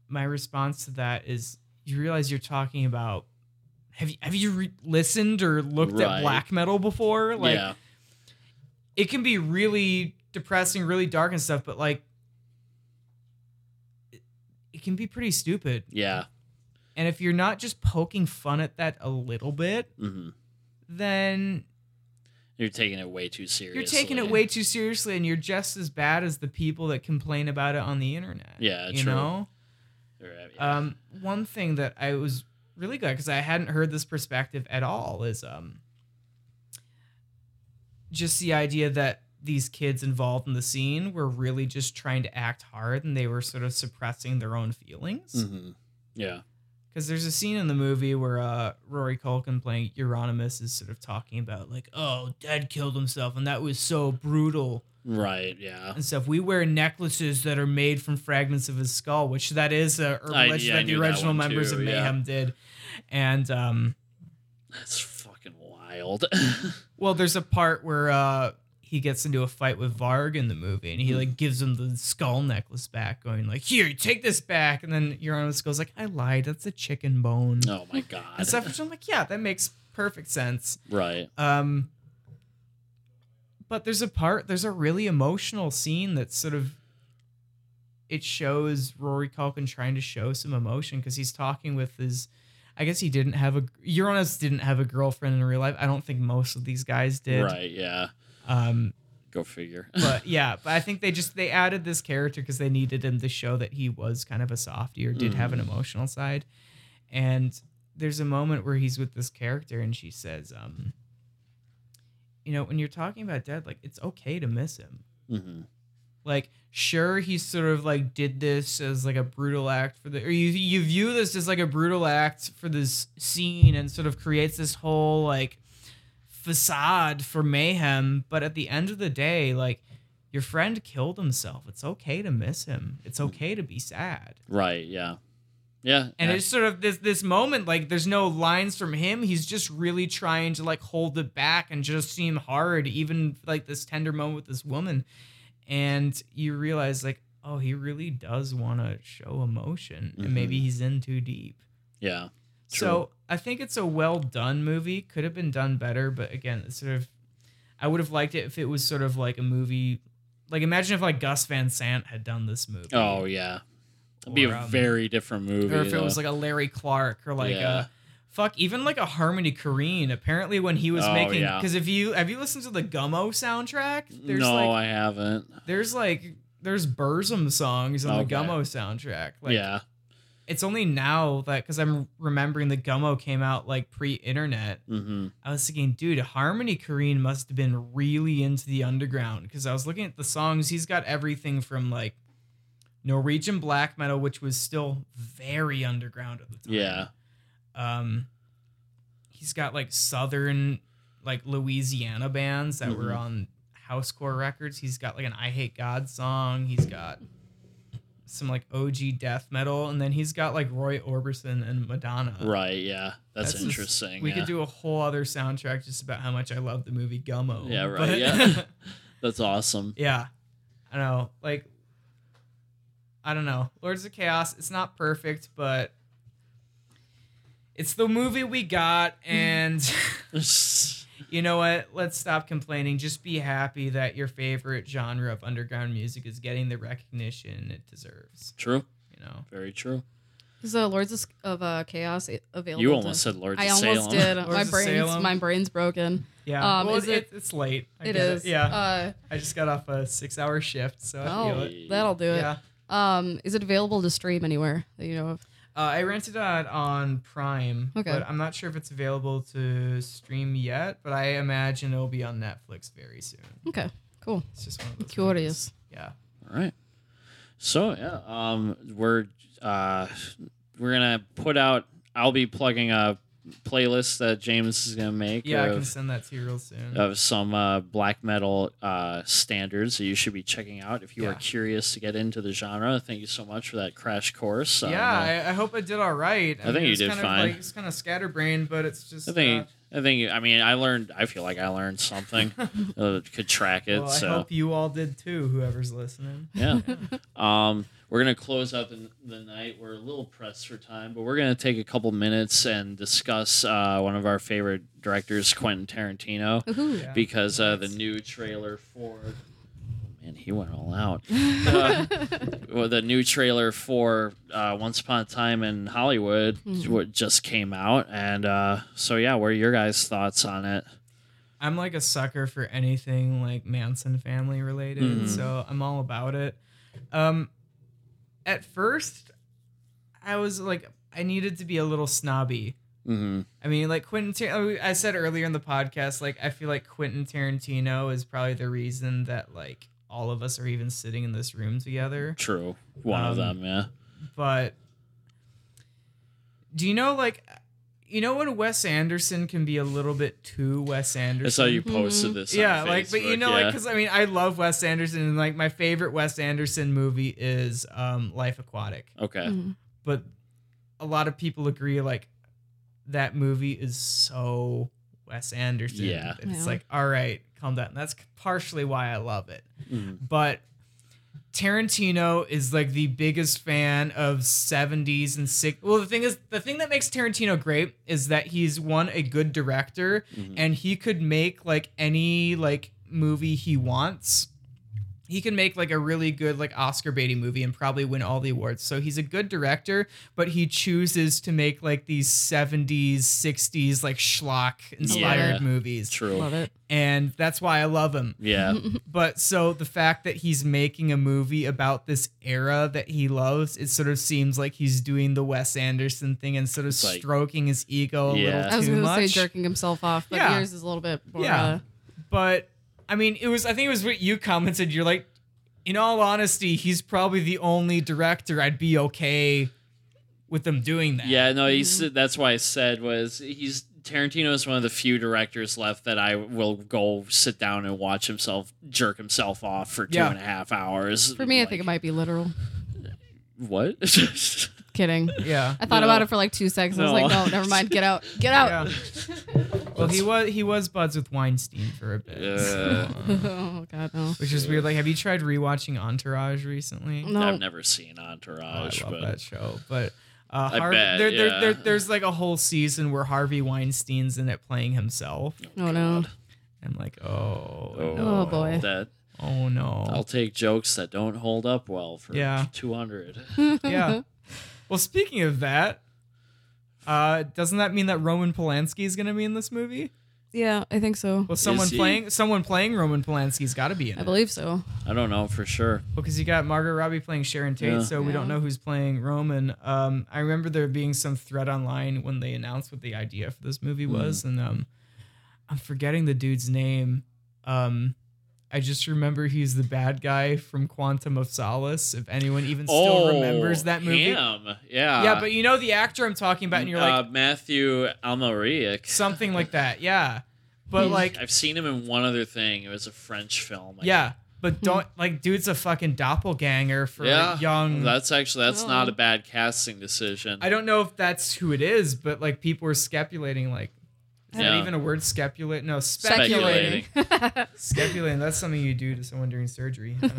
Speaker 1: my response to that is, you realize you're talking about. Have you, have you re- listened or looked
Speaker 3: Right.
Speaker 1: at black metal before? Like,
Speaker 3: yeah.
Speaker 1: it can be really depressing, really dark and stuff, but like it- it can be pretty stupid.
Speaker 3: Yeah.
Speaker 1: And if you're not just poking fun at that a little bit,
Speaker 3: hmm
Speaker 1: then
Speaker 3: You're taking it way too seriously.
Speaker 1: you're taking it way too seriously and you're just as bad as the people that complain about it on the internet.
Speaker 3: Yeah,
Speaker 1: you
Speaker 3: true.
Speaker 1: know?
Speaker 3: Or, yeah.
Speaker 1: Um, one thing that I was really glad because I hadn't heard this perspective at all is um, just the idea that these kids involved in the scene were really
Speaker 3: Mm-hmm.
Speaker 1: just trying to act hard and they were sort of suppressing their own feelings
Speaker 3: Mhm. Yeah.
Speaker 1: because there's a scene in the movie where uh, Rory Culkin playing Euronymous is sort of talking about like, oh, Dad killed himself, and that was so brutal
Speaker 3: Right, yeah.
Speaker 1: and stuff. We wear necklaces that are made from fragments of his skull, which that is a urban
Speaker 3: I-
Speaker 1: legend
Speaker 3: yeah, I
Speaker 1: that the
Speaker 3: knew that
Speaker 1: original
Speaker 3: one
Speaker 1: members
Speaker 3: too,
Speaker 1: of
Speaker 3: yeah.
Speaker 1: Mayhem did. And um,
Speaker 3: That's fucking wild. Oh
Speaker 1: well, there's a part where uh, he gets into a fight with Varg in the movie, and
Speaker 3: Hmm.
Speaker 1: he like gives him the skull necklace back, going like, "Here, take this back." And then Euronymous goes like, "I lied. That's a chicken bone."
Speaker 3: oh my
Speaker 1: And
Speaker 3: god.
Speaker 1: stuff. Which I'm like, yeah, that makes perfect sense.
Speaker 3: right.
Speaker 1: Um, but there's a part, there's a really emotional scene that sort of it shows Rory Culkin trying to show some emotion because he's talking with his. I guess he didn't have a Uranus didn't have a girlfriend in real life. I don't think most of these guys did.
Speaker 3: Right, yeah.
Speaker 1: Um,
Speaker 3: Go figure.
Speaker 1: but yeah, but I think they just they added this character because they needed him to show that he was kind of a softie or did have an emotional side. And there's a moment where he's with this character and she says, um, you know, when you're talking about dead, like it's okay to miss him.
Speaker 3: hmm
Speaker 1: Like, sure, he sort of like did this as like a brutal act for the, or you you view this as like a brutal act for this scene and sort of creates this whole like facade for mayhem. But at the end of the day, like your friend killed himself. It's okay to miss him. It's okay to be sad.
Speaker 3: Right, yeah. Yeah.
Speaker 1: And
Speaker 3: yeah.
Speaker 1: it's sort of this this moment like there's no lines from him. He's just really trying to like hold it back and just seem hard, even like this tender moment with this woman. And you realize like, oh, he really does want to show emotion,
Speaker 3: Mm-hmm.
Speaker 1: and maybe he's in too deep.
Speaker 3: yeah.
Speaker 1: So I think it's a well done movie. Could have been done better, but again, it's sort of. I would have liked it if it was sort of like a movie, like imagine if like Gus Van Sant had done this movie.
Speaker 3: Oh yeah. It'd be
Speaker 1: Or,
Speaker 3: a
Speaker 1: um,
Speaker 3: very different movie.
Speaker 1: or if it was
Speaker 3: though.
Speaker 1: like a Larry Clark or like
Speaker 3: Yeah.
Speaker 1: a fuck, even like a Harmony Korine. Apparently, when he was
Speaker 3: Oh,
Speaker 1: making,
Speaker 3: yeah.
Speaker 1: because if you have you listened to the Gummo soundtrack, there's
Speaker 3: No,
Speaker 1: like
Speaker 3: I haven't.
Speaker 1: there's like there's Burzum songs on
Speaker 3: Okay.
Speaker 1: the Gummo soundtrack. Like,
Speaker 3: yeah.
Speaker 1: it's only now that because I'm remembering the Gummo came out like pre-internet.
Speaker 3: Mm-hmm.
Speaker 1: I was thinking, dude, Harmony Korine must have been really into the underground because I was looking at the songs. He's got everything from like Norwegian black metal, which was still very underground at the time.
Speaker 3: Yeah.
Speaker 1: Um, he's got like southern, like Louisiana bands that were
Speaker 3: Mhm.
Speaker 1: on Housecore Records. He's got like an "I Hate God" song. He's got some like OG death metal, and then he's got like Roy Orbison and Madonna.
Speaker 3: Right. Yeah. That's,
Speaker 1: just-
Speaker 3: interesting.
Speaker 1: we
Speaker 3: yeah.
Speaker 1: could do a whole other soundtrack just about how much I love the movie Gummo.
Speaker 3: Yeah, right, yeah. That's awesome.
Speaker 1: yeah. I know. Like, I don't know. Lords of Chaos, it's not perfect, but it's the movie we got. And you know what? Let's stop complaining. Just be happy that your favorite genre of underground music is getting the recognition it deserves.
Speaker 3: true.
Speaker 1: You know?
Speaker 3: Very true.
Speaker 4: Is uh, Lords of, of uh, Chaos i- available?
Speaker 3: You
Speaker 4: to-
Speaker 3: almost said Lords
Speaker 4: I
Speaker 3: of Salem.
Speaker 4: almost did. my
Speaker 1: of
Speaker 4: brain's
Speaker 1: Salem.
Speaker 4: my brain's broken.
Speaker 1: Yeah.
Speaker 4: Um,
Speaker 1: well,
Speaker 4: is
Speaker 1: it,
Speaker 4: it-
Speaker 1: it's late. I
Speaker 4: it
Speaker 1: get
Speaker 4: is.
Speaker 1: Yeah.
Speaker 4: Uh,
Speaker 1: I just got off a six hour shift, so I feel
Speaker 4: oh,
Speaker 1: it.
Speaker 4: that'll do it.
Speaker 1: Yeah.
Speaker 4: Um, is it available to stream anywhere that you know of?
Speaker 1: Uh, I rented it on Prime,
Speaker 4: Okay.
Speaker 1: but I'm not sure if it's available to stream yet. But I imagine it'll be on Netflix very soon.
Speaker 4: Okay, cool.
Speaker 1: It's just one of those.
Speaker 4: Curious.
Speaker 1: Yeah.
Speaker 3: All right. So yeah, um, we're uh, we're gonna put out. I'll be plugging a playlist that James is gonna make.
Speaker 1: Yeah, I can
Speaker 3: of-
Speaker 1: send that to you real soon.
Speaker 3: of some uh, black metal uh, standards that you should be checking out if you are
Speaker 1: Yeah.
Speaker 3: curious to get into the genre. Thank you so much for that crash course. on,
Speaker 1: yeah,
Speaker 3: uh,
Speaker 1: I, I hope I did all right.
Speaker 3: I think you
Speaker 1: it's
Speaker 3: did
Speaker 1: kind
Speaker 3: fine.
Speaker 1: Of like, it's kind of scatterbrained, but it's just.
Speaker 3: I think
Speaker 1: uh,
Speaker 3: I think I mean I learned. I feel like I learned something. uh, could track it.
Speaker 1: well,
Speaker 3: so
Speaker 1: I hope you all did too, whoever's listening.
Speaker 3: yeah. Um, we're gonna close up in the night. We're a little pressed for time, but we're gonna take a couple minutes and discuss uh, one of our favorite directors, Quentin Tarantino,
Speaker 4: Ooh.
Speaker 1: Yeah.
Speaker 3: because uh, the new trailer for oh man, he went all out. Uh, well, the new trailer for uh, Once Upon a Time in Hollywood
Speaker 1: Hmm.
Speaker 3: what just came out, and uh, so yeah, what are your guys' thoughts on it?
Speaker 1: I'm like a sucker for anything like Manson family related, so I'm all about it. Um, at first, I was like, I needed to be a little snobby.
Speaker 3: hmm
Speaker 1: I mean, like Quentin. Tar- I said earlier in the podcast, like I feel like Quentin Tarantino is probably the reason that like all of us are even sitting in this room together.
Speaker 3: True, one of
Speaker 1: Um,
Speaker 3: them, yeah.
Speaker 1: But Do you know like you know when Wes Anderson can be a little bit too Wes Anderson?
Speaker 3: I saw you posted this. on
Speaker 1: Mm-hmm. yeah, like but you
Speaker 3: Facebook,
Speaker 1: know like
Speaker 3: yeah.
Speaker 1: cuz I mean I love Wes Anderson and like my favorite Wes Anderson movie is um Life Aquatic.
Speaker 3: okay,
Speaker 1: But a lot of people agree like that movie is so Wes Anderson.
Speaker 3: Yeah.
Speaker 1: It's
Speaker 4: Yeah.
Speaker 1: like all right, calm down. That's partially why I love it
Speaker 3: Mm.
Speaker 1: but Tarantino is like the biggest fan of 70s and 60s. Well, the thing is, the thing that makes Tarantino great is that he's one a good director and he could make like any like movie he wants. He can make like a really good like Oscar baiting movie and probably win all the awards. So he's a good director, but he chooses to make like these 70s, 60s like schlock inspired
Speaker 3: Yeah.
Speaker 1: movies.
Speaker 3: true.
Speaker 4: Love it.
Speaker 1: And that's why I love him.
Speaker 3: Yeah,
Speaker 1: But so the fact that he's making a movie about this era that he loves, it sort of seems like he's doing the Wes Anderson thing and sort of
Speaker 3: It's like-
Speaker 1: stroking his ego
Speaker 3: Yeah.
Speaker 1: a little
Speaker 4: I was
Speaker 1: too
Speaker 4: gonna say
Speaker 1: much.
Speaker 4: jerking himself off, but
Speaker 1: Yeah.
Speaker 4: yours is a little bit more.
Speaker 1: Yeah.
Speaker 4: uh,
Speaker 1: But I mean, it was I think it was what you commented. You're like, in all honesty, he's probably the only director I'd be okay with them doing that.
Speaker 3: yeah. No, he's
Speaker 1: Mm-hmm.
Speaker 3: that's why I said was he's Tarantino is one of the few directors left that I will go sit down and watch himself jerk himself off for two
Speaker 1: Yeah.
Speaker 3: and a half hours.
Speaker 4: for me, I think it might be literal.
Speaker 3: what?
Speaker 4: Kidding.
Speaker 1: Yeah.
Speaker 4: I thought
Speaker 3: No.
Speaker 4: about it for like two seconds. I
Speaker 3: No.
Speaker 4: was like, no, never mind. Get out. Get out.
Speaker 1: Yeah. well, he was he was buds with Weinstein for a bit.
Speaker 3: Yeah.
Speaker 4: oh God, no.
Speaker 1: Which is weird. Like, have you tried rewatching Entourage recently?
Speaker 4: No.
Speaker 3: I've never seen Entourage,
Speaker 1: I love
Speaker 3: but
Speaker 1: that show. But uh,
Speaker 3: I
Speaker 1: Harvey,
Speaker 3: bet,
Speaker 1: there, there,
Speaker 3: yeah.
Speaker 1: there- there's like a whole season where Harvey Weinstein's in it playing himself.
Speaker 4: oh no.
Speaker 1: I'm like, oh,
Speaker 3: oh,
Speaker 1: no.
Speaker 4: Oh, boy.
Speaker 3: that
Speaker 1: oh
Speaker 3: I'll
Speaker 1: no,
Speaker 3: take jokes that don't hold up well for
Speaker 1: Yeah.
Speaker 3: two hundred.
Speaker 1: yeah. Well, speaking of that, uh, doesn't that mean that Roman Polanski is going to be in this movie?
Speaker 4: Yeah, I think so.
Speaker 1: Well, someone
Speaker 3: he?
Speaker 1: playing someone playing Roman Polanski's got to be in
Speaker 4: I
Speaker 1: it
Speaker 4: believe so.
Speaker 3: I don't know for sure.
Speaker 1: because you got Margot Robbie playing Sharon Tate,
Speaker 3: Yeah.
Speaker 1: so we don't
Speaker 4: Yeah.
Speaker 1: know who's playing Roman. Um, I remember there being some thread online when they announced what the idea for this movie
Speaker 3: Hmm.
Speaker 1: was, and um, I'm forgetting the dude's name. Um, I just remember he's the bad guy from Quantum of Solace. If anyone even still remembers that movie,
Speaker 3: Him. Oh, Yeah.
Speaker 1: yeah, but you know the actor I'm talking about, and you're like
Speaker 3: uh, Matthew Almeric.
Speaker 1: something like that, yeah. But like,
Speaker 3: I've seen him in one other thing. It was a French film. I
Speaker 1: yeah. But don't like, dude's a fucking doppelganger for
Speaker 3: think. Yeah.
Speaker 1: young.
Speaker 3: That's actually that's
Speaker 4: Oh.
Speaker 3: not a bad casting decision.
Speaker 1: I don't know if that's who it is, but like people were scapulating. Like, is
Speaker 3: Yeah.
Speaker 1: that even a word? Scapulate? No, speculating.
Speaker 3: Speculating.
Speaker 1: Scapulating. That's something you do to someone during surgery. I don't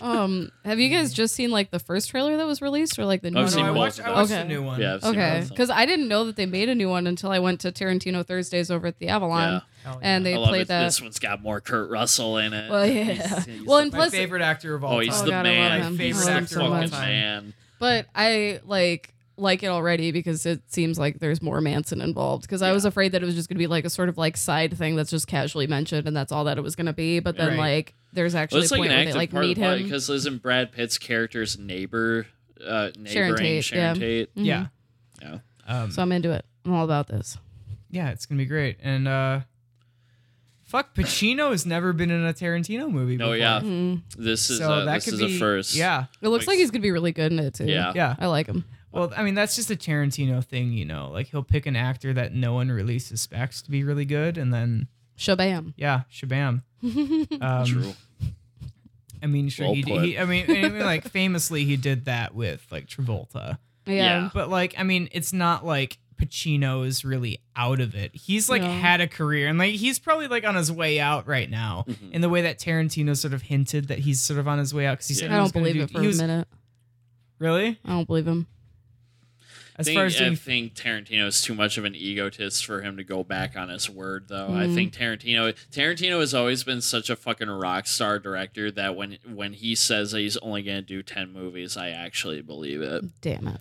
Speaker 1: know.
Speaker 4: um, have you guys just seen like the first trailer that was released, or like the new?
Speaker 3: I've
Speaker 1: No,
Speaker 4: one?
Speaker 3: seen
Speaker 1: I
Speaker 3: both
Speaker 1: watched,
Speaker 3: of
Speaker 1: I watched
Speaker 4: those.
Speaker 1: the new one.
Speaker 3: yeah. I've seen
Speaker 4: Okay,
Speaker 3: both of them.
Speaker 4: because I didn't know that they made a new one until I went to Tarantino Thursdays over at the Avalon,
Speaker 1: Hell yeah.
Speaker 4: and they
Speaker 3: I love
Speaker 4: played
Speaker 3: it.
Speaker 4: that.
Speaker 3: This one's got more Kurt Russell in it.
Speaker 4: Well, yeah.
Speaker 3: He's- he's
Speaker 4: Well,
Speaker 3: the-
Speaker 4: and
Speaker 1: My
Speaker 4: plus-
Speaker 1: favorite actor of all
Speaker 3: oh, he's
Speaker 1: time.
Speaker 4: Oh,
Speaker 3: the
Speaker 4: God, I love
Speaker 3: man.
Speaker 1: him. My
Speaker 3: He's
Speaker 1: favorite
Speaker 3: the
Speaker 1: actor of all
Speaker 3: fucking
Speaker 1: time.
Speaker 3: man.
Speaker 4: But I like like it already because it seems like there's more Manson involved. Because I was afraid that it was just going to be like a sort of like side thing that's just casually mentioned and that's all that it was going to be. But then
Speaker 1: Right.
Speaker 4: like there's
Speaker 3: Well,
Speaker 4: actually
Speaker 3: it's
Speaker 4: a
Speaker 3: like
Speaker 4: point
Speaker 3: an
Speaker 4: where they
Speaker 3: active
Speaker 4: like
Speaker 3: part
Speaker 4: meet
Speaker 3: of the plot
Speaker 4: him.
Speaker 3: because isn't Brad Pitt's character's neighbor, uh, neighboring Sharon Tate?
Speaker 4: Tate, yeah. Mhm.
Speaker 1: Yeah.
Speaker 3: Yeah.
Speaker 1: Um,
Speaker 4: So I'm into it. I'm all about this.
Speaker 1: yeah, it's gonna be great. And uh, fuck, Pacino has never been in a Tarantino movie.
Speaker 3: No,
Speaker 1: before.
Speaker 3: Oh, yeah.
Speaker 4: Mm.
Speaker 3: This is
Speaker 1: So
Speaker 3: uh,
Speaker 1: that
Speaker 3: this
Speaker 1: could
Speaker 3: is
Speaker 1: be
Speaker 3: a first.
Speaker 1: Yeah.
Speaker 4: It looks
Speaker 3: Like-
Speaker 4: like he's going to be really good in it too.
Speaker 3: Yeah.
Speaker 1: Yeah.
Speaker 4: I like him.
Speaker 1: Well, I mean, that's just a Tarantino thing, you know. Like he'll pick an actor that no one really suspects to be really good, and then
Speaker 4: Shabam.
Speaker 1: yeah, shabam. Um,
Speaker 3: True.
Speaker 1: I mean, sure.
Speaker 3: Well
Speaker 1: he,
Speaker 3: put.
Speaker 1: he, I mean, I mean, like famously, he did that with like Travolta.
Speaker 4: Yeah.
Speaker 1: But like, I mean, it's not like Pacino is really out of it. He's like
Speaker 4: No.
Speaker 1: had a career, and like he's probably like on his way out right now.
Speaker 3: Mm-hmm.
Speaker 1: In the way that Tarantino sort of hinted that he's sort of on his way out because he said
Speaker 3: Yeah.
Speaker 1: he
Speaker 4: I
Speaker 1: was
Speaker 4: don't
Speaker 1: gonna
Speaker 4: believe it
Speaker 1: do-
Speaker 4: for a
Speaker 1: he was-
Speaker 4: minute.
Speaker 1: Really,
Speaker 4: I don't believe him.
Speaker 1: as
Speaker 3: think,
Speaker 1: far as
Speaker 3: I
Speaker 1: doing,
Speaker 3: think Tarantino is too much of an egotist for him to go back on his word, though. I
Speaker 1: Mm-hmm.
Speaker 3: think Tarantino Tarantino has always been such a fucking rock star director that when when he says that he's only going to do ten movies, I actually believe it.
Speaker 4: Damn it.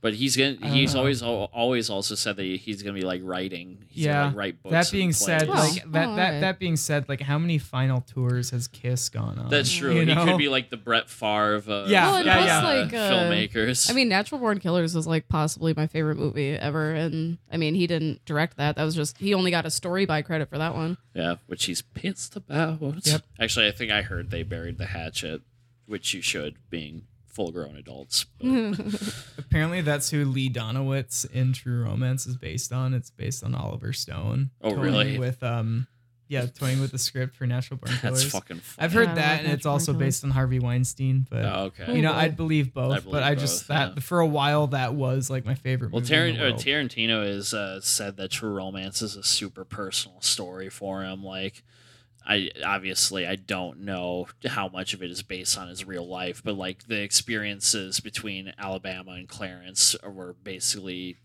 Speaker 3: But he's gonna
Speaker 1: don't
Speaker 3: he's
Speaker 1: know.
Speaker 3: always al- always also said that he's going to be like writing. He's
Speaker 1: Yeah.
Speaker 3: Gonna, like, write books.
Speaker 1: that
Speaker 3: and
Speaker 1: being said,
Speaker 3: plays.
Speaker 1: like
Speaker 4: Oh,
Speaker 1: that
Speaker 4: oh,
Speaker 1: that
Speaker 4: okay.
Speaker 1: that being said, like how many final tours has Kiss gone on?
Speaker 3: That's true.
Speaker 1: You
Speaker 3: he
Speaker 1: know?
Speaker 3: could be like the Brett Favre of uh,
Speaker 1: Yeah,
Speaker 4: Well, and
Speaker 1: yeah,
Speaker 4: plus,
Speaker 1: yeah.
Speaker 4: like, uh,
Speaker 3: filmmakers.
Speaker 4: I mean, Natural Born Killers is like possibly my favorite movie ever. And I mean, he didn't direct that. That was just, he only got a story by credit for that one.
Speaker 3: yeah, which he's pissed about.
Speaker 1: Yep.
Speaker 3: Actually, I think I heard they buried the hatchet, which you should, being full grown adults.
Speaker 1: Apparently, that's who Lee Donowitz in True Romance is based on. It's based on Oliver Stone.
Speaker 3: Oh,
Speaker 1: Toying
Speaker 3: really?
Speaker 1: With um, yeah, toying with the script for Natural Born
Speaker 3: That's
Speaker 1: Killers.
Speaker 3: fucking. Fun.
Speaker 1: I've
Speaker 4: Yeah,
Speaker 1: heard
Speaker 4: I love
Speaker 1: that, and
Speaker 4: Natural
Speaker 1: it's
Speaker 4: Born
Speaker 1: also
Speaker 4: Killers.
Speaker 1: based on Harvey Weinstein. But
Speaker 3: Oh, okay.
Speaker 1: you know,
Speaker 4: boy.
Speaker 1: I'd believe both.
Speaker 3: I believe
Speaker 1: but I just
Speaker 3: both,
Speaker 1: that
Speaker 3: yeah.
Speaker 1: for a while that was like my favorite.
Speaker 3: Well,
Speaker 1: movie in
Speaker 3: Taran-
Speaker 1: the
Speaker 3: uh,
Speaker 1: world.
Speaker 3: Tarantino has uh, said that True Romance is a super personal story for him. Like, I obviously I don't know how much of it is based on his real life, but like the experiences between Alabama and Clarence were basically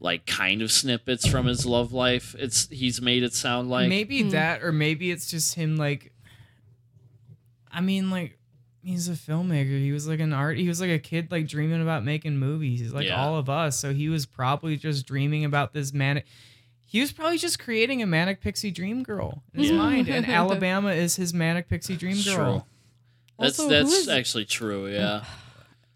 Speaker 3: like kind of snippets from his love life. It's he's made it sound like
Speaker 4: Hmm.
Speaker 1: maybe that, or maybe it's just him. Like, I mean, like he's a filmmaker. He was like an art. He was like a kid, like dreaming about making movies. He's like
Speaker 3: Yeah.
Speaker 1: all of us. So he was probably just dreaming about this manic. He was probably just creating a manic pixie dream girl in his
Speaker 4: Hmm.
Speaker 3: Yeah.
Speaker 1: mind, and Alabama is his manic pixie dream
Speaker 3: It's
Speaker 1: girl.
Speaker 3: That's
Speaker 4: Also, who
Speaker 3: that's
Speaker 4: is- Mm,
Speaker 3: actually true. Yeah,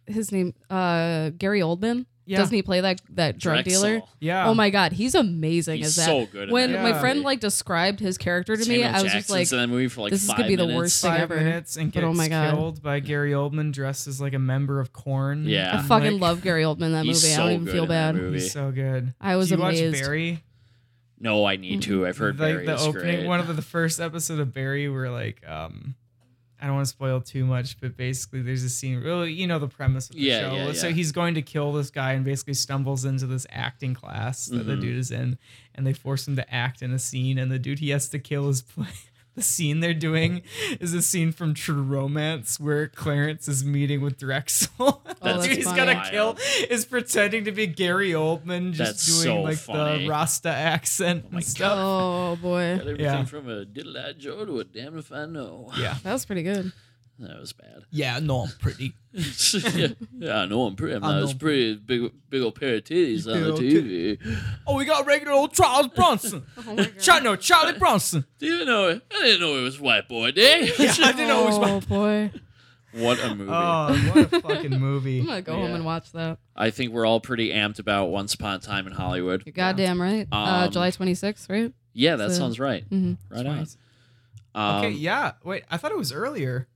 Speaker 4: His name, uh, Gary Oldman.
Speaker 1: Yeah.
Speaker 4: Doesn't he play that that drug dealer?
Speaker 3: Drexel.
Speaker 1: Yeah.
Speaker 4: Oh my god, he's amazing
Speaker 3: He's
Speaker 4: as that.
Speaker 3: so good in
Speaker 4: When
Speaker 1: that
Speaker 4: my
Speaker 1: movie.
Speaker 4: friend like described his character to me,
Speaker 3: Samuel
Speaker 4: I was
Speaker 3: Jackson's
Speaker 4: just
Speaker 3: in
Speaker 4: like,
Speaker 3: that movie for like
Speaker 4: this is
Speaker 3: five
Speaker 4: gonna be the
Speaker 3: minutes.
Speaker 4: worst thing
Speaker 1: Five
Speaker 4: ever.
Speaker 1: minutes and
Speaker 4: But
Speaker 1: gets
Speaker 4: oh my God.
Speaker 1: killed by Gary Oldman dressed as like a member of Corn.
Speaker 3: Yeah. I
Speaker 4: I fucking
Speaker 1: Like,
Speaker 4: love Gary Oldman in that
Speaker 3: He's
Speaker 4: movie. I
Speaker 3: so
Speaker 4: don't even
Speaker 3: good
Speaker 4: feel
Speaker 3: in that
Speaker 4: bad.
Speaker 3: movie.
Speaker 1: He's so good.
Speaker 4: I was
Speaker 1: Did you
Speaker 4: amazed.
Speaker 1: Watch Barry?
Speaker 3: No, I need to. I've heard
Speaker 1: like
Speaker 3: Barry
Speaker 1: the
Speaker 3: is
Speaker 1: opening
Speaker 3: great.
Speaker 1: one of the, the first episode of Barry where like um I don't want to spoil too much, but basically there's a scene really you know the premise of the
Speaker 3: Yeah,
Speaker 1: show.
Speaker 3: yeah,
Speaker 1: so
Speaker 3: yeah.
Speaker 1: he's going to kill this guy and basically stumbles into this acting class that the
Speaker 3: Mhm.
Speaker 1: dude is in and they force him to act in a scene and the dude he has to kill is playing the scene they're doing is a scene from True Romance where Clarence is meeting with
Speaker 3: Oh,
Speaker 1: Drexel.
Speaker 4: That's
Speaker 1: the dude he's
Speaker 4: funny.
Speaker 1: gonna kill is pretending to be Gary Oldman just
Speaker 3: That's
Speaker 1: doing
Speaker 3: so
Speaker 1: like
Speaker 3: funny.
Speaker 1: the Rasta accent
Speaker 3: my
Speaker 1: and stuff.
Speaker 4: Oh boy,
Speaker 3: Got everything
Speaker 1: Yeah.
Speaker 3: from a diddle I Joe to a damn if I know.
Speaker 1: Yeah.
Speaker 4: that was pretty good.
Speaker 3: That was bad.
Speaker 1: Yeah, no, I'm pretty.
Speaker 3: yeah, yeah, I know I'm pretty.
Speaker 1: I
Speaker 3: I was
Speaker 1: know.
Speaker 3: pretty big, big old pair of titties on
Speaker 1: Big
Speaker 3: the
Speaker 1: old
Speaker 3: TV.
Speaker 1: oh, we got regular old Charles Bronson.
Speaker 4: Oh my god.
Speaker 1: Char- no, Charlie Bronson.
Speaker 3: Do you know? it? I didn't know it was White Boy Day.
Speaker 1: I didn't know it was
Speaker 4: Oh boy,
Speaker 3: what a movie!
Speaker 1: Oh, what a fucking movie.
Speaker 4: I'm gonna go home
Speaker 3: Yeah.
Speaker 4: and watch that.
Speaker 3: I think we're all pretty amped about Once Upon a Time in Hollywood.
Speaker 4: You're goddamn right. uh,
Speaker 3: Um,
Speaker 4: July 26th, right?
Speaker 3: Yeah, that
Speaker 4: So-
Speaker 3: sounds right.
Speaker 4: hmm
Speaker 3: Right on.
Speaker 1: Nice.
Speaker 3: Um,
Speaker 1: Okay, yeah. Wait, I thought it was earlier.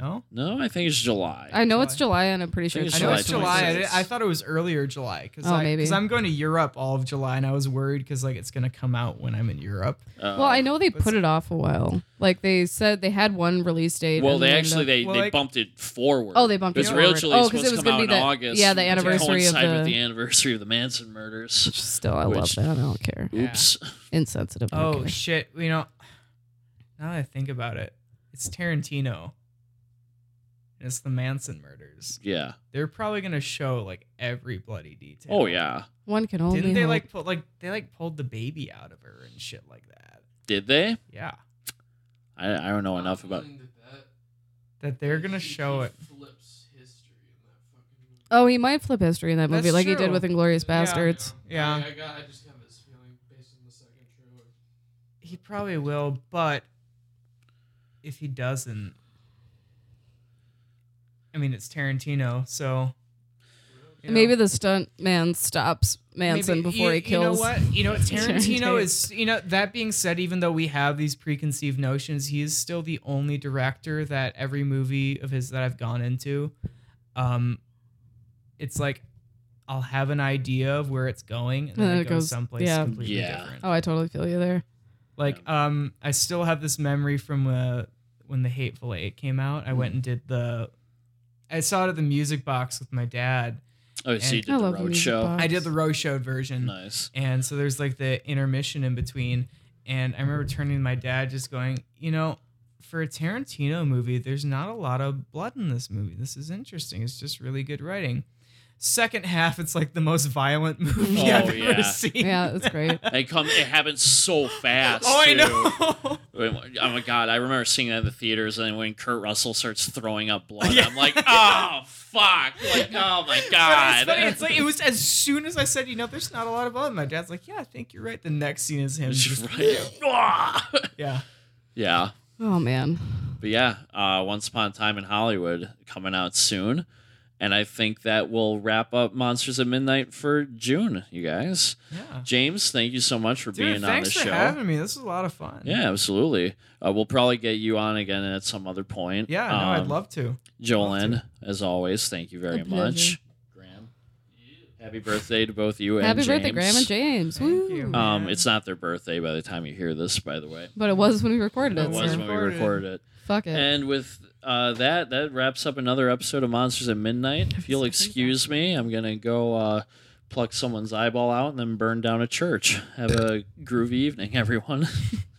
Speaker 1: No?
Speaker 3: No, I think it's July.
Speaker 4: I know it's July, and I'm pretty sure
Speaker 3: think
Speaker 4: it's
Speaker 1: I
Speaker 3: it's
Speaker 1: know
Speaker 4: July.
Speaker 1: it's July. I,
Speaker 3: 26th.
Speaker 1: did- I thought it was earlier July because
Speaker 4: Oh, maybe.
Speaker 1: I'm going to Europe all of July and I was worried because like it's gonna come out when I'm in Europe.
Speaker 3: Uh,
Speaker 4: Well, I know they
Speaker 1: Let's-
Speaker 4: put it off a while. Like they said, they had one release date.
Speaker 3: Well,
Speaker 4: and
Speaker 3: they
Speaker 4: then
Speaker 3: actually
Speaker 4: the-
Speaker 3: they,
Speaker 1: Well,
Speaker 3: they
Speaker 1: like-
Speaker 3: bumped it forward.
Speaker 4: Oh, they bumped it
Speaker 3: Because originally it
Speaker 4: forward. Oh,
Speaker 3: was
Speaker 4: 'cause
Speaker 3: supposed
Speaker 4: it
Speaker 3: to
Speaker 4: was
Speaker 3: come out
Speaker 4: gonna
Speaker 3: in
Speaker 4: be the-
Speaker 3: August.
Speaker 4: yeah, the
Speaker 3: to
Speaker 4: anniversary of
Speaker 3: coincide with
Speaker 4: the-
Speaker 3: the anniversary of the Manson murders.
Speaker 4: still, I love
Speaker 3: Which-
Speaker 4: that. I don't care.
Speaker 3: Oops.
Speaker 4: Insensitive. I don't
Speaker 1: Oh
Speaker 4: care.
Speaker 1: shit! You know, now that I think about it, it's Tarantino. And it's the Manson murders.
Speaker 3: Yeah.
Speaker 1: They're probably gonna show like every bloody detail.
Speaker 3: Oh yeah.
Speaker 4: one can only.
Speaker 1: Didn't they
Speaker 4: hope.
Speaker 1: like pull like they like pulled the baby out of her and shit like that?
Speaker 3: Did they?
Speaker 1: Yeah,
Speaker 3: I, I don't know enough
Speaker 6: I'm
Speaker 3: about.
Speaker 6: willing to bet
Speaker 1: that they're gonna
Speaker 6: he-
Speaker 1: show
Speaker 6: he
Speaker 1: it.
Speaker 6: Flips history in that fucking movie.
Speaker 4: Oh, he might flip history in that movie,
Speaker 1: That's
Speaker 4: like he
Speaker 1: true.
Speaker 4: did with Inglorious
Speaker 6: Yeah, I
Speaker 4: Bastards.
Speaker 6: know.
Speaker 1: Yeah.
Speaker 6: I, I got. I just have this feeling based on the second trailer.
Speaker 1: He probably will, but if he doesn't, I mean it's Tarantino, so you know.
Speaker 4: Maybe the stunt man stops Manson
Speaker 1: Maybe-
Speaker 4: before
Speaker 1: you,
Speaker 4: he kills.
Speaker 1: You know what? You know Tarantino
Speaker 4: Tarantino.
Speaker 1: is. You know that being said, even though we have these preconceived notions, he is still the only director that every movie of his that I've gone into, um, it's like I'll have an idea of where it's going, and then it, goes, someplace
Speaker 4: yeah.
Speaker 1: completely
Speaker 3: Yeah.
Speaker 1: different.
Speaker 4: Oh, I totally feel you there.
Speaker 1: Like, um, I still have this memory from uh, when the Hateful Eight came out. I went and did the. I saw it at the music box with my dad.
Speaker 3: Oh, so you
Speaker 1: And-
Speaker 3: did
Speaker 4: I
Speaker 3: the
Speaker 4: love the
Speaker 3: road
Speaker 4: music
Speaker 3: show.
Speaker 4: box.
Speaker 1: I did the road show version.
Speaker 3: Nice.
Speaker 1: And so there's like the intermission in between. And I remember turning to my dad just going, you know, for a Tarantino movie, there's not a lot of blood in this movie. This is interesting. It's just really good writing. Second half, it's like the most violent movie
Speaker 3: Oh,
Speaker 1: I've
Speaker 3: yeah.
Speaker 1: ever seen.
Speaker 4: Yeah, that's great.
Speaker 3: It come. It happens so fast.
Speaker 1: Oh, I
Speaker 3: too.
Speaker 1: know.
Speaker 3: Oh my god! I remember seeing that in the theaters, and when Kurt Russell starts throwing up blood,
Speaker 1: Yeah.
Speaker 3: I'm like, oh fuck! Like, oh my
Speaker 1: But
Speaker 3: god!
Speaker 1: it's funny. It's like it was as soon as I said, you know, there's not a lot of blood. My dad's like, yeah, I think you're right. The next scene is him.
Speaker 3: Just
Speaker 1: just-
Speaker 3: right-
Speaker 1: Yeah.
Speaker 3: yeah,
Speaker 4: Oh man,
Speaker 3: but yeah, uh, Once Upon a Time in Hollywood coming out soon, And I think that will wrap up Monsters at Midnight for June, you guys.
Speaker 1: Yeah.
Speaker 3: James, thank you so much for
Speaker 1: Dude,
Speaker 3: being on
Speaker 1: thanks
Speaker 3: the
Speaker 1: for
Speaker 3: show.
Speaker 1: having me. This was a lot of fun.
Speaker 3: Yeah, absolutely. Uh, we'll probably get you on again at some other point.
Speaker 1: Yeah, no,
Speaker 3: Um,
Speaker 1: I'd love to.
Speaker 3: Jolyn, as always, thank you very
Speaker 4: A
Speaker 3: much.
Speaker 4: pleasure.
Speaker 3: Graham, happy birthday to both you and
Speaker 4: Happy birthday,
Speaker 3: James.
Speaker 4: Graham and James. Woo.
Speaker 1: you.
Speaker 3: Um,
Speaker 1: man.
Speaker 3: it's not their birthday by the time you hear this, by the way.
Speaker 4: But it was when we recorded
Speaker 3: It
Speaker 4: it.
Speaker 3: was
Speaker 4: so
Speaker 3: when we
Speaker 1: Recorded.
Speaker 3: recorded it.
Speaker 4: fuck it.
Speaker 3: And with uh, that, that wraps up another episode of Monsters at Midnight. If you'll excuse me, I'm gonna go uh, pluck someone's eyeball out and then burn down a church. Have a groovy evening, everyone.